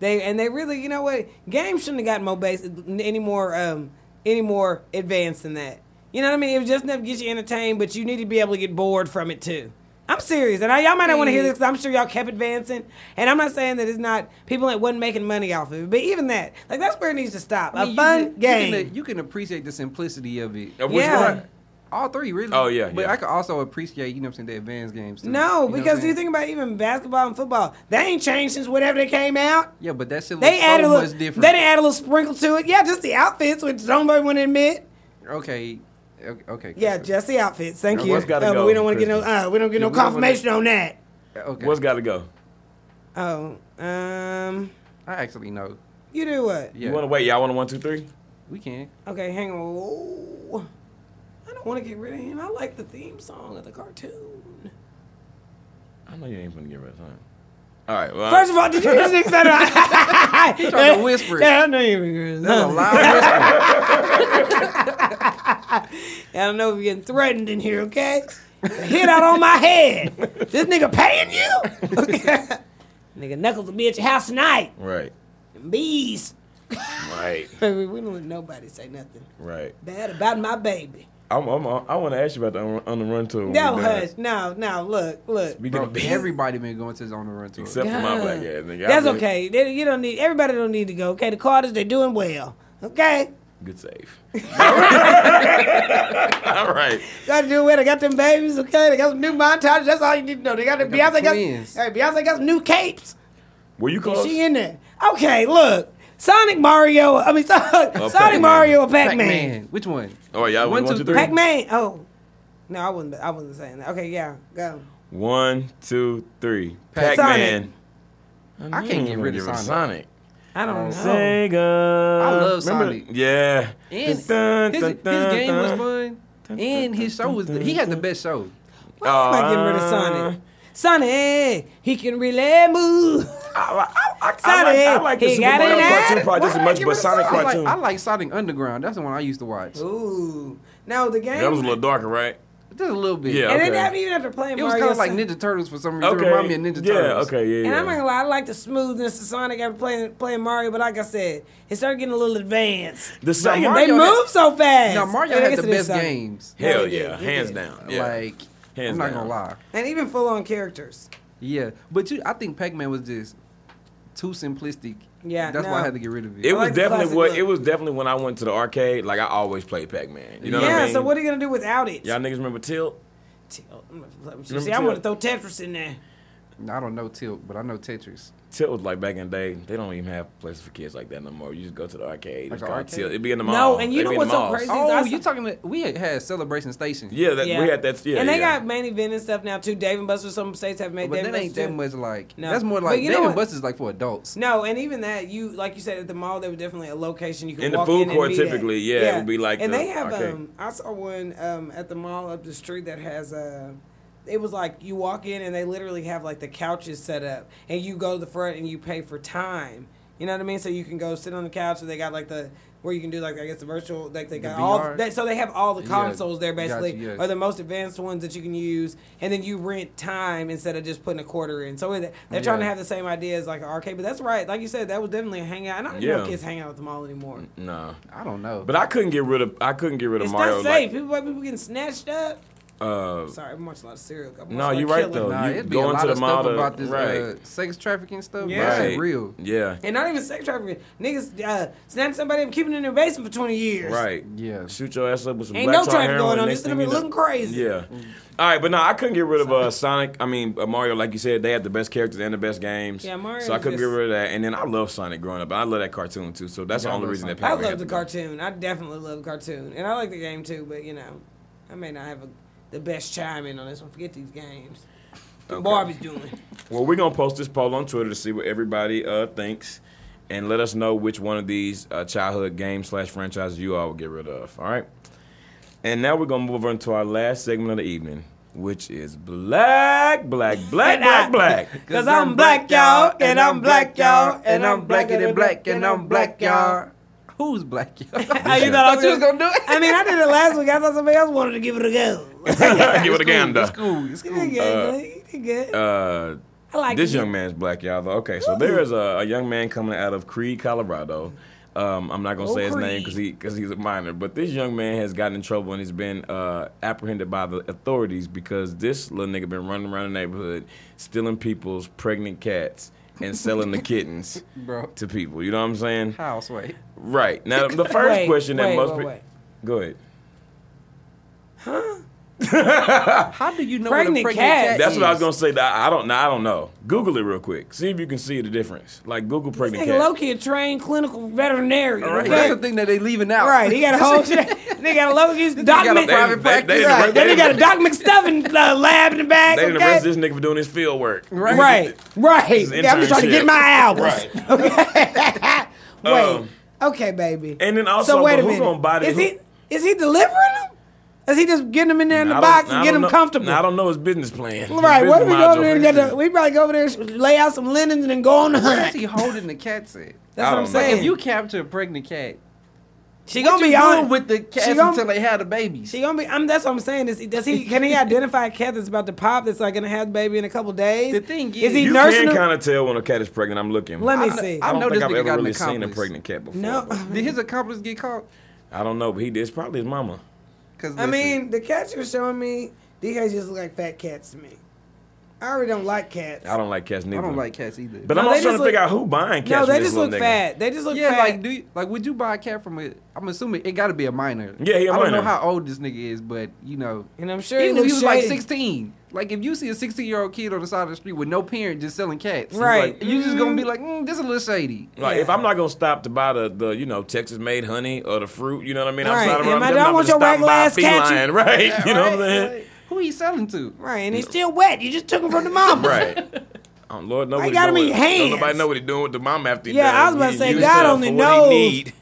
Speaker 4: They and they really, you know what? Games shouldn't have gotten more base any more um any more advanced than that. You know what I mean? It was just enough to get you entertained, but you need to be able to get bored from it too. I'm serious, and I, y'all might not want
Speaker 1: Mm.
Speaker 4: to hear this because I'm sure y'all kept advancing. And I'm not saying that it's not people that wasn't making money off of it, but even that, like that's where it needs to stop.
Speaker 1: I mean,
Speaker 4: a
Speaker 1: you
Speaker 4: fun
Speaker 1: can-
Speaker 4: game.
Speaker 1: You can, you can appreciate the simplicity of it.
Speaker 3: Of which
Speaker 4: yeah.
Speaker 3: one?
Speaker 1: All three, really.
Speaker 3: Oh, yeah,
Speaker 1: But
Speaker 3: yeah.
Speaker 1: I could also appreciate, you know what I'm saying, the advanced games. Too.
Speaker 4: No,
Speaker 1: You know what I'm
Speaker 4: because you
Speaker 1: saying?
Speaker 4: think about even basketball and football, they ain't changed since whatever they came out.
Speaker 1: Yeah, but that shit looks
Speaker 4: They
Speaker 1: so
Speaker 4: added a
Speaker 1: much
Speaker 4: little.
Speaker 1: different.
Speaker 4: They done add a little sprinkle to it. Yeah, just the outfits, which nobody want to admit.
Speaker 1: Okay. Okay. okay
Speaker 4: Yeah,
Speaker 1: Krista.
Speaker 4: just the outfits. Thank
Speaker 3: Now,
Speaker 4: you.
Speaker 3: what's gotta
Speaker 4: Uh, but
Speaker 3: go,
Speaker 4: we don't want to get no.
Speaker 3: Christmas?
Speaker 4: Uh, we don't get no
Speaker 1: Yeah, we don't wanna-
Speaker 4: confirmation on that.
Speaker 1: Okay.
Speaker 3: What's got to go?
Speaker 4: Oh, um,
Speaker 1: I actually know.
Speaker 4: you do what?
Speaker 1: Yeah,
Speaker 3: You want to wait? Y'all want to one, two, three?
Speaker 1: we can.
Speaker 4: Okay, hang on. Ooh. I don't want to get rid of him. I like the theme song of the cartoon.
Speaker 3: I know you ain't gonna get rid of time. All right. Well,
Speaker 4: First of all, did you hear this? Trying
Speaker 1: trying to whisper it.
Speaker 4: Yeah, I know you
Speaker 1: That's a
Speaker 4: were.
Speaker 1: loud whisper.
Speaker 4: I don't know if you're getting threatened in here, okay? Hit out on my head. This nigga paying you? Okay. nigga Knuckles will be at your house tonight.
Speaker 3: right,
Speaker 4: Bees.
Speaker 3: right,
Speaker 4: Baby, we don't let nobody say nothing
Speaker 3: right.
Speaker 4: bad about my baby.
Speaker 3: I'm, I'm, I want to ask you about the on, on the run tour. when
Speaker 4: No,
Speaker 3: we done.
Speaker 4: hush. No, no, look, look.
Speaker 3: We
Speaker 1: Bro,
Speaker 3: get a
Speaker 1: everybody been going to his on the run tour.
Speaker 3: except for my
Speaker 4: God.
Speaker 3: black ass nigga. I
Speaker 4: That's
Speaker 3: really-
Speaker 4: okay. They, you don't need everybody don't need to go. Okay, the Carters they're doing well. Okay,
Speaker 3: Good save. All right.
Speaker 4: got to do well. They got them babies. Okay, they got some new montages. That's all you need to know. They got the
Speaker 1: They got
Speaker 4: Beyonce
Speaker 1: the
Speaker 4: got
Speaker 1: twins.
Speaker 4: hey, Beyonce got some new capes.
Speaker 3: Were you close?
Speaker 4: She in there. Okay, look, Sonic Mario. I mean, Son- Sonic
Speaker 3: Pac-Man.
Speaker 4: Mario or Pac
Speaker 1: Pac
Speaker 4: Man.
Speaker 1: Man. Which one?
Speaker 3: All right, Oh, y'all.
Speaker 1: One,
Speaker 3: One, two,
Speaker 1: two,
Speaker 3: three.
Speaker 4: Pac Man. Oh, no, I wasn't. I wasn't saying that. Okay, yeah, go.
Speaker 3: One, two, three.
Speaker 1: Pac-
Speaker 3: Pac-Man.
Speaker 1: I can't get rid of Sonic.
Speaker 4: I don't
Speaker 1: Uh,
Speaker 4: know.
Speaker 3: Sega.
Speaker 1: I love
Speaker 3: Remember-
Speaker 1: Sonic.
Speaker 3: Yeah.
Speaker 1: And his,
Speaker 3: Dun,
Speaker 1: his
Speaker 3: dun, dun,
Speaker 1: game was
Speaker 3: dun.
Speaker 1: fun. And his show was the, he had the best show.
Speaker 4: Why am I getting rid of
Speaker 1: uh,
Speaker 4: Sonic? Sonic, he can really move.
Speaker 3: I, li- I, I, I
Speaker 4: Sonic,
Speaker 3: like, I like the
Speaker 4: he
Speaker 3: Super
Speaker 4: got
Speaker 3: Mario
Speaker 4: it out.
Speaker 3: cartoon part just
Speaker 4: Why
Speaker 3: as
Speaker 4: did
Speaker 3: much,
Speaker 4: you
Speaker 3: but
Speaker 4: give it
Speaker 3: Sonic
Speaker 1: I like,
Speaker 3: cartoon.
Speaker 1: I like Sonic Underground. That's the one I used to watch.
Speaker 4: Ooh, no, the game.
Speaker 3: that was a little darker, right?
Speaker 1: Just a little bit.
Speaker 3: Yeah.
Speaker 4: And
Speaker 3: Okay.
Speaker 4: then after, even after playing
Speaker 1: It was
Speaker 4: Mario,
Speaker 1: kind of like
Speaker 4: Sun-
Speaker 1: Ninja Turtles for some reason.
Speaker 3: Okay.
Speaker 1: It reminded me of Ninja
Speaker 3: yeah,
Speaker 1: Turtles.
Speaker 3: okay, yeah,
Speaker 4: And
Speaker 3: yeah.
Speaker 4: I'm not gonna lie, I like the smoothness of Sonic after playing playing Mario, but like I said, it started getting a little advanced.
Speaker 3: the Sega,
Speaker 1: Mario-
Speaker 4: They
Speaker 1: had-
Speaker 4: move so fast.
Speaker 1: Now Mario
Speaker 4: And I
Speaker 1: had
Speaker 4: guess
Speaker 1: the
Speaker 4: it
Speaker 1: best
Speaker 4: is Sonic.
Speaker 1: games.
Speaker 3: hell
Speaker 4: Yeah,
Speaker 3: yeah,
Speaker 4: he
Speaker 3: hands
Speaker 4: did.
Speaker 3: down. Yeah.
Speaker 1: Like
Speaker 3: Hands
Speaker 1: I'm not gonna
Speaker 3: down.
Speaker 1: lie.
Speaker 4: and even full on characters.
Speaker 1: Yeah, but you, I think Pac-Man was just too simplistic.
Speaker 4: Yeah,
Speaker 1: that's why I
Speaker 4: no.
Speaker 1: had to get rid of it.
Speaker 3: it was
Speaker 4: like the
Speaker 3: definitely
Speaker 4: classic
Speaker 3: what
Speaker 4: look.
Speaker 3: it was definitely when I went to the arcade. Like I always played Pac-Man. You know
Speaker 4: yeah.
Speaker 3: what I mean?
Speaker 4: So what are you gonna do without it?
Speaker 3: Y'all niggas remember Tilt?
Speaker 4: T- oh, I'm gonna play with you.
Speaker 3: Remember
Speaker 4: See, I want to
Speaker 3: Tilt?
Speaker 4: throw Tetris in there.
Speaker 1: I don't know Tilt, but I know Tetris.
Speaker 3: Tilt was like back in the day. They don't even have places for kids like that no more. You just go to the arcade.
Speaker 1: Like
Speaker 3: It's
Speaker 1: a
Speaker 3: called
Speaker 1: arcade?
Speaker 3: Tilt. It'd be in the
Speaker 4: No,
Speaker 3: mall.
Speaker 4: and you
Speaker 3: It'd
Speaker 4: know
Speaker 3: be in
Speaker 4: what's
Speaker 3: the
Speaker 4: so
Speaker 3: malls.
Speaker 4: crazy?
Speaker 1: Oh,
Speaker 4: I saw-
Speaker 1: you talking about? We had, had Celebration Station.
Speaker 3: Yeah, that, we had that. Yeah,
Speaker 4: and they
Speaker 3: yeah.
Speaker 4: got main event and stuff now too. Dave and Buster. Some states have made.
Speaker 1: but
Speaker 4: Dave
Speaker 1: that
Speaker 4: and
Speaker 1: ain't
Speaker 4: Buster's
Speaker 1: that
Speaker 4: too.
Speaker 1: much like.
Speaker 4: No.
Speaker 1: That's more
Speaker 4: But
Speaker 1: like
Speaker 4: you know
Speaker 1: Dave and
Speaker 4: what?
Speaker 1: Buster's like for adults.
Speaker 4: No, and even that you like you said at the mall there was definitely a location you could
Speaker 3: In the
Speaker 4: walk
Speaker 3: food
Speaker 4: in and
Speaker 3: court,
Speaker 4: meet at.
Speaker 3: typically, yeah, it would be like
Speaker 4: And
Speaker 3: the
Speaker 4: they have
Speaker 3: arcade.
Speaker 4: um I saw one um at the mall up the street that has uh it was like you walk in and they literally have like the couches set up and you go to the front and you pay for time. You know what I mean? So you can go sit on the couch and they got like the where you can do like I guess the virtual like they got all
Speaker 1: VR.
Speaker 4: they, so they have all the
Speaker 1: Yeah,
Speaker 4: consoles there basically
Speaker 1: gotcha, yeah.
Speaker 4: or the most advanced ones that you can use and then you rent time instead of just putting a quarter in. So it- they're trying to
Speaker 1: Yeah.
Speaker 4: have the same idea as like an arcade, but that's right. Like you said, that was definitely a hangout. And I don't even know
Speaker 3: Yeah.
Speaker 4: if kids hang out at the mall anymore.
Speaker 3: no.
Speaker 1: I don't know.
Speaker 3: But I couldn't get rid of. I couldn't get rid of
Speaker 4: It's
Speaker 3: Mario.
Speaker 4: not safe. people, people getting snatched up.
Speaker 3: Like, uh,
Speaker 4: Sorry, I'm watching a lot of serial. I'm watching a
Speaker 3: no,
Speaker 4: lot
Speaker 3: you're
Speaker 4: of
Speaker 3: right
Speaker 4: killing.
Speaker 3: though.
Speaker 1: nah,
Speaker 3: uh, you
Speaker 1: it'd be a
Speaker 3: going
Speaker 1: lot
Speaker 3: to the
Speaker 1: of
Speaker 3: mall
Speaker 1: stuff
Speaker 3: to,
Speaker 1: about this
Speaker 3: right,
Speaker 1: uh, sex trafficking stuff.
Speaker 4: Yeah.
Speaker 1: Yeah,
Speaker 3: right,
Speaker 1: real.
Speaker 3: Yeah,
Speaker 4: And not even sex trafficking. Niggas uh, snatching somebody up, keeping in their basement for 20 years.
Speaker 3: right.
Speaker 1: Yeah.
Speaker 3: shoot your ass up with some
Speaker 4: Ain't
Speaker 3: black
Speaker 4: no
Speaker 3: tar
Speaker 4: traffic
Speaker 3: heroin,
Speaker 4: going on.
Speaker 3: next
Speaker 4: Just gonna
Speaker 3: thing
Speaker 4: be
Speaker 3: you know-
Speaker 4: looking crazy.
Speaker 3: Yeah. All right, but no, I couldn't get rid of uh, Sonic. I mean, uh, Mario, like you said, they had the best characters and the best games.
Speaker 4: Yeah, Mario
Speaker 3: So I couldn't
Speaker 4: is
Speaker 3: get
Speaker 4: just-
Speaker 3: rid of that. And then I love Sonic growing up. I love that cartoon too. So that's
Speaker 1: Yeah,
Speaker 3: the
Speaker 1: I
Speaker 3: only
Speaker 1: love
Speaker 3: reason
Speaker 1: Sonic.
Speaker 3: that
Speaker 4: I
Speaker 3: Pac-Man had
Speaker 4: love the
Speaker 3: to go.
Speaker 4: cartoon. I definitely love the cartoon. And I like the game too, but you know, I may not have a, the best chime in on this one. Forget these games. Barbie's doing.
Speaker 3: Well, we're gonna post this poll on Twitter to see what everybody uh, thinks, and let us know which one of these uh, childhood games slash franchises you all would get rid of. All right. And now we're gonna move on to our last segment of the evening, which is black, black, black, black, black.
Speaker 4: Cause I'm black, y'all, and I'm black, y'all, and I'm blacker than black, and I'm black, y'all.
Speaker 1: Who's black, y'all?
Speaker 4: you
Speaker 1: I
Speaker 4: thought
Speaker 1: thought you was gonna do it.
Speaker 4: I mean, I did it last week. I thought somebody else wanted to give it a go.
Speaker 3: Give it a gander.
Speaker 1: It's cool. It's
Speaker 4: You
Speaker 1: cool.
Speaker 4: did good. you did good.
Speaker 3: Uh,
Speaker 4: I like
Speaker 3: this
Speaker 4: it.
Speaker 3: young man's black, y'all. though. Okay, so there is a, a young man coming out of Creed, Colorado. Um, I'm not gonna
Speaker 4: Oh,
Speaker 3: say his name
Speaker 4: Creed.
Speaker 3: because he because he's a minor, but this young man has gotten in trouble and he's been uh, apprehended by the authorities because this little nigga been running around the neighborhood stealing people's pregnant cats and selling the kittens
Speaker 1: Bro.
Speaker 3: to people. You know what I'm saying?
Speaker 1: House wait.
Speaker 3: Right now, the first
Speaker 4: Wait,
Speaker 3: question that
Speaker 4: wait,
Speaker 3: must
Speaker 4: wait,
Speaker 3: be
Speaker 4: wait.
Speaker 3: go ahead.
Speaker 4: Uh,
Speaker 1: How do you know
Speaker 4: Pregnant
Speaker 1: what a pregnant
Speaker 4: cat.
Speaker 1: cat
Speaker 3: That's what I was
Speaker 1: is?
Speaker 3: gonna say. I I don't know. I don't know. Google it real quick. See if you can see the difference. Like Google pregnant
Speaker 4: Nigga,
Speaker 3: cat.
Speaker 4: low key a trained clinical veterinarian.
Speaker 3: right.
Speaker 4: okay?
Speaker 1: That's the thing that they leaving out.
Speaker 4: Right, he got a whole shit. Nigga got a low key
Speaker 1: got a
Speaker 4: doc. Mc-
Speaker 1: private
Speaker 3: they-
Speaker 1: practice.
Speaker 3: they-
Speaker 4: Right. Then he got a Doc McStuffin uh, lab in the bag.
Speaker 3: They didn't
Speaker 4: okay?
Speaker 3: arrest this nigga for doing his field work.
Speaker 1: Right.
Speaker 4: Right, right.
Speaker 3: His
Speaker 4: Yeah, I'm just trying to
Speaker 3: internship.
Speaker 4: get my albums.
Speaker 3: Right.
Speaker 4: Okay. Wait.
Speaker 3: Um,
Speaker 4: okay, baby.
Speaker 3: and then also,
Speaker 4: so wait
Speaker 3: but
Speaker 4: a
Speaker 3: who
Speaker 4: minute.
Speaker 3: gonna buy the-
Speaker 4: Is
Speaker 3: who-
Speaker 4: he is he delivering them? Is he just getting them in there in the
Speaker 3: I don't-
Speaker 4: box
Speaker 3: I
Speaker 4: and getting
Speaker 3: don't
Speaker 4: them
Speaker 3: know-
Speaker 4: comfortable?
Speaker 3: I don't know his business plan. His
Speaker 4: Right. What if we
Speaker 3: business
Speaker 4: go
Speaker 3: module
Speaker 4: over there and
Speaker 3: is-
Speaker 4: get the? We probably go over there, and lay out some linens, and then go on the
Speaker 1: Where's
Speaker 4: hunt.
Speaker 1: he holding the cat's at?
Speaker 4: That's
Speaker 3: I
Speaker 4: what
Speaker 3: don't
Speaker 4: I'm
Speaker 3: know.
Speaker 4: saying.
Speaker 1: If you capture a pregnant cat,
Speaker 4: she gonna be
Speaker 1: you doing
Speaker 4: on
Speaker 1: with the
Speaker 4: She
Speaker 1: cats
Speaker 4: gonna-
Speaker 1: until they had a baby.
Speaker 4: She gonna be. I'm. That's what I'm saying. Is does he? Can he identify a cat that's about to pop? That's like gonna have the baby in a couple days.
Speaker 1: The thing
Speaker 4: is
Speaker 1: is-
Speaker 4: he
Speaker 3: You
Speaker 4: nursing?
Speaker 3: can
Speaker 4: him?
Speaker 3: kind of tell when a cat is pregnant. I'm looking.
Speaker 4: Let
Speaker 3: I,
Speaker 4: me
Speaker 1: kn-
Speaker 4: see.
Speaker 1: I
Speaker 3: I
Speaker 1: know
Speaker 3: don't think
Speaker 1: this
Speaker 3: I've
Speaker 1: nigga
Speaker 3: ever
Speaker 1: got an
Speaker 3: really seen a
Speaker 1: accomplice.
Speaker 3: pregnant cat before.
Speaker 4: No.
Speaker 3: but
Speaker 1: Did his accomplice get caught?
Speaker 3: I don't know, but he did. It's probably his mama.
Speaker 1: Cause
Speaker 4: I
Speaker 1: listen,
Speaker 4: mean, the cats you're showing me, these guys just look like fat cats to me. I already don't like cats.
Speaker 3: I don't like cats neither.
Speaker 1: I don't like cats either.
Speaker 3: But
Speaker 4: No,
Speaker 3: I'm
Speaker 4: they
Speaker 3: also trying
Speaker 4: just
Speaker 3: to figure out
Speaker 4: look-
Speaker 3: who buying cats.
Speaker 4: No,
Speaker 3: from
Speaker 4: they
Speaker 3: this
Speaker 4: just look
Speaker 3: little nigga.
Speaker 4: fat. They just look
Speaker 1: yeah,
Speaker 4: fat.
Speaker 1: like do you, like would you buy a cat from a? I'm assuming it got to be a minor.
Speaker 3: Yeah, he a
Speaker 1: I don't
Speaker 3: minor.
Speaker 1: know how old this nigga is, but you know,
Speaker 4: and I'm sure
Speaker 1: even if
Speaker 4: looks
Speaker 1: he was like
Speaker 4: shady.
Speaker 1: 16, like if you see a 16 year old kid on the side of the street with no parent just selling cats, it's
Speaker 4: Right.
Speaker 1: Like, you just gonna be like, mm, this is a little shady.
Speaker 3: Like if I'm not gonna stop to buy the, the you know Texas made honey or the fruit, you know what I mean?
Speaker 4: Right.
Speaker 3: Outside of
Speaker 4: And
Speaker 3: Robin,
Speaker 4: my
Speaker 3: I'm
Speaker 4: dog
Speaker 3: not
Speaker 4: wants
Speaker 3: gonna
Speaker 4: your
Speaker 3: stop and buy a
Speaker 4: waggle ass cat,
Speaker 3: feline, right? you know what I'm saying?
Speaker 1: Like, who he selling to?
Speaker 4: Right, and he's still wet. You just took him from the mama.
Speaker 3: Mm. Right. Oh, Lord,
Speaker 4: I
Speaker 3: nobody
Speaker 4: got him
Speaker 3: know
Speaker 4: in
Speaker 3: what,
Speaker 4: hands.
Speaker 3: Don't nobody know what he's doing with the mom after he
Speaker 4: Yeah, I
Speaker 3: dies.
Speaker 4: was about to
Speaker 3: He
Speaker 4: say,
Speaker 3: used
Speaker 4: God
Speaker 3: her
Speaker 4: only
Speaker 3: for
Speaker 4: knows.
Speaker 3: What he need.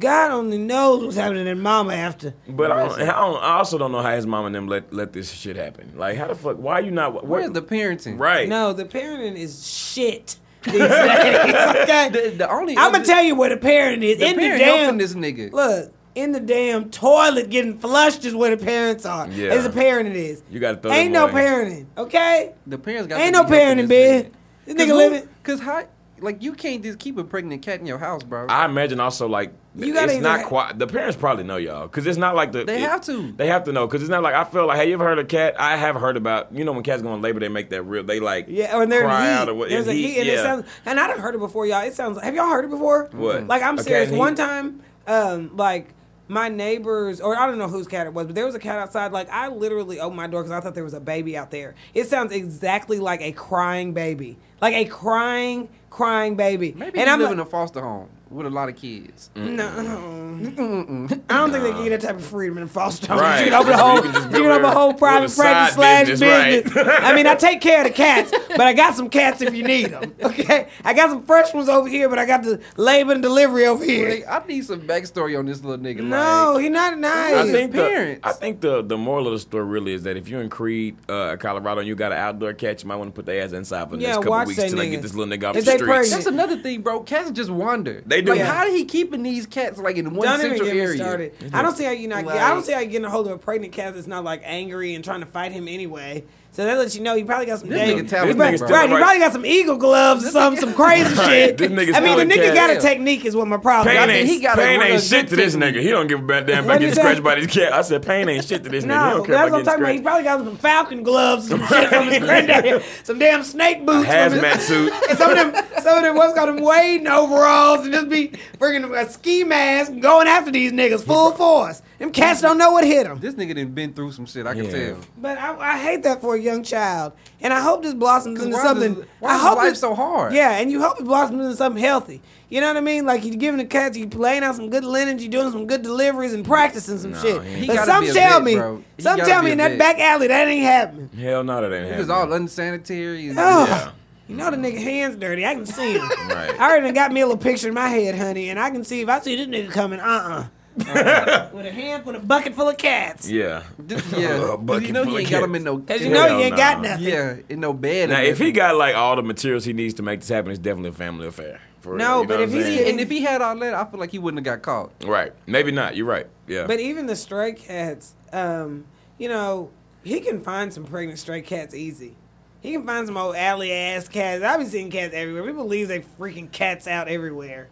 Speaker 4: God only knows what's happening to mama after.
Speaker 3: But I, don't, I, don't, I also don't know how his mom and them let, let this shit happen. Like, how the fuck? Why you not? What,
Speaker 1: Where's the parenting?
Speaker 3: right?
Speaker 4: No, the parenting is shit these days. Okay?
Speaker 1: The, the only
Speaker 4: I'm gonna
Speaker 1: other-
Speaker 4: tell you where the parent is.
Speaker 1: the
Speaker 4: in the
Speaker 1: parent
Speaker 4: damn
Speaker 1: helping this nigga.
Speaker 4: look in the damn toilet getting flushed is where the parents are.
Speaker 3: Yeah.
Speaker 4: Is a parent it is.
Speaker 3: You gotta throw
Speaker 4: Ain't no
Speaker 3: them away.
Speaker 4: parenting. Okay.
Speaker 1: the parents got
Speaker 4: Ain't
Speaker 1: to
Speaker 4: no
Speaker 1: be helping
Speaker 4: parenting,
Speaker 1: this
Speaker 4: bitch.
Speaker 1: nigga.
Speaker 4: This
Speaker 1: Cause
Speaker 4: nigga
Speaker 1: who-
Speaker 4: living.
Speaker 1: Cause how? Like you can't just keep a pregnant cat in your house, bro.
Speaker 3: I imagine also like
Speaker 4: You gotta
Speaker 3: it's
Speaker 4: either
Speaker 3: not
Speaker 4: ha-
Speaker 3: quite. The parents probably know y'all because it's not like the
Speaker 1: They
Speaker 3: it-
Speaker 1: have to.
Speaker 3: They have to know because it's not like I feel like. Have you ever heard of cat? I have heard about you know when cats go on labor they make that real. They like
Speaker 4: Yeah, or they're
Speaker 3: cry
Speaker 4: in heat.
Speaker 3: out or what?
Speaker 4: There's
Speaker 3: it's
Speaker 4: a heat, and
Speaker 3: yeah.
Speaker 4: it sounds. And I done heard it before, y'all. It sounds. Have y'all heard it before?
Speaker 3: What?
Speaker 4: Like I'm
Speaker 3: A cat
Speaker 4: serious.
Speaker 3: in heat?
Speaker 4: One time, um, like my neighbors, or I don't know whose cat it was, but there was a cat outside. Like I literally opened my door because I thought there was a baby out there. It sounds exactly like a crying baby, like a crying, crying baby.
Speaker 1: Maybe
Speaker 4: and
Speaker 1: you
Speaker 4: I'm
Speaker 1: live
Speaker 4: like,
Speaker 1: in a foster home with a lot of kids.
Speaker 3: Mm.
Speaker 4: No, I don't think they give you that type of freedom in foster homes.
Speaker 3: Right.
Speaker 4: You can open a
Speaker 3: So
Speaker 4: whole,
Speaker 3: you
Speaker 4: you
Speaker 3: can
Speaker 4: can
Speaker 3: just be
Speaker 4: open a
Speaker 3: with-
Speaker 4: whole
Speaker 3: with a
Speaker 4: private
Speaker 3: side
Speaker 4: practice slash business.
Speaker 3: business, right.
Speaker 4: I mean, I take care of the cats, but I got some cats if you need them. Okay, I got some fresh ones over here, but I got the labor and delivery over
Speaker 1: Like,
Speaker 4: here.
Speaker 1: I need some backstory on this little nigga.
Speaker 4: No,
Speaker 1: like,
Speaker 4: he not
Speaker 3: I
Speaker 4: nice.
Speaker 3: think the,
Speaker 1: parents.
Speaker 3: I think the the moral of the story really is that if you're in Creed, uh, Colorado, and you got an outdoor cat, you might want to put their ass inside for the
Speaker 4: Yeah,
Speaker 3: next couple
Speaker 4: watch
Speaker 3: weeks
Speaker 4: that
Speaker 3: till they
Speaker 4: nigga.
Speaker 3: get this little nigga off
Speaker 4: If
Speaker 3: the
Speaker 4: they
Speaker 3: streets.
Speaker 4: pregnant.
Speaker 1: that's another thing, bro. Cats just wander.
Speaker 3: They do.
Speaker 1: Like,
Speaker 3: Yeah.
Speaker 1: how did he keeping these cats like in one
Speaker 4: Don't even
Speaker 1: central
Speaker 4: get me
Speaker 1: area?
Speaker 4: started. I don't see how you not. get, I
Speaker 1: Like-
Speaker 4: don't see how you getting a hold of a pregnant cat that's not like angry and trying to fight him anyway. So that lets you know you probably got some.
Speaker 1: This
Speaker 4: dang-
Speaker 1: nigga talented,
Speaker 4: right,
Speaker 1: bro.
Speaker 4: right, you
Speaker 3: Right.
Speaker 4: probably got some eagle gloves or some some crazy
Speaker 3: Right,
Speaker 4: shit.
Speaker 3: this nigga's
Speaker 4: I mean, the
Speaker 3: talented
Speaker 4: nigga
Speaker 3: cat.
Speaker 4: got a
Speaker 1: Yeah.
Speaker 4: technique is what my problem.
Speaker 3: Pain
Speaker 4: is.
Speaker 1: think
Speaker 3: ain't,
Speaker 1: he got a
Speaker 3: pain
Speaker 1: real
Speaker 3: ain't shit to this
Speaker 1: good
Speaker 3: nigga. He don't give a bad damn if I
Speaker 4: What you
Speaker 3: get
Speaker 4: say?
Speaker 3: scratched by this cat. I said pain ain't shit to this nigga. He
Speaker 4: No,
Speaker 3: don't care
Speaker 4: that's
Speaker 3: about
Speaker 4: what
Speaker 3: getting
Speaker 4: I'm talking about. He
Speaker 3: scratched.
Speaker 4: probably got some falcon gloves, some shit from his granddad, some damn snake boots, from his-
Speaker 3: Hazmat suit.
Speaker 4: and some of them, some of them, what's called them wading overalls, and just be bringing a ski mask, and going after these niggas full force. Them cats don't know what hit them.
Speaker 1: This nigga done been through some shit. I can
Speaker 3: Yeah.
Speaker 1: tell.
Speaker 4: But I, I hate that for a young child, and I hope this blossoms into
Speaker 1: why
Speaker 4: something.
Speaker 1: does- why
Speaker 4: I
Speaker 1: is
Speaker 4: hope
Speaker 1: life
Speaker 4: it-
Speaker 1: so hard?
Speaker 4: Yeah, and you hope it blossoms into something healthy. You know what I mean? Like you're giving the cats, you playing out some good linens, you doing some good deliveries, and practicing some shit.
Speaker 3: he- He
Speaker 4: But
Speaker 1: gotta
Speaker 4: some
Speaker 1: be a
Speaker 4: tell
Speaker 1: vet,
Speaker 4: me,
Speaker 1: bro. He
Speaker 4: some
Speaker 1: gotta
Speaker 4: tell
Speaker 1: be
Speaker 4: me
Speaker 1: a
Speaker 4: in that
Speaker 1: vet.
Speaker 4: back alley that ain't happening.
Speaker 3: Hell no, that ain't
Speaker 1: It was all
Speaker 3: happening.
Speaker 1: unsanitary. and-
Speaker 4: Ugh.
Speaker 3: Yeah.
Speaker 4: You know the nigga hands dirty. I can see him.
Speaker 3: Right.
Speaker 4: I already done got me a little picture in my head, honey, and I can see if I see this nigga coming, uh uh with a handful, a bucket full of cats.
Speaker 3: yeah.
Speaker 1: Just- yeah.
Speaker 3: A bucket
Speaker 1: you know
Speaker 3: full
Speaker 1: he
Speaker 3: of
Speaker 1: ain't got
Speaker 3: cats.
Speaker 1: him in no.
Speaker 4: Cause you
Speaker 1: in
Speaker 4: know
Speaker 1: no-
Speaker 4: you
Speaker 3: Hell
Speaker 4: ain't got
Speaker 3: nah.
Speaker 4: nothing.
Speaker 1: Yeah, in no bed. or
Speaker 3: Now, if he
Speaker 1: nothing.
Speaker 3: got like all the materials he needs to make this happen, it's definitely a family affair. For
Speaker 4: No,
Speaker 3: real, you know
Speaker 4: but
Speaker 3: what
Speaker 4: if
Speaker 3: I'm
Speaker 4: he's
Speaker 3: saying?
Speaker 4: getting-
Speaker 1: and if he had all that, I feel like he wouldn't have got caught.
Speaker 3: right, maybe not. You're right. Yeah,
Speaker 4: But even the stray cats, um, you know, he can find some pregnant stray cats easy. He can find some old alley ass cats. I've been seeing cats everywhere. People leave they freaking cats out everywhere.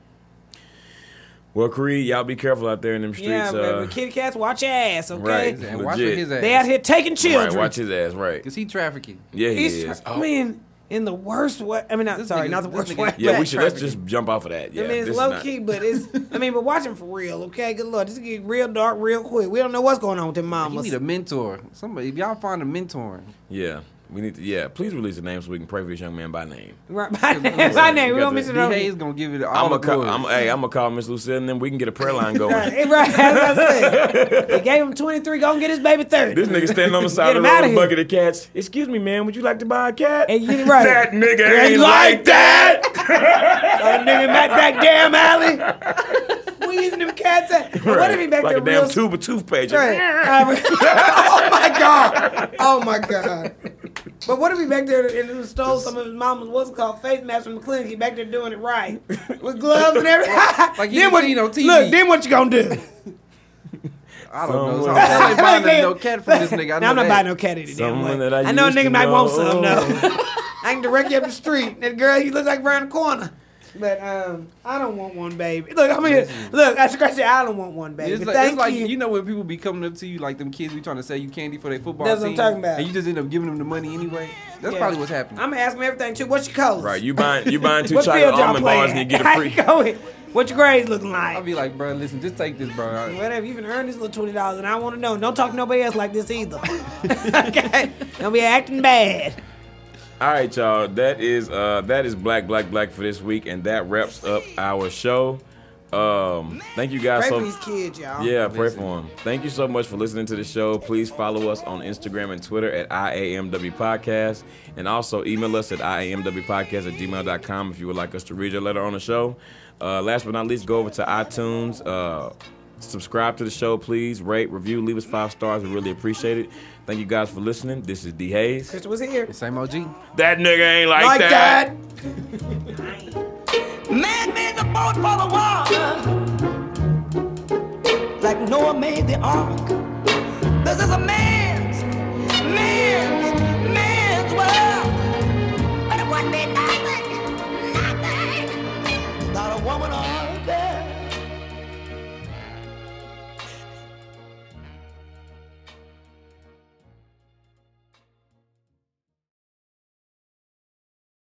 Speaker 3: well, Creed, y'all be careful out there in them streets.
Speaker 4: yeah,
Speaker 3: uh,
Speaker 4: baby. Kitty cats, watch your ass, okay?
Speaker 3: right.
Speaker 1: And watch for
Speaker 3: Legit.
Speaker 1: his ass.
Speaker 4: They out here taking
Speaker 3: right,
Speaker 4: children.
Speaker 3: watch his ass. Right.
Speaker 1: Cause he trafficking.
Speaker 3: Yeah, he
Speaker 4: He's,
Speaker 3: is.
Speaker 4: Man, in the worst way. I mean, not
Speaker 1: This
Speaker 4: sorry,
Speaker 1: nigga-
Speaker 4: not the
Speaker 1: this
Speaker 4: worst
Speaker 1: nigga-
Speaker 4: way.
Speaker 3: Yeah,
Speaker 4: but-
Speaker 3: we should. Let's just jump off of that. Yeah,
Speaker 4: I mean,
Speaker 3: this
Speaker 4: it's
Speaker 3: is
Speaker 4: low
Speaker 3: not-
Speaker 4: key, but it's. I mean, but watch him for real, okay? Good lord, this get real dark real quick. We don't know what's going on with them
Speaker 1: You
Speaker 4: mamas.
Speaker 1: need a mentor. Somebody, if y'all find a mentor,
Speaker 3: Yeah, we need to. Yeah, please release a name so we can pray for this young man by name.
Speaker 4: right, by name, by name,
Speaker 3: You
Speaker 4: we
Speaker 3: got
Speaker 4: don't mention
Speaker 3: the-
Speaker 1: D
Speaker 4: it. on
Speaker 1: Hayes
Speaker 4: here.
Speaker 1: gonna give it all
Speaker 3: I'm
Speaker 1: the
Speaker 3: a call,
Speaker 1: glory.
Speaker 3: I'm, hey, I'm gonna call Miss Lucille, and then we can get a prayer line going.
Speaker 4: Right, right, that's what I said. They gave him twenty three. Go and get his baby thirty.
Speaker 3: This nigga standing on the side of
Speaker 4: him
Speaker 3: the road
Speaker 4: outta
Speaker 3: with a
Speaker 4: here.
Speaker 3: bucket of cats. Excuse me, man. Would you like to buy a cat?
Speaker 4: And you right.
Speaker 3: That nigga
Speaker 4: Yeah,
Speaker 3: ain't
Speaker 4: you
Speaker 3: like
Speaker 4: like
Speaker 3: that.
Speaker 4: That nigga back that damn alley. we using them cats at? And What if he back
Speaker 3: like
Speaker 4: there
Speaker 3: a damn
Speaker 4: real
Speaker 3: tube of toothpaste.
Speaker 4: straight? Uh, oh my god! Oh my god! But what if he back there and who stole some of his mama's what's it called face mask from the clinic? He back there doing it right with gloves and everything.
Speaker 1: Like you seen on TV.
Speaker 4: Look, then what you gonna do?
Speaker 1: I don't know.
Speaker 3: Someone-
Speaker 1: So I'm not buying
Speaker 4: Like,
Speaker 1: no cat from this nigga. I know
Speaker 4: Now, I'm not
Speaker 1: that.
Speaker 4: buying no cat any damn
Speaker 3: Someone
Speaker 4: way.
Speaker 3: that I
Speaker 4: know a
Speaker 3: used to
Speaker 4: nigga might want
Speaker 3: know.
Speaker 4: some. No, I can direct you up the street. That girl, you look like around the corner. But um, I don't want one, baby. Look, I mean, look, I scratch it. I don't want one, baby.
Speaker 1: It's like,
Speaker 4: Thank
Speaker 1: it's like
Speaker 4: you.
Speaker 1: you. know when people be coming up to you like them kids we trying to sell you candy for their football
Speaker 4: That's what I'm
Speaker 1: team,
Speaker 4: talking about.
Speaker 1: and you just end up giving them the money anyway. That's
Speaker 4: Yeah.
Speaker 1: probably what's happening.
Speaker 4: I'm gonna ask him everything too. What's your colors?
Speaker 3: Right, you buying you buying two
Speaker 4: What
Speaker 3: chocolate
Speaker 4: field y'all
Speaker 3: almond bars
Speaker 4: playing?
Speaker 3: and you get a free.
Speaker 4: How you going? what your grades looking like?
Speaker 1: I'll be like, bro, listen, just take this, bro. I-
Speaker 4: Whatever, you can earn this little twenty dollars, and I want to know. Don't talk to nobody else like this either. okay, don't be acting bad.
Speaker 3: All right, y'all. That is uh that is black black black for this week, and that wraps up our show. Um, thank you guys
Speaker 4: Pray
Speaker 3: so.
Speaker 4: for these kids, y'all.
Speaker 3: Yeah, pray for him. Thank you so much for listening to the show. Please follow us on Instagram and Twitter at IAMW Podcast. And also email us at IAMWpodcast at gmail.com if you would like us to read your letter on the show. Uh, last but not least, go over to iTunes. Uh, subscribe to the show, please. Rate, review, leave us five stars. We really appreciate it. Thank you guys for listening. This is D. Hayes.
Speaker 4: Crystal was here.
Speaker 1: Same OG.
Speaker 3: That nigga ain't like,
Speaker 4: Like
Speaker 3: that.
Speaker 4: that.
Speaker 2: Man made the boat for the water, like Noah made the ark. This is a man's, man's, man's world. But it wasn't nothing, nothing without a woman or a